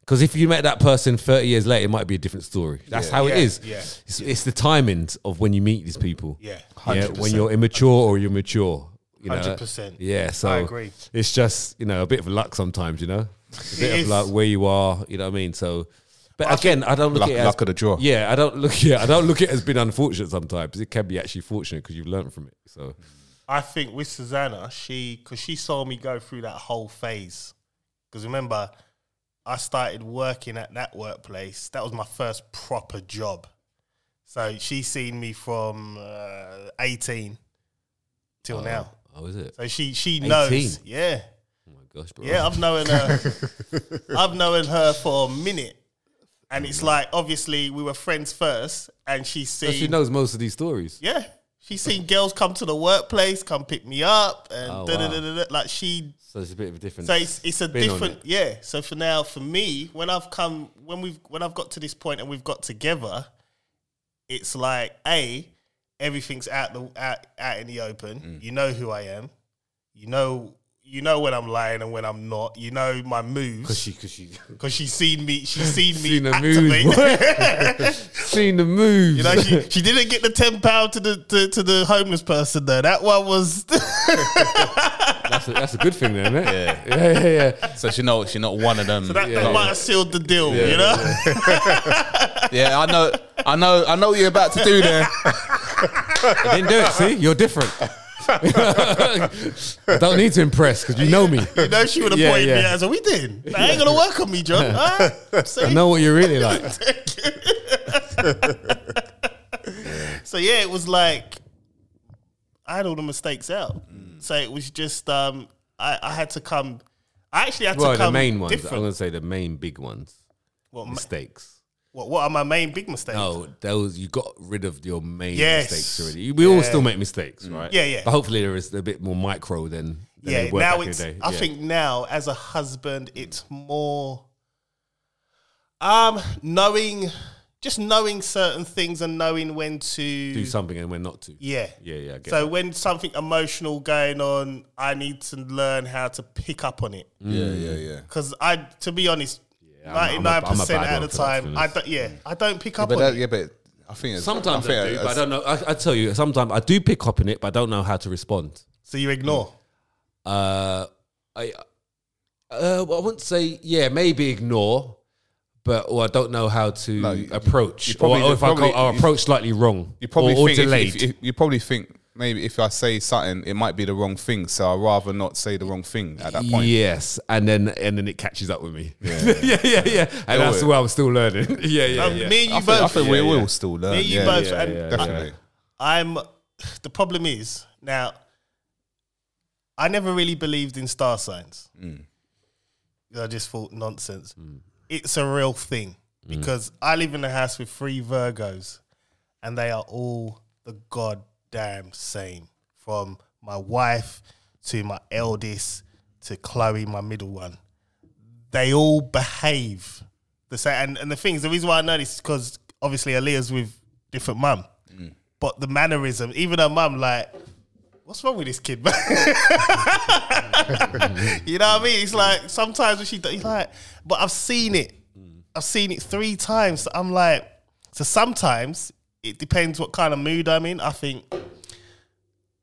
Speaker 3: Because if you met that person thirty years later, it might be a different story. That's how it
Speaker 2: Yeah,
Speaker 3: is.
Speaker 2: yeah.
Speaker 3: It's, it's the timings of when you meet these people.
Speaker 2: Yeah.
Speaker 3: yeah. When you're immature or you're mature. You know?
Speaker 2: 100%.
Speaker 3: Yeah, so
Speaker 2: I agree.
Speaker 3: It's just you know a bit of luck sometimes. You know, a bit
Speaker 2: is.
Speaker 3: of luck where you are. You know what I mean. So, but again, I don't look
Speaker 1: Luck,
Speaker 3: at it as
Speaker 1: luck of the draw.
Speaker 3: yeah, I don't look. Yeah, I don't look at it as being unfortunate sometimes. It can be actually fortunate because you've learned from it. So
Speaker 2: I think with Susanna, she because she saw me go through that whole phase. Because remember, I started working at that workplace. That was my first proper job. So she seen me from uh, eighteen till now.
Speaker 3: oh, is it?
Speaker 2: So she she knows. Yeah,
Speaker 3: Oh my gosh, bro.
Speaker 2: yeah. I've known her. I've known her for a minute, and it's like obviously we were friends first, and she's
Speaker 3: So
Speaker 2: seen.
Speaker 3: she knows most of these stories.
Speaker 2: Yeah. She's seen girls come to the workplace, come pick me up, and
Speaker 3: Oh,
Speaker 2: da, da,
Speaker 3: wow.
Speaker 2: da, da, da. like she
Speaker 3: So it's a bit of a different.
Speaker 2: so it's, it's a
Speaker 3: spin on
Speaker 2: different,
Speaker 3: it.
Speaker 2: yeah. So for now, for me, when I've come, when we've, when I've got to this point and we've got together, it's like a, everything's out the out, out in the open.
Speaker 3: Mm.
Speaker 2: You know who I am. You know, you know when I'm lying and when I'm not. You know my moves
Speaker 3: She, cause she
Speaker 2: because she's seen me. She's seen me
Speaker 3: Seen the moves,
Speaker 2: activate.
Speaker 3: seen the moves.
Speaker 2: you know, she, she didn't get the ten pound to the to, to the homeless person though. That one was
Speaker 3: that's, a, that's a good thing, then, isn't it? Yeah, yeah, yeah.
Speaker 1: So she know she's not one of them.
Speaker 2: that, that might have sealed the deal. you know.
Speaker 1: yeah, I know, I know, I know what you're about to do there.
Speaker 3: I didn't do it. See, you're different. I don't need to impress because you know me.
Speaker 2: You know she would have
Speaker 3: Yeah,
Speaker 2: pointed me
Speaker 3: yeah.
Speaker 2: out. So we did. That ain't gonna work on me, John. All right. See?
Speaker 3: I know what you're really like.
Speaker 2: So yeah, it was like I had all the mistakes out.
Speaker 3: Mm.
Speaker 2: So it was just um, I, I had to come. I actually had
Speaker 3: Well,
Speaker 2: to come.
Speaker 3: the main ones. I'm
Speaker 2: Different.
Speaker 3: gonna say the main big ones.
Speaker 2: What, ma-
Speaker 3: Mistakes.
Speaker 2: what, what are my main big mistakes?
Speaker 3: No, Oh, those you got rid of your main
Speaker 2: Yes.
Speaker 3: mistakes already. We all still make mistakes, right?
Speaker 2: Yeah, yeah.
Speaker 3: But hopefully there is a bit more micro than, than
Speaker 2: yeah.
Speaker 3: they were
Speaker 2: Now
Speaker 3: back
Speaker 2: it's.
Speaker 3: in the day.
Speaker 2: I
Speaker 3: Yeah.
Speaker 2: think now as a husband, it's more um knowing, just knowing certain things and knowing when to
Speaker 3: do something and we're not to.
Speaker 2: Yeah.
Speaker 3: Yeah, yeah, I get
Speaker 2: so
Speaker 3: that.
Speaker 2: when something emotional going on, I need to learn how to pick up on it
Speaker 1: Yeah, yeah, yeah.
Speaker 2: because I, to be honest,
Speaker 3: Mm.
Speaker 2: ninety
Speaker 3: I'm a- I'm a-
Speaker 2: nine
Speaker 3: I'm a
Speaker 2: percent
Speaker 3: bad
Speaker 2: out
Speaker 3: one
Speaker 2: of the
Speaker 3: for that, to be
Speaker 2: time, I
Speaker 3: honest. Mm.
Speaker 2: don't. Yeah, I don't pick up
Speaker 1: But
Speaker 2: on
Speaker 1: that,
Speaker 2: it.
Speaker 1: yeah, but I think it's,
Speaker 3: Sometimes
Speaker 1: think
Speaker 3: I, do,
Speaker 1: it's-
Speaker 3: but I don't know. I, I tell you, sometimes I do pick up on it, but I don't know how to respond.
Speaker 2: So you ignore.
Speaker 3: Uh, I, uh, well, I wouldn't say yeah, maybe ignore, but or I don't know how to
Speaker 1: you-
Speaker 3: approach,
Speaker 1: you probably-
Speaker 3: or, or if I
Speaker 1: probably-
Speaker 3: go, or
Speaker 1: you-
Speaker 3: approach slightly wrong,
Speaker 1: You probably
Speaker 3: or, or
Speaker 1: think if-
Speaker 3: delayed.
Speaker 1: if- if- you probably think maybe if I say something, it might be the wrong thing. So I'd rather not say the wrong thing at that point.
Speaker 3: Yes, and then and then it catches up with me. Yeah, yeah, yeah, and that's
Speaker 1: it.
Speaker 3: where I'm still learning. yeah, yeah,
Speaker 2: Um,
Speaker 3: yeah.
Speaker 2: Me and you
Speaker 1: I think, I
Speaker 2: both.
Speaker 1: think we
Speaker 3: yeah,
Speaker 1: will
Speaker 3: yeah.
Speaker 1: still learn.
Speaker 2: Me and you
Speaker 1: yeah,
Speaker 2: both.
Speaker 3: yeah,
Speaker 2: and
Speaker 3: yeah,
Speaker 1: Definitely.
Speaker 2: I'm. The problem is now. I never really believed in star signs. I just thought nonsense. It's a real thing because I live in a house with three Virgos, and they are all the goddamn same. From my wife to my eldest to Chloe, my middle one, they all behave the same. And, and the things, the reason why I know this is because obviously Aaliyah's with different mum, but the mannerism, even her mum, like, what's wrong with this kid, man? you know what I mean? It's like sometimes when she, do- it's like, but I've seen it, I've seen it three times. So I'm like, so sometimes it depends what kind of mood I'm in. I think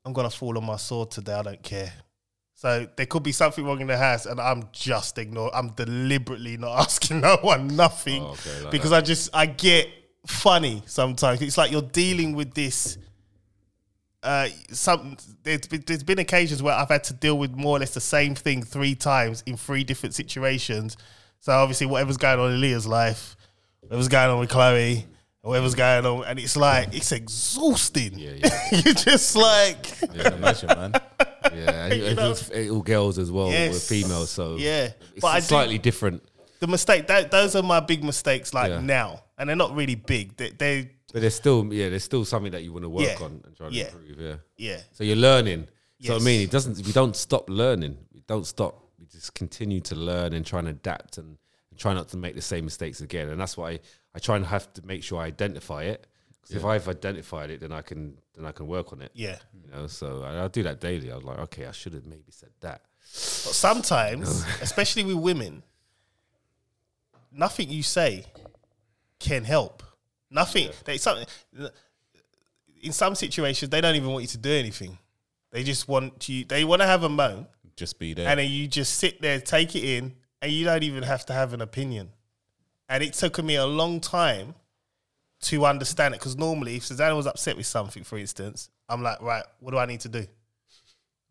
Speaker 2: I'm gonna fall on my sword today. I don't care. So there could be something wrong in the house, and I'm just ignore. I'm deliberately not asking no one nothing because I just I get funny sometimes. It's like you're dealing with this. Uh, some there's been, there's been occasions where I've had to deal with more or less the same thing three times in three different situations. So obviously, whatever's going on in Leah's life, whatever's going on with Chloe, whatever's going on, and it's like it's exhausting. You're just like,
Speaker 1: Yeah, I can imagine, man.
Speaker 3: yeah, and it
Speaker 2: know?
Speaker 3: was- it all girls as well,
Speaker 2: Yes.
Speaker 3: were females, so
Speaker 2: yeah.
Speaker 3: it's
Speaker 2: But I do-
Speaker 3: slightly different.
Speaker 2: the mistake that those are my big mistakes like
Speaker 3: Yeah.
Speaker 2: now and they're not really big they, they
Speaker 3: But there's still, yeah, there's still something that you want to work
Speaker 2: Yeah.
Speaker 3: on and try to
Speaker 2: Yeah.
Speaker 3: improve. Yeah,
Speaker 2: yeah
Speaker 3: so you're learning. So I
Speaker 2: Yes.
Speaker 3: mean, it doesn't. We don't stop learning. We don't stop. We just continue to learn and try and adapt and, and try not to make the same mistakes again. And that's why I, I try and have to make sure I identify it. Because if I've identified it, then I can then I can work on it.
Speaker 2: yeah
Speaker 3: You know, so I, I do that daily. I was like, okay, I should have maybe said that.
Speaker 2: but sometimes especially with women nothing you say can help nothing they something in some situations they don't even want you to do anything they just want you they want to have a moan
Speaker 1: Just be there.
Speaker 2: and then you just sit there, take it in, and you don't even have to have an opinion. And it took me a long time to understand it because normally, if Susanna was upset with something, for instance, I'm like, right, what do I need to do?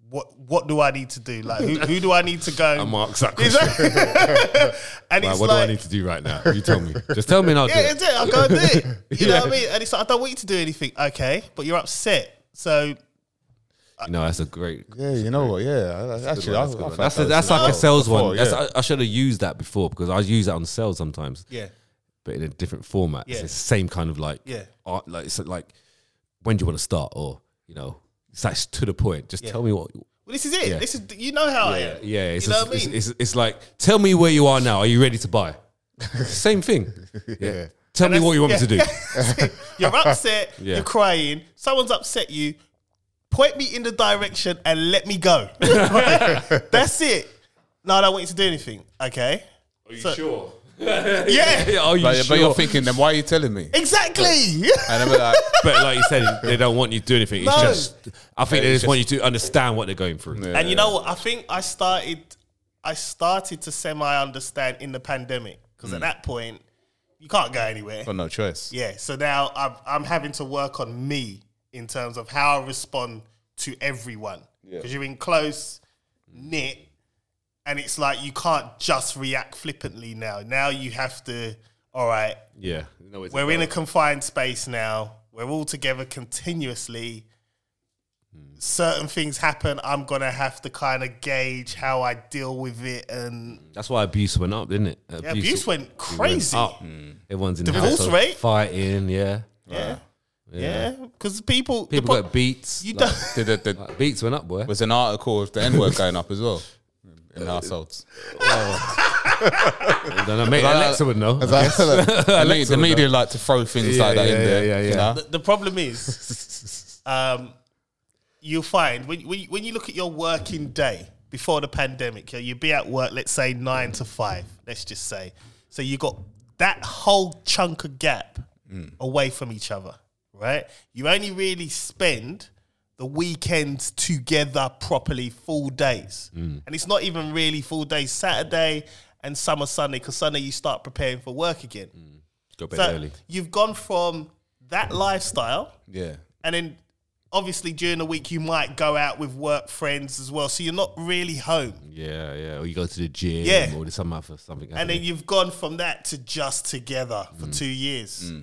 Speaker 2: What What do I need to do? Like, who, who do I need to go?
Speaker 3: I
Speaker 2: and-
Speaker 3: marked that
Speaker 2: Is
Speaker 3: question.
Speaker 2: that- and
Speaker 3: Right,
Speaker 2: it's
Speaker 3: what
Speaker 2: like,
Speaker 3: do I need to do right now? You tell me. Just tell me, and I'll do
Speaker 2: yeah,
Speaker 3: it.
Speaker 2: it's it. I'll go and do it. You know what I
Speaker 3: Yeah.
Speaker 2: mean? And it's like, I don't want you to do anything. Okay, but you're upset. So
Speaker 3: You know, that's a great
Speaker 1: yeah, you know what? Yeah, actually, I, I
Speaker 3: That's a, that's
Speaker 2: Oh,
Speaker 3: like a sales
Speaker 1: before,
Speaker 3: one. That's,
Speaker 1: yeah.
Speaker 3: I, I should have used that before because I use that on sales sometimes,
Speaker 2: yeah,
Speaker 3: but in a different format.
Speaker 2: Yeah.
Speaker 3: It's the same kind of like
Speaker 2: Yeah.
Speaker 3: art, like it's like when do you want to start or you know, it's like to the point. Just tell me what.
Speaker 2: Well, this is it.
Speaker 3: Yeah.
Speaker 2: This is you know how I
Speaker 3: Yeah,
Speaker 2: am.
Speaker 3: yeah. It's,
Speaker 2: you know
Speaker 3: just-
Speaker 2: what I mean.
Speaker 3: it's, it's, it's like tell me where you are now. Are you ready to buy? Same thing. Yeah. Tell me what you want me to do.
Speaker 2: you're upset.
Speaker 3: Yeah.
Speaker 2: You're crying. Someone's upset you. Point me in the direction and let me go. That's it. No, I don't want you to do anything. Okay.
Speaker 3: Are you
Speaker 2: So-
Speaker 3: sure?
Speaker 2: Yeah.
Speaker 3: Are you
Speaker 1: But,
Speaker 3: sure?
Speaker 1: but you're thinking, then why are you telling me?
Speaker 2: Exactly.
Speaker 1: And I'm like,
Speaker 3: but like you said, they don't want you to do anything. It's
Speaker 2: No.
Speaker 3: just, I think they
Speaker 1: it's
Speaker 3: just want you to understand what they're going through.
Speaker 2: And you know what? I think I started, I started to semi understand in the pandemic because at that point you can't go anywhere.
Speaker 1: got no choice.
Speaker 2: Yeah. So now I'm, I'm having to work on me in terms of how I respond to everyone because you're in close knit, and it's like you can't just react flippantly now. Now you have to. All right,
Speaker 3: Yeah.
Speaker 2: we're in a confined space now. We're all together continuously. Certain things happen. I'm gonna have to kind of gauge how I deal with it, and
Speaker 3: That's why abuse went up, didn't it? Abuse,
Speaker 2: yeah, abuse went crazy.
Speaker 3: up. Mm. Everyone's in
Speaker 2: Divorce
Speaker 3: the house
Speaker 2: rate?
Speaker 3: fighting. Yeah.
Speaker 2: Yeah, yeah, because people, the
Speaker 3: People
Speaker 2: po-
Speaker 3: got beats.
Speaker 2: you
Speaker 3: like,
Speaker 2: don't.
Speaker 1: Did, did, did,
Speaker 3: like, beats went up, boy.
Speaker 1: was an article of the N word going up as well in households.
Speaker 3: I don't know, mate, Alexa would know.
Speaker 1: As I- the, me- the media like to throw things like that
Speaker 3: yeah,
Speaker 1: in
Speaker 3: yeah,
Speaker 1: there.
Speaker 3: yeah,
Speaker 1: you know?
Speaker 3: yeah.
Speaker 2: the problem is, um, you'll find when, when, you- when you look at your working day before the pandemic, you- you'd be at work, let's say nine to five, let's just say. So you got that whole chunk of gap away from each other, right? You only really spend the weekends together properly, full days. And it's not even really full days, Saturday and summer Sunday, because Sunday you start preparing for work again.
Speaker 3: Go bed
Speaker 2: So
Speaker 3: early.
Speaker 2: you've gone from that lifestyle,
Speaker 1: Yeah.
Speaker 2: and then obviously during the week you might go out with work friends as well. So you're not really home.
Speaker 3: Yeah, yeah. Or you go to the gym
Speaker 2: Yeah.
Speaker 3: or there's some other something.
Speaker 2: And then you've gone from that to just together for
Speaker 3: Mm.
Speaker 2: two years.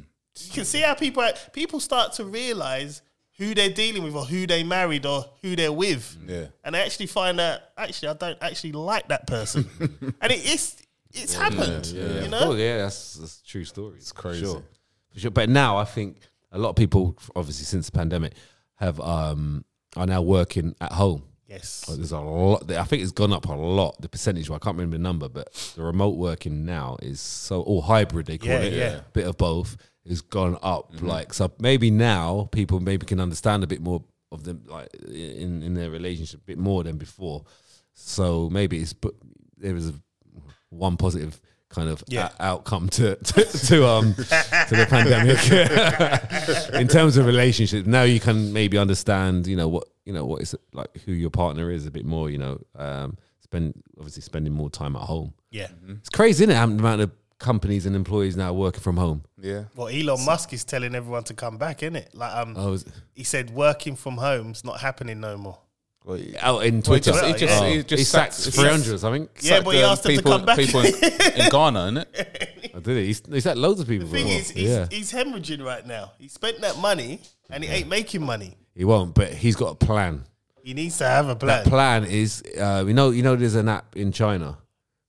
Speaker 2: You can see how people people start to realize who they're dealing with or who they married or who they're with.
Speaker 3: Mm.
Speaker 1: Yeah.
Speaker 2: And they actually find out actually I don't actually like that person. and it is it's happened. You know?
Speaker 3: Oh, yeah, that's, that's a true story. It's
Speaker 1: crazy.
Speaker 3: Sure. For sure. But now I think a lot of people, obviously since the pandemic, have um are now working at home.
Speaker 2: Yes.
Speaker 3: But There's a lot. I think it's gone up a lot. The percentage. I can't remember the number, but the remote working now is so or hybrid. They call
Speaker 2: Yeah,
Speaker 3: it.
Speaker 2: yeah.
Speaker 3: Bit of both has gone up. Like so, maybe now people maybe can understand a bit more of them, like in in their relationship, a bit more than before. So maybe it's but there is a, one positive kind of
Speaker 2: Yeah.
Speaker 3: o- outcome to to, to um to the pandemic. in terms of relationships, now you can maybe understand, you know, what you know, what is like who your partner is a bit more, you know. Um spend obviously spending more time at home.
Speaker 2: Yeah.
Speaker 3: It's crazy, isn't it? How the amount of companies and employees now working from home.
Speaker 1: Yeah.
Speaker 2: Well, Elon Musk is telling everyone to come back, isn't it? Like um,
Speaker 3: I was
Speaker 2: he said working from home's not happening no more.
Speaker 1: Well, he-
Speaker 3: out in Twitter.
Speaker 1: just- he just-
Speaker 3: Oh.
Speaker 1: he just
Speaker 3: He sacked
Speaker 1: sacked-
Speaker 3: three hundred, I think.
Speaker 2: Yeah,
Speaker 1: Like
Speaker 2: but he
Speaker 1: the
Speaker 2: asked them to
Speaker 1: people-
Speaker 2: come back.
Speaker 1: People in, in Ghana, innit?
Speaker 3: I did it. He's, he's sacked loads of people.
Speaker 2: The thing
Speaker 3: before.
Speaker 2: is, he's,
Speaker 3: yeah.
Speaker 2: he's hemorrhaging right now. He spent that money and he ain't making money.
Speaker 3: he won't, but he's got a plan.
Speaker 2: He needs to have a plan.
Speaker 3: That plan is, uh, you know, you know, there's an app in China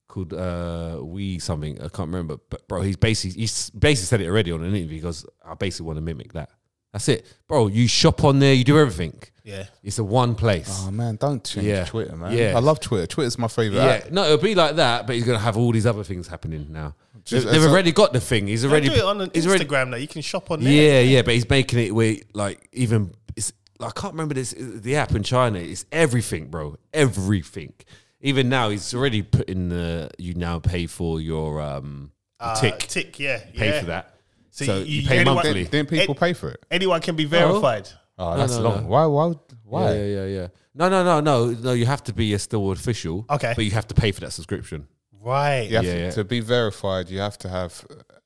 Speaker 3: called uh, We something. I can't remember, but bro, he's basically he's basically said it already on an interview because I basically want to mimic that. That's it, bro. You shop on there, you do everything.
Speaker 2: Yeah.
Speaker 3: It's a one place.
Speaker 1: Oh, man, don't change
Speaker 3: Yeah.
Speaker 1: Twitter, man.
Speaker 3: Yeah.
Speaker 1: I love Twitter. Twitter's my favorite
Speaker 3: yeah,
Speaker 1: app.
Speaker 3: no, it'll be like that, but he's gonna have all these other things happening now.
Speaker 1: Just-
Speaker 3: They've already got the thing. He's
Speaker 2: Don't
Speaker 3: already
Speaker 2: do it on an
Speaker 3: he's
Speaker 2: Instagram
Speaker 3: already-
Speaker 2: though. You can shop on there.
Speaker 3: Yeah, yeah, but he's making it where like even it's I can't remember this the app in China. It's everything, bro. Everything. Even now, he's already putting the you now pay for your um
Speaker 2: Uh,
Speaker 3: tick.
Speaker 2: tick. Yeah,
Speaker 3: Pay
Speaker 2: yeah.
Speaker 3: for that.
Speaker 2: So
Speaker 3: So,
Speaker 2: you-
Speaker 3: you,
Speaker 2: you-
Speaker 3: pay
Speaker 2: anyone-
Speaker 3: monthly.
Speaker 1: Didn't, didn't people
Speaker 2: It-
Speaker 1: pay for it?
Speaker 2: Anyone can be verified.
Speaker 1: Oh, that's
Speaker 3: no,
Speaker 1: long.
Speaker 3: no.
Speaker 1: Why? Why? would- Why?
Speaker 3: Yeah, yeah, yeah. No, no, no, no, no. You have to be a still official.
Speaker 2: Okay.
Speaker 3: but you have to pay for that subscription.
Speaker 2: Right.
Speaker 1: You have
Speaker 3: Yeah,
Speaker 1: to,
Speaker 3: yeah.
Speaker 1: to be verified, you have to have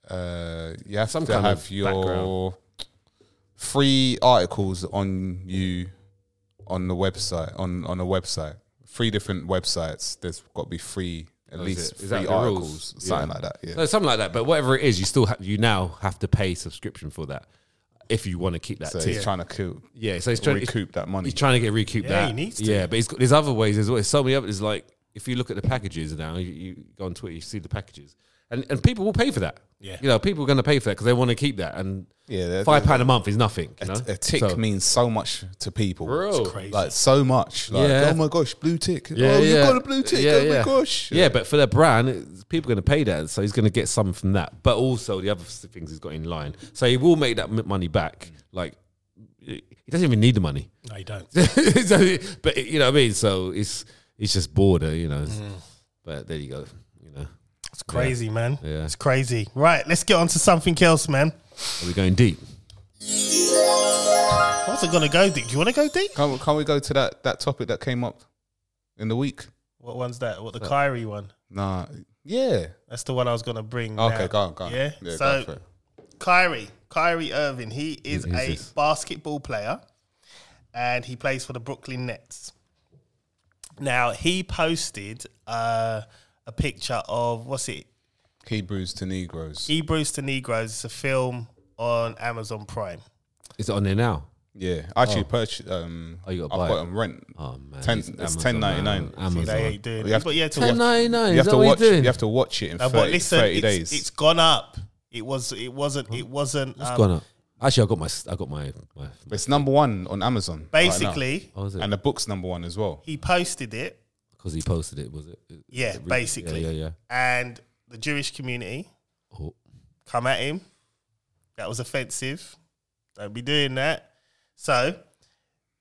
Speaker 1: uh, you have
Speaker 3: Some
Speaker 1: to
Speaker 3: kind of
Speaker 1: have your three articles on you on the website on on a website. Three different websites. There's got to be three at
Speaker 3: Oh, is
Speaker 1: least
Speaker 3: it? Is that
Speaker 1: three
Speaker 3: the rules?
Speaker 1: articles, something
Speaker 3: Yeah.
Speaker 1: like that. Yeah.
Speaker 3: No, something like that. But whatever it is, you still have you now have to pay subscription for that if you want to keep that.
Speaker 1: so
Speaker 3: tier.
Speaker 1: he's trying to kill,
Speaker 3: yeah, so he's trying to
Speaker 1: recoup that money.
Speaker 3: He's trying to get recoup
Speaker 2: Yeah,
Speaker 3: that.
Speaker 2: he needs to.
Speaker 3: Yeah, but he's got, there's other ways as well. There's so many others. Like if you look at the packages now, you, you go on Twitter, you see the packages, and and people will pay for that.
Speaker 2: Yeah.
Speaker 3: you know, people are going to pay for that because they want to keep that. And
Speaker 1: Yeah, that-
Speaker 3: five pound a month is nothing. You
Speaker 1: A,
Speaker 3: know?
Speaker 1: a tick
Speaker 3: So-
Speaker 1: means so much to people.
Speaker 3: Bro. It's
Speaker 2: crazy.
Speaker 1: Like so much. Like,
Speaker 3: Yeah.
Speaker 1: oh my gosh, blue tick.
Speaker 3: Yeah,
Speaker 1: oh, you
Speaker 3: yeah.
Speaker 1: got a blue tick.
Speaker 3: Yeah,
Speaker 1: oh
Speaker 3: yeah.
Speaker 1: my gosh.
Speaker 3: Yeah, but for their brand, it's- people are going to pay that, so he's going to get some from that. But also the other s- things he's got in line, so he will make that m- money back. Like he doesn't even need the money,
Speaker 2: No, you don't.
Speaker 3: So, but you know what I mean. So it's it's just border, you know. But there you go, you know.
Speaker 2: It's crazy, man.
Speaker 3: Yeah.
Speaker 2: It's crazy. Right, let's get on to something else, man.
Speaker 3: Are we going deep?
Speaker 2: I wasn't gonna go deep. Do you wanna go deep?
Speaker 1: Can, can we go to that, that topic that came up in the week?
Speaker 2: What one's that? What the Kyrie one?
Speaker 1: Nah. Yeah.
Speaker 2: That's the one I was gonna bring.
Speaker 1: Okay,
Speaker 2: now.
Speaker 1: go on, go on.
Speaker 2: Yeah.
Speaker 1: Yeah, go
Speaker 2: so
Speaker 1: for it.
Speaker 2: Kyrie, Kyrie Irving, he is
Speaker 3: Who is
Speaker 2: a
Speaker 3: this?
Speaker 2: basketball player, and he plays for the Brooklyn Nets. Now he posted uh, a picture of what's it?
Speaker 1: Hebrews to Negroes.
Speaker 2: Hebrews to Negroes. It's a film on Amazon Prime.
Speaker 3: Is it on there now?
Speaker 1: yeah. I actually purchased um
Speaker 3: Oh, you gotta
Speaker 1: I've
Speaker 3: buy
Speaker 1: got
Speaker 3: it.
Speaker 1: on rent.
Speaker 3: Oh man,
Speaker 1: Ten-
Speaker 3: these
Speaker 1: it's
Speaker 3: Amazon,
Speaker 1: $10.99.
Speaker 3: man. Amazon.
Speaker 2: They ain't doing
Speaker 1: You
Speaker 2: it.
Speaker 1: have
Speaker 2: But
Speaker 1: to-
Speaker 2: yeah, to
Speaker 3: Ten
Speaker 2: watch.
Speaker 3: ninety nine.
Speaker 1: you have to watch
Speaker 3: What you're doing?
Speaker 1: you have to watch it in
Speaker 2: No,
Speaker 1: 30,
Speaker 2: but listen,
Speaker 1: 30
Speaker 2: it's,
Speaker 1: days.
Speaker 2: it's gone up. It was. It wasn't. It wasn't.
Speaker 3: It's
Speaker 2: um,
Speaker 3: gone up. Actually, I got my I got my, my
Speaker 1: It's number one on Amazon. right now.
Speaker 2: Basically,
Speaker 3: what was it?
Speaker 1: and the book's number one as well.
Speaker 2: he posted it.
Speaker 3: because he posted it. Was it?
Speaker 2: Yeah,
Speaker 3: It really-
Speaker 2: basically.
Speaker 3: Yeah, yeah, yeah.
Speaker 2: And the Jewish community
Speaker 3: Oh,
Speaker 2: come at him. That was offensive. Don't be doing that. So,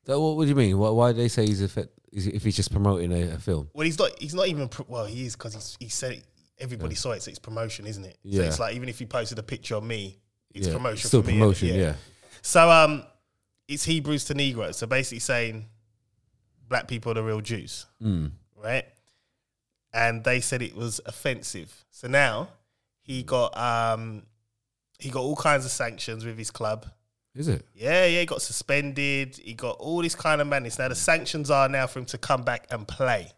Speaker 3: So what, what do you mean? Why, why do they say he's a fit, is he- if he's just promoting a, a film?
Speaker 2: well, he's not. He's not even. Pro- well, he is because he's. He said it, everybody saw it, so it's promotion, isn't it?
Speaker 3: Yeah.
Speaker 2: So it's like even if he posted a picture of me, it's
Speaker 3: Yeah,
Speaker 2: promotion.
Speaker 3: Still
Speaker 2: for me, innit?
Speaker 3: promotion. yeah.
Speaker 2: So um, it's Hebrews to Negroes. So basically saying black people are the real Jews,
Speaker 3: Mm.
Speaker 2: right? And they said it was offensive. So now he got um, he got all kinds of sanctions with his club.
Speaker 3: Is it?
Speaker 2: Yeah, yeah, he got suspended. He got all this kind of madness. Now the sanctions are now for him to come back and play,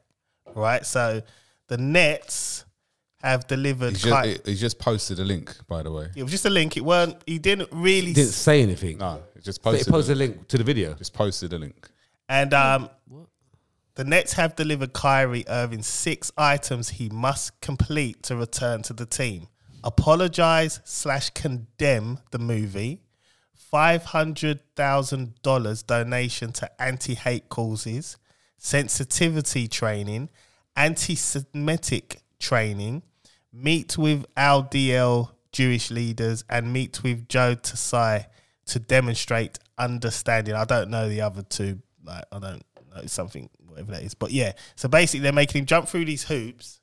Speaker 2: right? So the Nets have delivered.
Speaker 1: He's
Speaker 2: kind-
Speaker 1: just, he just posted a link, by the way.
Speaker 2: it was just a link. It weren't. He didn't really.
Speaker 3: He didn't say anything.
Speaker 1: No, he just
Speaker 3: but he
Speaker 1: posted.
Speaker 3: posted
Speaker 1: a,
Speaker 3: a link to the video.
Speaker 1: Just posted a link.
Speaker 2: And um, the Nets have delivered Kyrie Irving six items he must complete to return to the team: apologize slash condemn the movie, five hundred thousand dollars donation to anti-hate causes, sensitivity training, anti-Semitic training, meet with LDL Jewish leaders, and meet with Joe Tsai to demonstrate understanding. I don't know the other two. Like I don't know something whatever that is, but yeah. So basically, they're making him jump through these hoops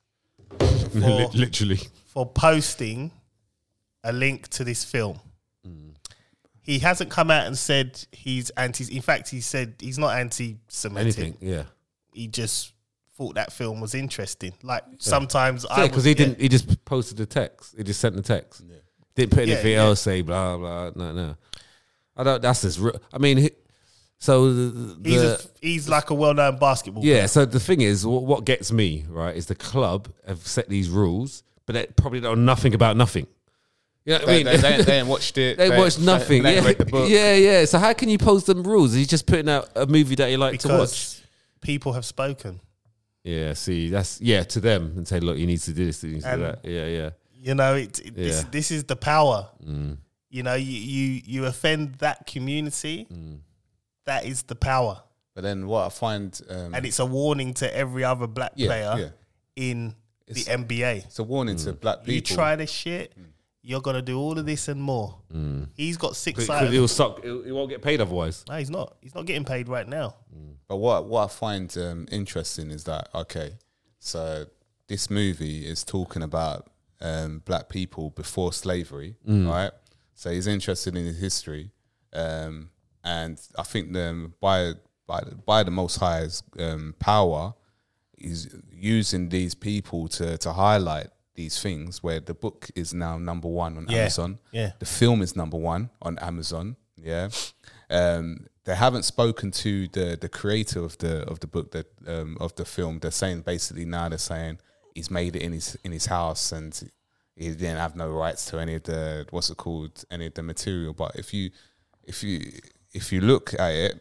Speaker 2: for,
Speaker 3: Literally.
Speaker 2: for posting a link to this film.
Speaker 3: Mm.
Speaker 2: He hasn't come out and said he's anti. In fact, he said he's not anti-Semitic.
Speaker 3: Anything. Yeah.
Speaker 2: He just thought that film was interesting. Like sometimes I
Speaker 3: Yeah,
Speaker 2: would-
Speaker 3: because he
Speaker 2: yeah.
Speaker 3: didn't. He just posted the text. He just sent the text. Didn't put
Speaker 2: Yeah,
Speaker 3: anything
Speaker 2: yeah.
Speaker 3: else. Say blah blah. No no. I don't. That's just. ru- I mean. he- So the,
Speaker 2: He's a,
Speaker 3: the-
Speaker 2: he's like a well-known basketball.
Speaker 3: Yeah. So the thing is, what, what gets me right is the club have set these rules, but they probably know nothing about nothing. You know what I
Speaker 1: They,
Speaker 3: mean?
Speaker 1: they, they, they ain't watched it.
Speaker 3: They watch
Speaker 1: ain't-
Speaker 3: nothing.
Speaker 1: They ain't
Speaker 3: yeah.
Speaker 1: read the book.
Speaker 3: yeah, yeah. So how can you post them rules? He's just putting out a movie that you like to watch.
Speaker 2: because people have spoken.
Speaker 3: Yeah, see, that's yeah to them and say, look, you need to do this, you need to
Speaker 2: And-
Speaker 3: do that. Yeah, yeah,
Speaker 2: You know, it, it- this,
Speaker 3: Yeah. Mm.
Speaker 2: this is the power. You know, you, you you offend that community.
Speaker 3: Mm.
Speaker 2: That is the power,
Speaker 1: But then what I find, um,
Speaker 2: and it's a warning to every other black
Speaker 1: Yeah,
Speaker 2: player
Speaker 1: yeah.
Speaker 2: in
Speaker 1: It's-
Speaker 2: the NBA.
Speaker 1: it's a warning
Speaker 3: Mm.
Speaker 1: to black people.
Speaker 2: You try this shit, you're gonna do all of this and more. He's got six
Speaker 3: Mm. because
Speaker 2: items.
Speaker 3: he'll suck. He'll, he won't get paid otherwise.
Speaker 2: no, he's not. He's not getting paid right now.
Speaker 3: Mm.
Speaker 1: But what what I find um, interesting is that okay, so this movie is talking about um, black people before slavery, right? So he's interested in his history, um, and I think the, um, by by the- by the Most High's um, power, is using these people to to highlight these things where the book is now number one on
Speaker 2: Yeah.
Speaker 1: Amazon.
Speaker 2: Yeah.
Speaker 1: The film is number one on Amazon. Yeah. Um, they haven't spoken to the the creator of the of the book that um, of the film. They're saying basically now they're saying he's made it in his in his house and he didn't have no rights to any of the what's it called any of the material. But if you if you if you look at it,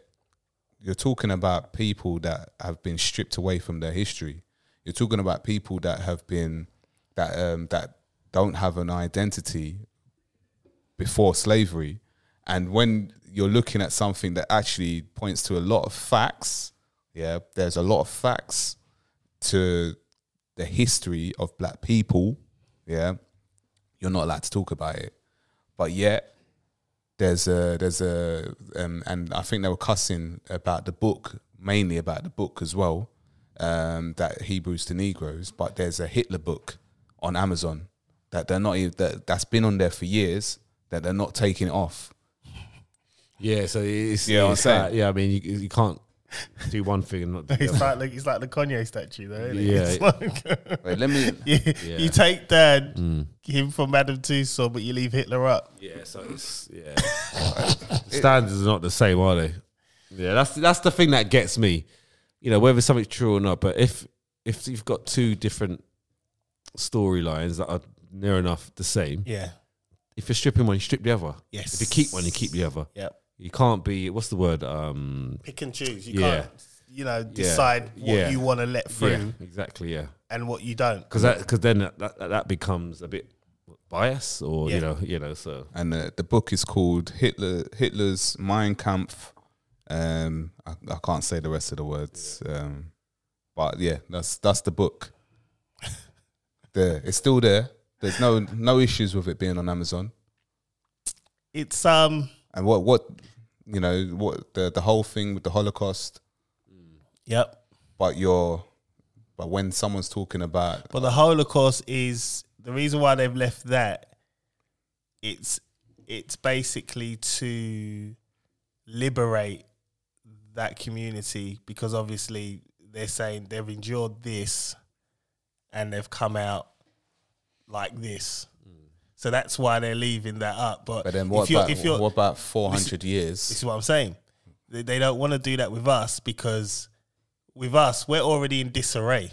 Speaker 1: you're talking about people that have been stripped away from their history. You're talking about people that have been that um, that don't have an identity before slavery. And when you're looking at something that actually points to a lot of facts, yeah, there's a lot of facts to the history of black people, yeah, you're not allowed to talk about it. But yet, there's a there's a um, and I think they were cussing about the book mainly about the book as well um, that Hebrews to Negroes, but there's a Hitler book on Amazon that they're not even, that that's been on there for years that they're not taking it off.
Speaker 3: Yeah, so it's
Speaker 1: You know what I'm
Speaker 3: it's
Speaker 1: saying?
Speaker 3: that- yeah, I mean, you, you can't do one thing and not do the
Speaker 2: It's
Speaker 3: other.
Speaker 2: like, like it's like the Kanye statue, though. Isn't it?
Speaker 3: Yeah.
Speaker 2: It's like-
Speaker 1: Wait, let me.
Speaker 2: you,
Speaker 3: Yeah. Mm.
Speaker 2: you take down him from Madame Tussauds, but you leave Hitler up.
Speaker 3: Yeah, so it's yeah. Standards are not the same, are they? Yeah, that's that's the thing that gets me. You know, whether something's true or not, but if if you've got two different storylines that are near enough the same,
Speaker 2: Yeah.
Speaker 3: if you're stripping one, you strip the other.
Speaker 2: Yes.
Speaker 3: If you keep one, you keep the other.
Speaker 2: Yep.
Speaker 3: You can't be what's the word? Um
Speaker 2: Pick and choose. You
Speaker 3: Yeah.
Speaker 2: can't, you know, decide what
Speaker 3: Yeah.
Speaker 2: you want to let through
Speaker 3: yeah, exactly, yeah.
Speaker 2: and what you don't.
Speaker 3: Cuz that cuz then that, that that becomes a bit bias or
Speaker 2: Yeah.
Speaker 3: you know, you know, so
Speaker 1: And uh, the book is called Hitler Hitler's Mein Kampf. Um, I, I can't say the rest of the words. Um, but yeah, that's that's the book. there, it's still there. There's no no issues with it being on Amazon.
Speaker 2: It's um.
Speaker 1: And what what you know what the the whole thing with the Holocaust,
Speaker 2: Yep.
Speaker 1: but you're but when someone's talking about
Speaker 2: But the Holocaust is the reason why they've left that. It's it's basically to liberate that community because obviously they're saying they've endured this and they've come out like this. So that's why they're leaving that up. But,
Speaker 1: Mm. but then what
Speaker 2: if you're,
Speaker 1: about
Speaker 2: if you're,
Speaker 1: what about four hundred years?
Speaker 2: this is what I'm saying. They, they don't want to do that with us because with us, we're already in disarray,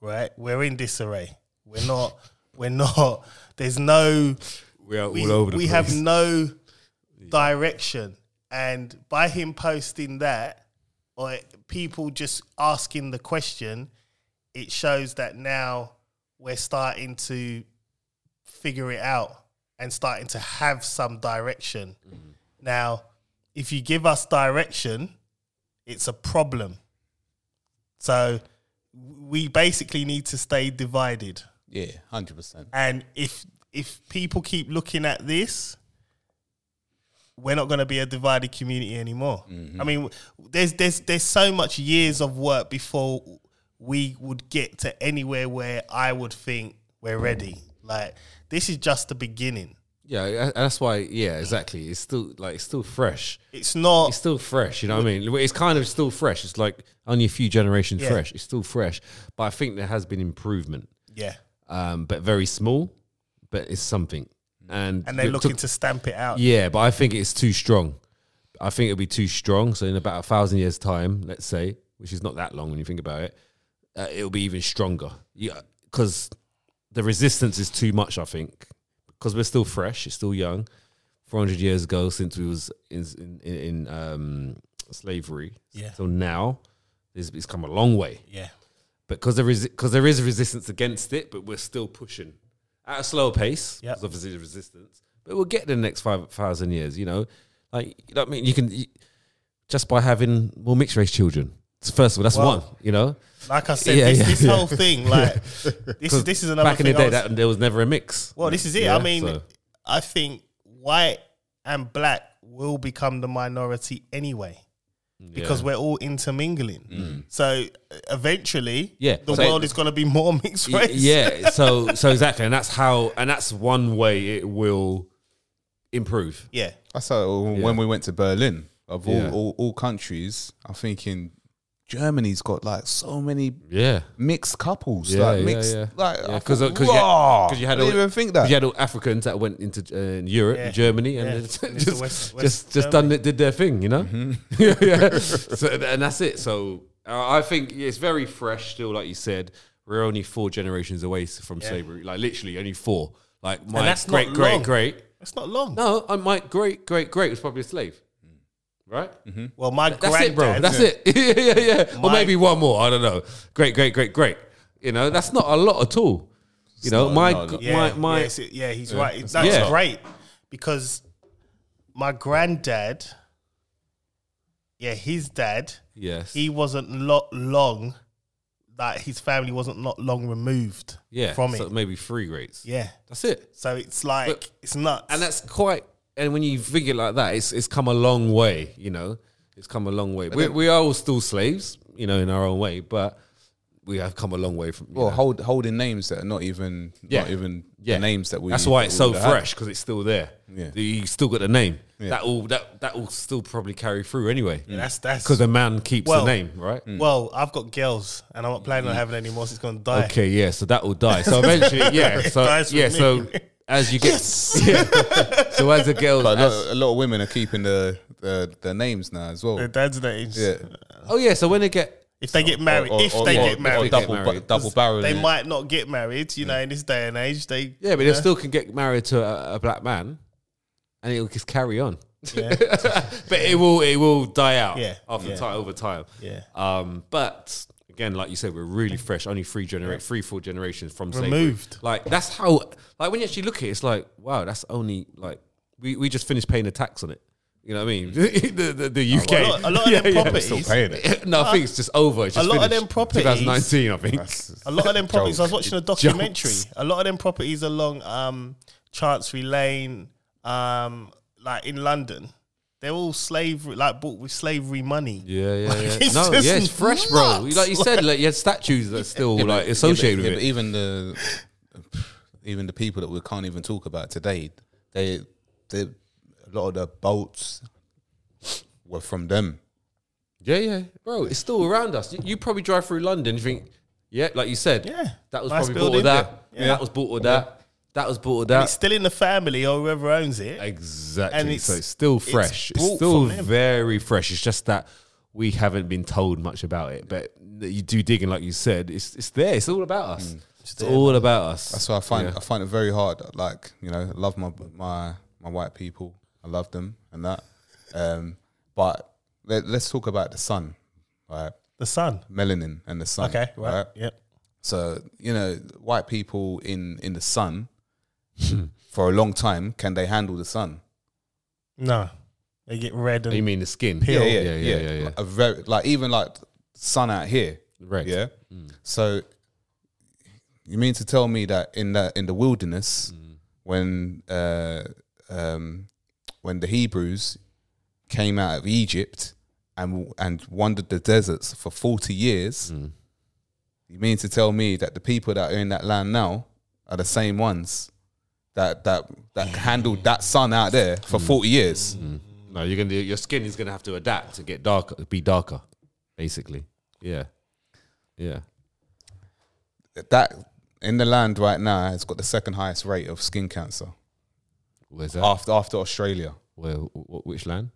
Speaker 2: right? We're in disarray. We're not. We're not. There's no.
Speaker 3: we are
Speaker 2: We, we have no direction, and by him posting that, or people just asking the question, it shows that now we're starting to figure it out and starting to have some direction. Now, if you give us direction, it's a problem. So we basically need to stay divided.
Speaker 1: yeah, hundred percent.
Speaker 2: And if if people keep looking at this, we're not going to be a divided community anymore.
Speaker 3: Mm-hmm.
Speaker 2: I mean, there's there's there's so much years of work before we would get to anywhere where I would think we're ready. Like this is just the beginning.
Speaker 3: Yeah, tha- that's why. Yeah, exactly. It's still like it's still fresh.
Speaker 2: It's not
Speaker 3: It's still fresh. You know what I mean? It's kind of still fresh. It's like only a few generations
Speaker 2: Yeah.
Speaker 3: fresh. It's still fresh, but I think there has been improvement,
Speaker 2: yeah.
Speaker 3: um, but very small. But it's something, and
Speaker 2: And they're
Speaker 3: it
Speaker 2: looking
Speaker 3: took-
Speaker 2: to stamp it out.
Speaker 3: yeah, but I think it's too strong. I think it'll be too strong. So in about a thousand years' time, let's say, which is not that long when you think about it, uh, it'll be even stronger. Yeah, because the resistance is too much. I think because we're still fresh, it's still young. Four hundred years ago, since we was in in, in um, slavery,
Speaker 2: Yeah.
Speaker 3: So now, it's, it's come a long way
Speaker 2: Yeah.
Speaker 3: because there is because there is resistance against it, but we're still pushing at a slower pace.
Speaker 2: Yep.
Speaker 3: 'cause obviously there's resistance, but we'll get there in the next five thousand years. You know, like you know what I mean. You can you, just by having more mixed race children. So First of all, that's
Speaker 2: Well,
Speaker 3: one. You know,
Speaker 2: Like I said,
Speaker 3: Yeah,
Speaker 2: this,
Speaker 3: yeah,
Speaker 2: this
Speaker 3: yeah.
Speaker 2: whole thing, like this is this is another
Speaker 3: back in
Speaker 2: thing
Speaker 3: the
Speaker 2: I
Speaker 3: day
Speaker 2: was-
Speaker 3: that, there was never a mix.
Speaker 2: Well, this is it.
Speaker 3: Yeah,
Speaker 2: I mean,
Speaker 3: so-
Speaker 2: I think white and black will become the minority anyway because
Speaker 3: Yeah. Mm.
Speaker 2: we're all intermingling. So uh, eventually,
Speaker 3: Yeah.
Speaker 2: the
Speaker 3: So-
Speaker 2: world is going to be more mixed race.
Speaker 3: yeah. So so exactly, and that's how, and that's one way it will improve.
Speaker 2: yeah,
Speaker 1: That's how when we went to Berlin, of all,
Speaker 3: Yeah.
Speaker 1: all, all countries, I'm thinking Germany's got like so many
Speaker 3: Yeah.
Speaker 1: mixed couples,
Speaker 3: Yeah,
Speaker 1: like
Speaker 3: yeah,
Speaker 1: mixed,
Speaker 3: yeah.
Speaker 1: like
Speaker 3: Yeah,
Speaker 1: because
Speaker 3: 'cause- uh, 'cause you had-
Speaker 1: because
Speaker 3: 'cause you had
Speaker 1: I didn't
Speaker 3: all-
Speaker 1: even think
Speaker 3: 'Cause
Speaker 1: that.
Speaker 3: You had all Africans that went into uh, in Europe,
Speaker 2: Yeah.
Speaker 3: Germany, and
Speaker 2: Yeah.
Speaker 3: just
Speaker 2: And it's
Speaker 3: just,
Speaker 2: the West- West
Speaker 3: just, just done it, did their thing, you know.
Speaker 1: Mm-hmm.
Speaker 3: yeah, yeah. So, and that's it. So uh, I think it's very fresh still, like you said. We're only four generations away s- from slavery, like literally only four. Like my
Speaker 2: that's not
Speaker 3: great, great,
Speaker 2: long.
Speaker 3: great.
Speaker 2: it's not long.
Speaker 3: No, uh, my great, great, great was probably a slave, right?
Speaker 1: Mm-hmm.
Speaker 2: Well, my
Speaker 3: That's
Speaker 2: granddad,
Speaker 3: it, bro. That's it. yeah, yeah, yeah. Or
Speaker 2: My-
Speaker 3: maybe one more. I don't know. Great, great, great, great. You know, that's not a lot at all. You know,
Speaker 1: not-
Speaker 3: my
Speaker 1: no, no.
Speaker 3: my my
Speaker 2: yes, it- yeah, he's right. It-
Speaker 1: it's
Speaker 2: That's
Speaker 3: not.
Speaker 2: great because my granddad, yeah, his dad,
Speaker 3: yes.
Speaker 2: he wasn't lo- long. Like his family wasn't not long removed
Speaker 3: yeah,
Speaker 2: from
Speaker 3: so
Speaker 2: it.
Speaker 3: maybe three grades.
Speaker 2: Yeah,
Speaker 3: That's it.
Speaker 2: so it's like
Speaker 3: But-
Speaker 2: it's nuts.
Speaker 3: and that's quite. And when you think it like that, it's it's come a long way. You know, it's come a long way. We, we are all still slaves, you know, in our own way, but we have come a long way from. you
Speaker 1: Well,
Speaker 3: know.
Speaker 1: hold, holding names that are not even not even
Speaker 3: Yeah.
Speaker 1: the names that we.
Speaker 3: That's why it's
Speaker 1: we
Speaker 3: so
Speaker 1: would have had.
Speaker 3: fresh because it's still there.
Speaker 1: Yeah.
Speaker 3: you still got the name. That will that that will still probably carry through anyway.
Speaker 2: that's that's
Speaker 3: Because the man keeps
Speaker 2: Well- mm,
Speaker 3: the name, right?
Speaker 2: Well, I've got girls, and I'm not planning on having any more. So it's gonna die.
Speaker 3: Okay, yeah. So that will die. So eventually, yeah.
Speaker 2: It
Speaker 3: So
Speaker 2: dies with
Speaker 3: yeah.
Speaker 2: me.
Speaker 3: So as you get, yeah. so as a girl,
Speaker 1: But a
Speaker 3: as-
Speaker 1: lot, a lot of women are keeping the, the their names now as well.
Speaker 2: The dad's names.
Speaker 1: Yeah,
Speaker 3: oh yeah. So when they get,
Speaker 2: If they get married,
Speaker 1: Or-
Speaker 2: if
Speaker 1: or-
Speaker 2: they
Speaker 1: or-
Speaker 2: get
Speaker 1: or
Speaker 2: married,
Speaker 1: double
Speaker 3: married.
Speaker 1: double barrel.
Speaker 2: they might not get married. You know, in this day and age, they
Speaker 3: yeah, but they still can get married to a, a black man, and it'll just carry on.
Speaker 2: Yeah.
Speaker 3: but it will it will die out
Speaker 2: Yeah.
Speaker 3: after
Speaker 2: Yeah.
Speaker 3: time over time.
Speaker 2: Yeah.
Speaker 3: Um, but again, like you said, we're really fresh. Only three genera- three four generations from slavery.
Speaker 2: Removed.
Speaker 3: Like that's how. Like when you actually look at it, it's like wow, that's only like we, we just finished paying the tax on it. You know what I mean? the, the, the UK.
Speaker 2: Mm. Oh, a lot- a lot of them properties- Still paying
Speaker 3: it. no, I think it's just over. It's
Speaker 2: a
Speaker 3: just
Speaker 2: lot of
Speaker 3: finished.
Speaker 2: them properties-
Speaker 3: 2019, I think.
Speaker 2: A lot of them properties. I was watching a documentary.
Speaker 3: Jokes.
Speaker 2: A lot of them properties along um, Chancery Lane, um, like in London, they're all slavery, like bought with slavery money.
Speaker 3: Yeah, yeah, yeah.
Speaker 2: It's
Speaker 3: no,
Speaker 2: just
Speaker 3: yeah, it's fresh, bro.
Speaker 2: nuts.
Speaker 3: Like you said, like you had statues that are still
Speaker 1: Yeah, but-
Speaker 3: like
Speaker 1: yeah, but-
Speaker 3: associated
Speaker 1: yeah,
Speaker 3: with
Speaker 1: but
Speaker 3: it.
Speaker 1: Even the even the people that we can't even talk about today, they they a lot of the boats were from them.
Speaker 3: Yeah, yeah, bro. It's still around us. You, you probably drive through London. You think, yeah, like you said,
Speaker 2: Yeah.
Speaker 3: that was
Speaker 2: Nice
Speaker 3: probably bought
Speaker 2: building.
Speaker 3: with that.
Speaker 2: Yeah.
Speaker 3: That was bought with that. That was bought with
Speaker 2: And it's
Speaker 3: that.
Speaker 2: still in the family or whoever owns it.
Speaker 3: Exactly.
Speaker 2: and it's-
Speaker 3: so it's still
Speaker 2: it's
Speaker 3: fresh. It's,
Speaker 2: brought
Speaker 3: still
Speaker 2: from them.
Speaker 3: very fresh. It's just that we haven't been told much about it. But you do digging, like you said, it's it's there. It's all about us. It's all about us.
Speaker 1: That's why I find
Speaker 3: Yeah.
Speaker 1: I find it very hard. Like you know, I love my my my white people. I love them and that. Um, but let, let's talk about the sun, right?
Speaker 2: The son.
Speaker 1: Melanin and the sun.
Speaker 2: Okay. Right. Yep.
Speaker 1: So you know, white people in in the sun
Speaker 3: Hmm.
Speaker 1: for a long time can they handle the sun?
Speaker 2: No, they get red and
Speaker 3: you mean the skin?
Speaker 2: Peel.
Speaker 3: yeah, yeah, yeah. yeah, yeah.
Speaker 1: Like A very like even like sun out here,
Speaker 3: Right.
Speaker 1: yeah. So you mean to tell me that in the in the wilderness, when uh, um, when the Hebrews came out of Egypt and and wandered the deserts for forty years, you mean to tell me that the people that are in that land now are the same ones? That, that that handled that sun out there for forty years.
Speaker 3: No, you're gonna your skin is gonna have to adapt and get darker, be darker, basically. Yeah, yeah.
Speaker 1: that in the land right now has got the second highest rate of skin cancer
Speaker 3: Where's that?
Speaker 1: after after Australia,
Speaker 3: Where? wh- which land?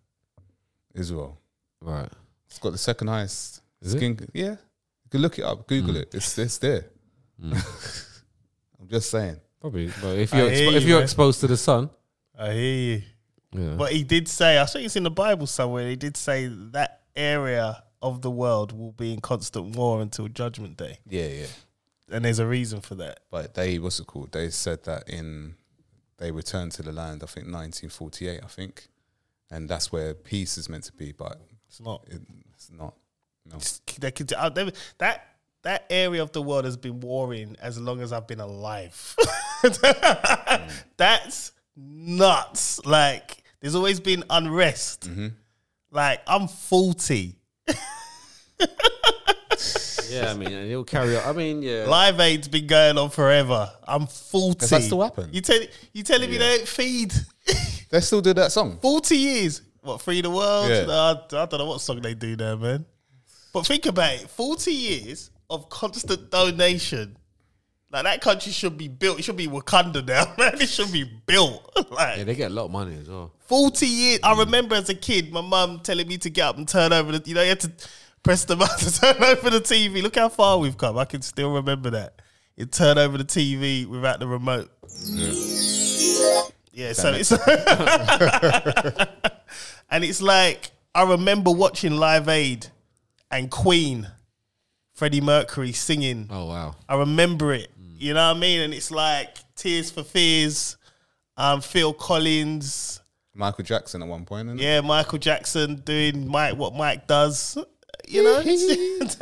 Speaker 1: Israel.
Speaker 3: Right.
Speaker 1: It's got the second highest
Speaker 3: Is it? Hmm.
Speaker 1: skin. Yeah, you can look it up, Google it. It's it's there. I'm just saying.
Speaker 3: Probably. But if you're
Speaker 2: I
Speaker 3: expo-
Speaker 2: hear
Speaker 3: if
Speaker 2: you,
Speaker 3: you're
Speaker 2: man.
Speaker 3: exposed to the sun,
Speaker 2: I hear you.
Speaker 3: yeah.
Speaker 2: But he did say, I think it's in the Bible somewhere. He did say that area of the world will be in constant war until Judgment Day,
Speaker 1: Yeah, yeah.
Speaker 2: and there's a reason for that.
Speaker 1: But they what's it called? They said that in they returned to the land. I think 1948. I think, and that's where peace is meant to be, but
Speaker 2: It's not.
Speaker 1: it, it's not. No.
Speaker 2: They could, I- they- that that area of the world has been warring as long as I've been alive. That's nuts. Like there's always been unrest.
Speaker 1: Mm-hmm.
Speaker 2: Like I'm forty.
Speaker 3: yeah, I mean, and it'll carry on. I mean, yeah.
Speaker 2: Live Aid's been going on forever. I'm forty.
Speaker 1: that still happen?
Speaker 2: You tell you telling me they don't feed
Speaker 1: They still do that song.
Speaker 2: forty years? What free the world?
Speaker 1: Yeah.
Speaker 2: No, I, I don't know what song they do there, man. But think about it: forty years of constant donation. Like that country should be built. It should be Wakanda now, man. It should be built. Like
Speaker 3: yeah, they get a lot of money as well.
Speaker 2: forty years. I remember as a kid, my mum telling me to get up and turn over the. You know, you had to press the button to turn over the TV. Look how far we've come. I can still remember that. You turn over the TV without the remote. Yeah, so it's and it's like I remember watching Live Aid and Queen Freddie Mercury singing.
Speaker 3: Oh wow.
Speaker 2: I remember it. You know what I mean? And it's like Tears for Fears, um, Phil Collins,
Speaker 1: Michael Jackson at one point, isn't it?
Speaker 2: yeah, Michael Jackson doing Mike what Mike does. You know, it's,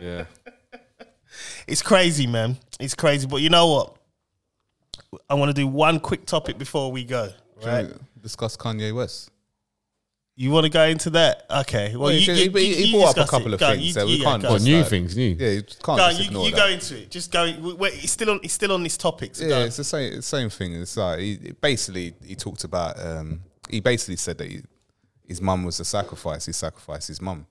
Speaker 3: Yeah.
Speaker 2: it's crazy, man. It's crazy. But you know what? I want to do one quick topic before we go. Right?
Speaker 1: Should we Discuss Kanye West.
Speaker 2: You want to go into that? Okay. Well,
Speaker 1: Yeah,
Speaker 2: you,
Speaker 1: he,
Speaker 2: you,
Speaker 1: he-
Speaker 2: you-
Speaker 1: he
Speaker 2: you
Speaker 1: brought up a
Speaker 2: discuss
Speaker 1: couple
Speaker 2: it.
Speaker 1: of
Speaker 2: Go,
Speaker 1: things
Speaker 2: you-
Speaker 1: that we
Speaker 2: yeah,
Speaker 1: can't.
Speaker 2: go.
Speaker 3: Well,
Speaker 1: just,
Speaker 3: new
Speaker 1: like-
Speaker 3: things, new.
Speaker 1: Yeah, you can't
Speaker 2: Go,
Speaker 1: just
Speaker 2: you,
Speaker 1: ignore
Speaker 2: you
Speaker 1: that.
Speaker 2: go into it. Just go. w- Wait, it's still on. It's still on this topic. So
Speaker 1: yeah,
Speaker 2: go.
Speaker 1: it's the same it's same thing. It's like he he basically he talked about. Um, he basically said that he, his mum was a sacrifice. He sacrificed his mum.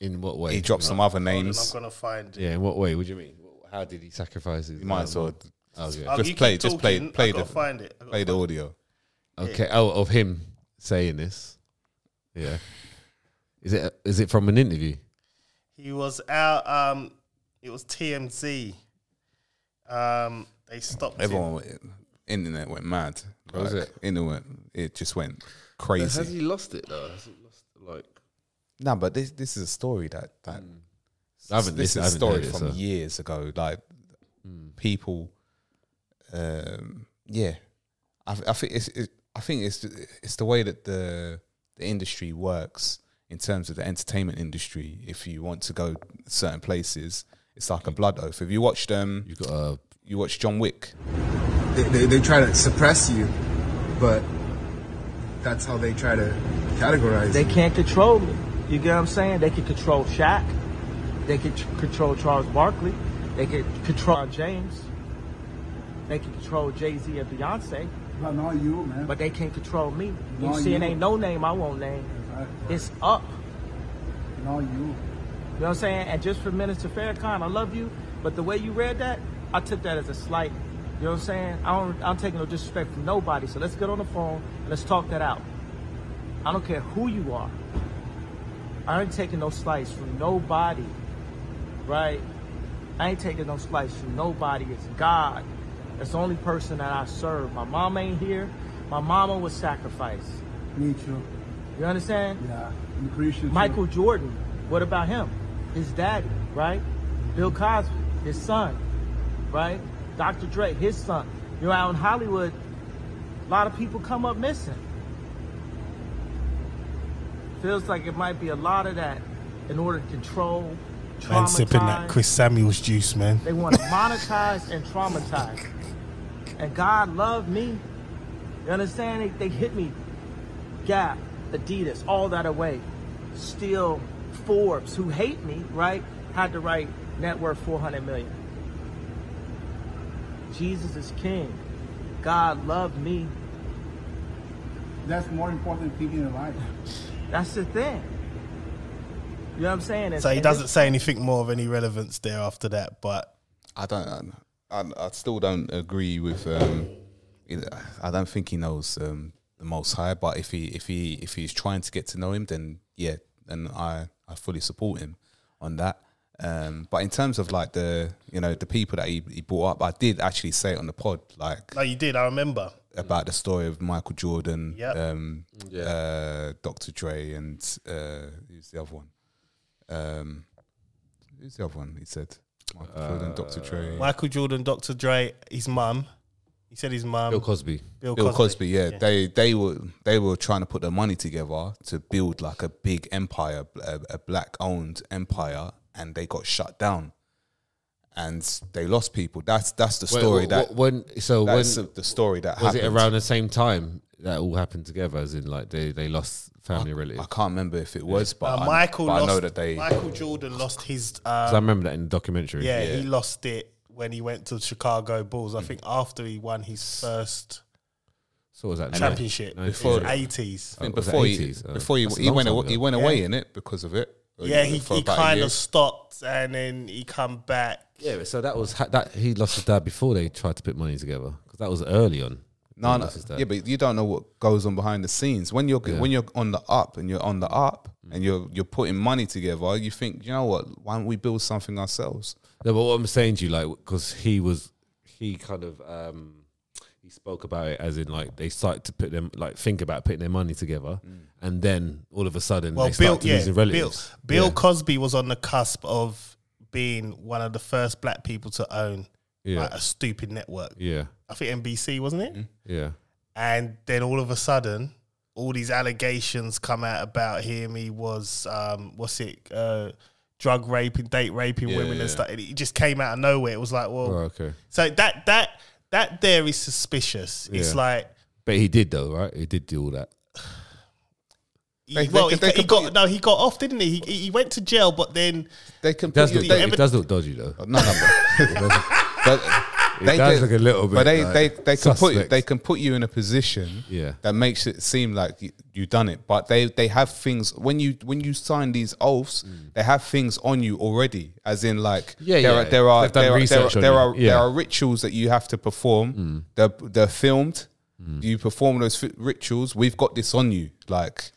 Speaker 3: In what way?
Speaker 1: He dropped some other names.
Speaker 2: I'm gonna find. it.
Speaker 3: Yeah. In what way? What do you mean? How did he sacrifice his?
Speaker 1: You might as well
Speaker 3: Oh, yeah.
Speaker 2: Oh,
Speaker 1: Just
Speaker 2: you
Speaker 1: play-
Speaker 2: keep
Speaker 1: just play-
Speaker 2: talking,
Speaker 1: play
Speaker 2: I gotta
Speaker 1: the-
Speaker 2: find it. I gotta
Speaker 1: play the audio.
Speaker 3: Okay. Oh, of him saying this. Yeah. Is it is it from an interview?
Speaker 2: He was out. Um, it was TMZ. Um, they stopped him.
Speaker 1: Everyone, went, internet went mad.
Speaker 3: Was
Speaker 1: Like,
Speaker 3: it?
Speaker 1: Internet, it just went crazy.
Speaker 3: lost it though? Has he lost like?
Speaker 1: No, but this this is a story that that
Speaker 3: I haven't
Speaker 1: this
Speaker 3: listened- I
Speaker 1: is a
Speaker 3: haven't
Speaker 1: story
Speaker 3: heard it,
Speaker 1: from
Speaker 3: so- Hmm.
Speaker 1: years ago. Like people, um, yeah, I, th- I think it's it, I think it's it's the way that the the industry works in terms of the entertainment industry. If you want to go certain places, it's like a blood oath. If you watched um,
Speaker 3: Hmm. You got uh, a
Speaker 1: you watched John Wick,
Speaker 8: they, they, they try to suppress you, but that's how they try to categorize
Speaker 9: They
Speaker 8: you.
Speaker 9: can't control me. You get what I'm saying? They can control Shaq. They can tr- control Charles Barkley. They can control James. They can control Jay Z and Beyonce,
Speaker 6: No, not you, man.
Speaker 9: but they can't control me. You
Speaker 6: No,
Speaker 9: see, it
Speaker 6: you-
Speaker 9: ain't no name I won't name. It's up.
Speaker 6: not you.
Speaker 9: You know what I'm saying? And just for Minister Farrakhan, I love you, but the way you read that, I took that as a slight. You know what I'm saying? I don't, I don't take no disrespect from nobody. So let's get on the phone and let's talk that out. I don't care who you are. I ain't taking no slice from nobody, right? I ain't taking no slice from nobody. It's God. It's the only person that I serve. My mom ain't here. My mama was sacrificed.
Speaker 6: Me too.
Speaker 9: You understand?
Speaker 6: Yeah, I'm pretty sure. too.
Speaker 9: Michael Jordan, what about him? His daddy, right? Bill Cosby, his son, right? Dr. Dre, his son. You're out in Hollywood, a lot of people come up missing. Feels like it might be a lot of that in order to control,
Speaker 2: Man, sipping that
Speaker 9: traumatize.
Speaker 2: Chris Samuels juice, man.
Speaker 9: They want to monetize and traumatize. And God loved me. You understand? They, they hit me. Gap, Adidas, all that away. Still, Forbes, who hate me, right? Had to write net worth 400 million. Jesus is king. God loved me.
Speaker 6: That's more important than picking a life.
Speaker 9: That's the thing. You know what I'm saying? And-
Speaker 2: So he
Speaker 9: and
Speaker 2: doesn't say anything more of any relevance there after that. But
Speaker 1: I don't. I, I still don't agree with. Um, I don't think he knows um, the Most High, but if he if he if he's trying to get to know him, then yeah, and I I fully support him on that. Um, but in terms of like the you know the people that he, he brought up, I did actually say it on the pod like
Speaker 2: no, you did. I remember.
Speaker 1: about the story of Michael Jordan,
Speaker 2: Yep.
Speaker 1: um, uh, Dr. Dre, and uh, who's the other one? Um, who's the other one? He said Michael Jordan, Dr. Dre.
Speaker 2: Michael Jordan, Dr. Dre, his mum. He said his mum.
Speaker 3: Bill Cosby.
Speaker 1: Bill Cosby, yeah, they they were they were trying to put their money together to build like a big empire, a, a black owned empire, and they got shut down, and they lost people. That's that's the story
Speaker 3: Wait, wh-
Speaker 1: that
Speaker 3: wh- when so when
Speaker 1: that's
Speaker 3: was
Speaker 1: the story that
Speaker 3: it
Speaker 1: happened.
Speaker 3: around the same time that all happened together? As in, like they they lost family relatives.
Speaker 1: I can't remember if it was, but,
Speaker 2: Uh,
Speaker 1: I,
Speaker 2: Michael
Speaker 1: but I
Speaker 2: lost.
Speaker 1: know that they
Speaker 2: Michael Jordan lost his.
Speaker 3: 'Cause
Speaker 2: Um,
Speaker 3: I remember that in the documentary.
Speaker 2: yeah, he lost it when he went to Chicago Bulls.
Speaker 1: Mm.
Speaker 2: I think after he won his first
Speaker 3: So what was that
Speaker 2: championship
Speaker 1: Before-
Speaker 2: in the eighties.
Speaker 1: I think
Speaker 3: was it
Speaker 1: before he
Speaker 3: 80s? Oh,
Speaker 1: before he,
Speaker 3: that's a
Speaker 1: he
Speaker 3: long
Speaker 1: went
Speaker 3: time
Speaker 1: away,
Speaker 3: ago.
Speaker 1: he went away in it because of it.
Speaker 2: Yeah, he,
Speaker 1: For
Speaker 2: he
Speaker 1: about a
Speaker 2: kind
Speaker 1: year.
Speaker 2: of stopped and then he come back.
Speaker 3: Yeah, but so that was ha- that he lost his dad before they tried to put money together because that was early on.
Speaker 1: No,
Speaker 3: He
Speaker 1: no.
Speaker 3: lost his dad.
Speaker 1: Yeah, but you don't know what goes on behind the scenes. When you're when you're on the up and you're on the up and you're you're putting money together, you think, you know what? Why don't we build something ourselves?
Speaker 3: No, but what I'm saying to you, like, because he was, he kind of, um, he he spoke about it as in like they started to put them like think about putting their money together, and then all of a sudden
Speaker 2: Mm. Well,
Speaker 3: they
Speaker 2: Bill,
Speaker 3: start to
Speaker 2: yeah,
Speaker 3: lose their
Speaker 2: Bill,
Speaker 3: relatives.
Speaker 2: Bill
Speaker 3: Yeah.
Speaker 2: Cosby was on the cusp of being one of the first black people to own
Speaker 3: Yeah.
Speaker 2: like, a stupid network.
Speaker 3: Yeah. Mm-hmm.
Speaker 2: I think NBC wasn't it?
Speaker 3: yeah.
Speaker 2: And then all of a sudden, all these allegations come out about him. He was, um, what's it, uh, drug raping, date raping
Speaker 3: Yeah,
Speaker 2: women
Speaker 3: yeah.
Speaker 2: and stuff. It just came out of nowhere. It was like, well,
Speaker 3: Oh, okay.
Speaker 2: so that that that there is suspicious. It's
Speaker 3: Yeah.
Speaker 2: like.
Speaker 3: But he did though, right? He did do all that.
Speaker 2: he-
Speaker 1: They- they
Speaker 2: well,
Speaker 1: could-
Speaker 2: he,
Speaker 1: they
Speaker 2: got- he
Speaker 1: could
Speaker 2: got no. He got off, didn't he? He, he went to jail, but then
Speaker 1: They can
Speaker 3: It does look,
Speaker 1: put you-
Speaker 3: it does look dodgy though.
Speaker 1: No, no, bro. but
Speaker 3: It does look a little bit
Speaker 1: But they
Speaker 3: like
Speaker 1: they, they can put you,
Speaker 3: suspect.
Speaker 1: they can put you in a position
Speaker 3: Yeah.
Speaker 1: that makes it seem like you, you done it. But they they have things when you when you sign these oaths, they have things on you already. As in, like
Speaker 3: Mm. Yeah,
Speaker 1: there
Speaker 3: yeah.
Speaker 1: are there are
Speaker 3: They've
Speaker 1: there
Speaker 3: done
Speaker 1: are there, are
Speaker 3: research on
Speaker 1: there
Speaker 3: you.
Speaker 1: are,
Speaker 3: Yeah. Mm.
Speaker 1: there are rituals that you have to perform. They're they're filmed. You perform those fi- rituals. We've got this on you. Like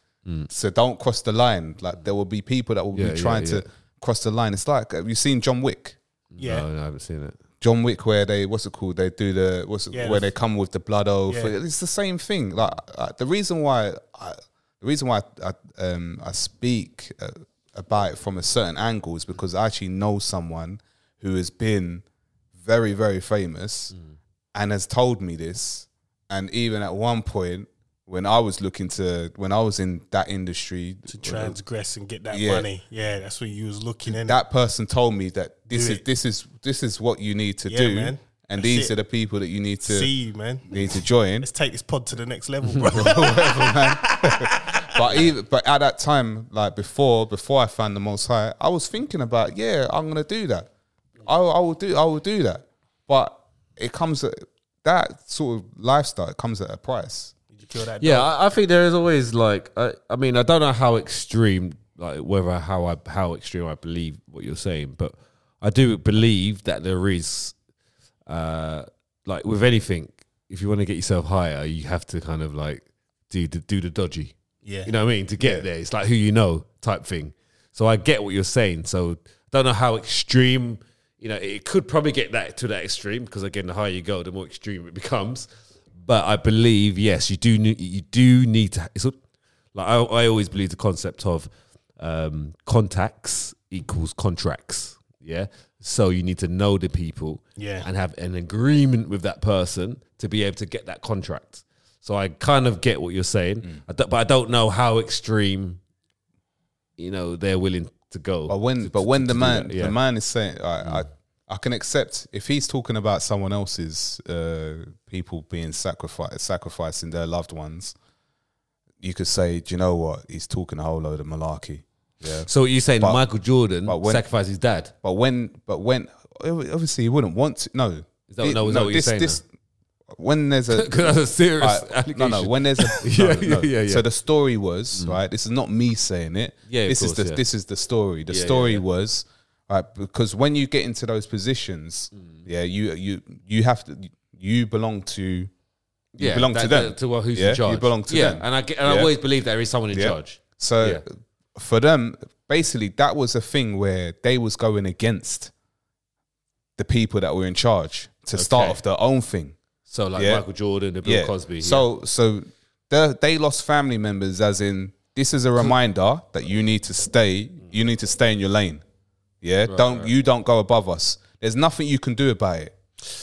Speaker 1: so, don't cross the line. Like there will be people that will
Speaker 3: Mm. Yeah,
Speaker 1: be
Speaker 3: yeah,
Speaker 1: trying
Speaker 3: yeah.
Speaker 1: to cross the line. It's like have you seen John Wick?
Speaker 2: yeah,
Speaker 3: No, no, I haven't seen it.
Speaker 1: John Wick, where they what's it called? They do the what's it,
Speaker 2: Yeah,
Speaker 1: where
Speaker 2: the-
Speaker 1: they come with the blood oath.
Speaker 2: Yeah.
Speaker 1: It's the same thing. Like uh, the reason why I, the reason why I, I, um, I speak uh, about it from a certain angle is because I actually know someone who has been very very famous
Speaker 2: Mm.
Speaker 1: and has told me this. And even at one point when I was looking to when I was in that industry
Speaker 2: to transgress and get that
Speaker 1: Yeah.
Speaker 2: money. Yeah, that's what you was looking in.
Speaker 1: that person told me that this
Speaker 2: Do
Speaker 1: is
Speaker 2: it.
Speaker 1: this is this is what you need to
Speaker 2: Yeah,
Speaker 1: do,
Speaker 2: man.
Speaker 1: and
Speaker 2: That's
Speaker 1: these
Speaker 2: it.
Speaker 1: are the people that you need to
Speaker 2: See you, man.
Speaker 1: need to join.
Speaker 2: Let's take this pod to the next level, bro.
Speaker 1: but even but at that time, like before before I found the Most High, I was thinking about yeah, I'm gonna do that. I I will do I will do that. But it comes at that sort of lifestyle. It comes at a price.
Speaker 2: Did you kill that
Speaker 3: Yeah, I, I think there is always like I, I mean I don't know how extreme like whether how I how extreme I believe what you're saying, but I do believe that there is uh like with anything, if you want to get yourself higher, you have to kind of like do the do the dodgy.
Speaker 2: Yeah.
Speaker 3: You know what I mean? To get there. It's like who you know type thing. So I get what you're saying. So I don't know how extreme, you know, it could probably get that to that extreme because again, the higher you go, the more extreme it becomes. But I believe, yes, you do ne- you do need to it's a- like I, I always believe the concept of um, contacts equals contracts. Yeah. So you need to know the people
Speaker 2: Yeah.
Speaker 3: and have an agreement with that person to be able to get that contract. So I kind of get what you're saying,
Speaker 1: Mm.
Speaker 3: I don't- but I don't know how extreme, you know, they're willing to go.
Speaker 1: But when
Speaker 3: to-
Speaker 1: but
Speaker 3: to-
Speaker 1: when
Speaker 3: to
Speaker 1: the
Speaker 3: do
Speaker 1: man
Speaker 3: that, yeah. Mm.
Speaker 1: the man is saying I, I I can accept if he's talking about someone else's uh, people being sacrificed sacrificing their loved ones. You could say, do you know what? He's talking a whole load of malarkey. Yeah.
Speaker 3: so you're saying
Speaker 1: but-
Speaker 3: Michael Jordan
Speaker 1: but when-
Speaker 3: sacrificed his dad?
Speaker 1: But when, but when, obviously he wouldn't want to. No,
Speaker 3: Is that- no, is that what you're saying
Speaker 1: when there's a
Speaker 3: Because that's a serious
Speaker 1: Alright, no, no.
Speaker 3: allegation.
Speaker 1: When there's a
Speaker 3: Yeah,
Speaker 1: no, no.
Speaker 3: yeah, yeah, yeah.
Speaker 1: So the story was right. This is not me saying it.
Speaker 3: Yeah, of
Speaker 1: this is
Speaker 3: course,
Speaker 1: the
Speaker 3: yeah.
Speaker 1: this is the story. The
Speaker 3: Yeah, yeah,
Speaker 1: story
Speaker 3: yeah.
Speaker 1: was right because when you get into those positions,
Speaker 3: Mm.
Speaker 1: yeah, you you you have to you belong to you belong
Speaker 3: that-
Speaker 1: to them
Speaker 3: that- To well, who's
Speaker 1: Yeah,
Speaker 3: in charge?
Speaker 1: You belong to
Speaker 3: yeah,
Speaker 1: them.
Speaker 3: and I get, and I
Speaker 1: Yeah.
Speaker 3: always believe there is someone in
Speaker 1: Yeah.
Speaker 3: charge.
Speaker 1: So
Speaker 3: Yeah.
Speaker 1: for them, basically, that was a thing where they was going against the people that were in charge to start
Speaker 3: Okay.
Speaker 1: off their own thing.
Speaker 3: So like
Speaker 1: Yeah.
Speaker 3: Michael Jordan and Bill
Speaker 1: yeah.
Speaker 3: Cosby. yeah.
Speaker 1: So so they they lost family members, as in this is a reminder that you need to stay. You need to stay in your lane. Yeah, don't you don't go above us. There's nothing you can do about it.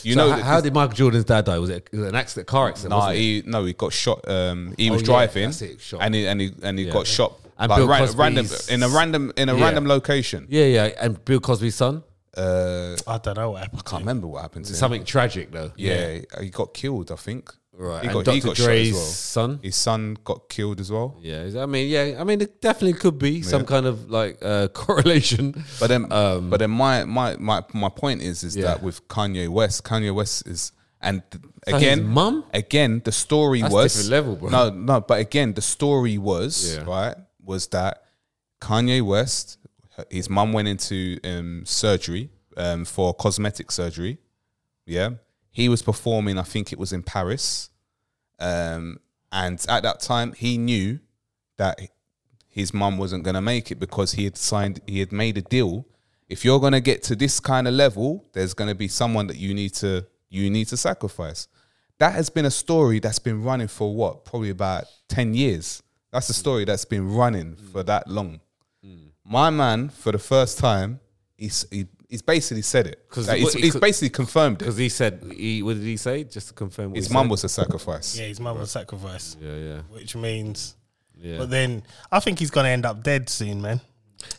Speaker 1: You
Speaker 3: So
Speaker 1: know
Speaker 3: h-
Speaker 1: that
Speaker 3: how,
Speaker 1: this-
Speaker 3: did Michael Jordan's dad die? Was it, was it an accident, car accident?
Speaker 1: Nah,
Speaker 3: wasn't it? Oh,
Speaker 1: he no, he got shot. Um, he was
Speaker 3: yeah,
Speaker 1: driving,
Speaker 3: that's it, shot.
Speaker 1: and he and he and he
Speaker 3: Yeah.
Speaker 1: got shot.
Speaker 3: And
Speaker 1: like,
Speaker 3: Bill
Speaker 1: ran-
Speaker 3: Cosby's-
Speaker 1: random in a random in a
Speaker 3: Yeah.
Speaker 1: random location.
Speaker 3: Yeah, yeah. And Bill Cosby's son?
Speaker 1: Uh,
Speaker 2: I don't know what happened.
Speaker 1: I can't remember what happened to him.
Speaker 3: Something tragic though.
Speaker 1: Yeah, he got killed. I think.
Speaker 3: Right.
Speaker 1: He
Speaker 3: and
Speaker 1: got,
Speaker 3: Dr.
Speaker 1: he got shot
Speaker 3: Dre's
Speaker 1: as well.
Speaker 3: son.
Speaker 1: His son got killed as well.
Speaker 3: Yeah, is- I mean, yeah, I mean, it definitely could be some kind of like uh, correlation.
Speaker 1: But then, but then, my my my my point is is
Speaker 3: Um, Yeah.
Speaker 1: that with Kanye West, Kanye West is and th-
Speaker 3: So his
Speaker 1: again,
Speaker 3: mum?
Speaker 1: again, the story
Speaker 3: That's
Speaker 1: was
Speaker 3: different level, bro.
Speaker 1: No, no, but again, the story was
Speaker 3: Yeah.
Speaker 1: right was that Kanye West, his mum went into um, surgery um, for cosmetic surgery. Yeah, he was performing. I think it was in Paris, um, and at that time, he knew that his mum wasn't going to make it because he had signed, he had made a deal. If you're going to get to this kind of level, there's going to be someone that you need to you need to sacrifice. that has been a story that's been running for what probably about 10 years that's a story that's been running
Speaker 3: Mm.
Speaker 1: for that long my man for the first time he's, he, he's basically said it
Speaker 3: 'Cause
Speaker 1: Like, he's,
Speaker 3: what-
Speaker 1: he's basically confirmed it
Speaker 3: because he said he. What did he say? Just to confirm, what
Speaker 1: his
Speaker 3: he
Speaker 1: mum
Speaker 3: said?
Speaker 1: was a sacrifice
Speaker 2: Yeah, his mum was sacrificed,
Speaker 3: Yeah, yeah,
Speaker 2: which means.
Speaker 3: yeah.
Speaker 2: But then I think he's gonna end up dead soon, man.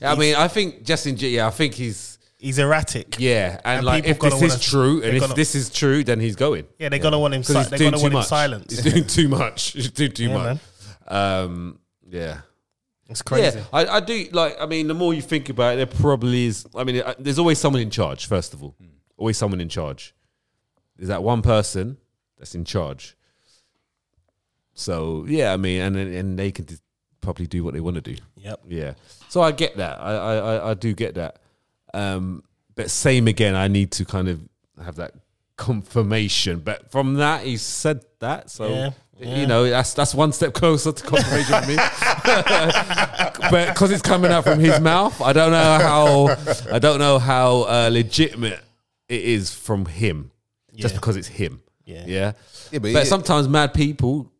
Speaker 3: I mean, I think Justin. J- Yeah, I think he's.
Speaker 2: He's erratic.
Speaker 3: Yeah, and,
Speaker 2: And
Speaker 3: like
Speaker 2: people
Speaker 3: if this
Speaker 2: gonna
Speaker 3: is
Speaker 2: wanna-
Speaker 3: true, and
Speaker 2: they're
Speaker 3: if
Speaker 2: gonna-
Speaker 3: this is true, then he's going.
Speaker 2: Yeah, they're gonna want him.
Speaker 3: Because
Speaker 2: Si-
Speaker 3: he's
Speaker 2: they're
Speaker 3: doing
Speaker 2: gonna
Speaker 3: too
Speaker 2: want him
Speaker 3: much.
Speaker 2: silenced.
Speaker 3: He's doing too much. He's doing too
Speaker 2: Yeah,
Speaker 3: much. Um, yeah.
Speaker 2: It's crazy.
Speaker 3: Yeah, I, I do. Like, I mean, the more you think about it, there probably is. I mean, I- there's always someone in charge. First of all, always someone in charge. There's that one person that's in charge. So yeah, I mean, and and- and they can d- probably do what they want to do.
Speaker 2: Yep.
Speaker 3: Yeah. So I get that. I I, I, I do get that. Um, but same again, I need to kind of have that confirmation. But from that, he said that. So
Speaker 2: Yeah, yeah.
Speaker 3: you know, that's that's one step closer to confirmation for me. but because it's coming out from his mouth, I don't know how I don't know how uh, legitimate it is from him. Just
Speaker 2: Yeah.
Speaker 3: because it's him.
Speaker 2: Yeah.
Speaker 3: Yeah.
Speaker 1: Yeah,
Speaker 3: but
Speaker 1: but it-
Speaker 3: sometimes mad people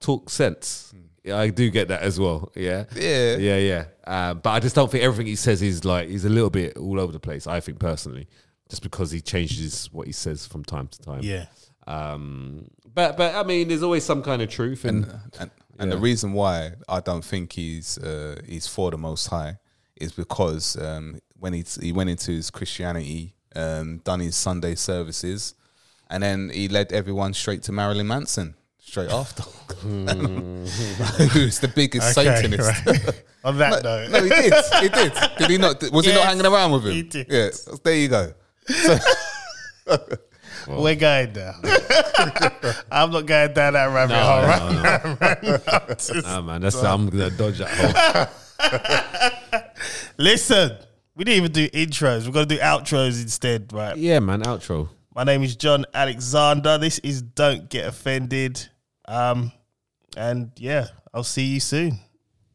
Speaker 3: talk sense. Yeah, I do get that as well. Yeah.
Speaker 1: Yeah.
Speaker 3: Yeah, yeah. Um, but I just don't think everything he says is like he's a little bit all over the place. I think personally, just because he changes what he says from time to time.
Speaker 2: Yeah.
Speaker 3: Um, but but I mean, there's always some kind of truth, and,
Speaker 1: and, and the reason why I don't think he's uh, he's for the Most High is because um, when he he went into his Christianity, um, done his Sunday services, and then he led everyone straight to Marilyn Manson straight after,
Speaker 2: Hmm.
Speaker 1: who's the biggest Satanist.
Speaker 2: right. On that note,
Speaker 1: No, he did. He did. Did he not? Was he not
Speaker 2: Yes,
Speaker 1: hanging around with him?
Speaker 2: he did.
Speaker 1: Yeah. so There you go.
Speaker 2: we're going down. I'm not going down that rabbit
Speaker 3: No,
Speaker 2: hole.
Speaker 3: no,
Speaker 2: right?
Speaker 3: no.
Speaker 2: I'm just-
Speaker 3: Ah, man, that's I'm gonna dodge that whole.
Speaker 2: Listen, we didn't even do intros. We're gonna do outros instead, right?
Speaker 3: yeah, man, outro.
Speaker 2: My name is John Alexander. This is Don't Get Offended. Um, and yeah, I'll see you soon.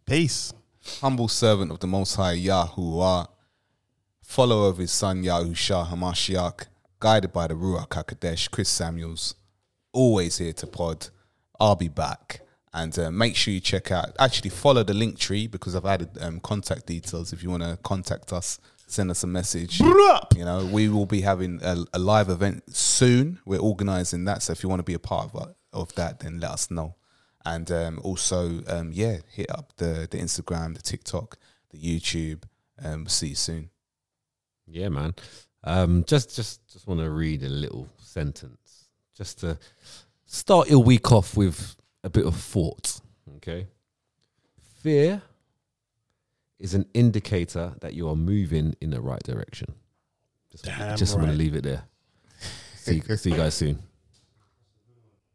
Speaker 2: Peace.
Speaker 1: humble servant of the Most High Yahuwah, follower of his son Yahusha Hamashiach, guided by the Ruach HaKodesh, Chris Samuels, always here to pod. I'll be back. And uh, make sure you check out, actually follow the link tree because I've added um, contact details if you want to contact us, send us a message. You know, we will be having a, a live event soon. We're organising that. So if you want to be a part of, of that, then let us know. And um, also, um, yeah, hit up the, the Instagram, the TikTok, the YouTube. Um, see you soon.
Speaker 3: Yeah, man. Um, just just just want to read a little sentence just to start your week off with a bit of thought. Okay. Fear is an indicator that you are moving in the right direction. Just,
Speaker 2: Damn
Speaker 3: just want
Speaker 2: right.
Speaker 3: to leave it there. See, see you guys soon.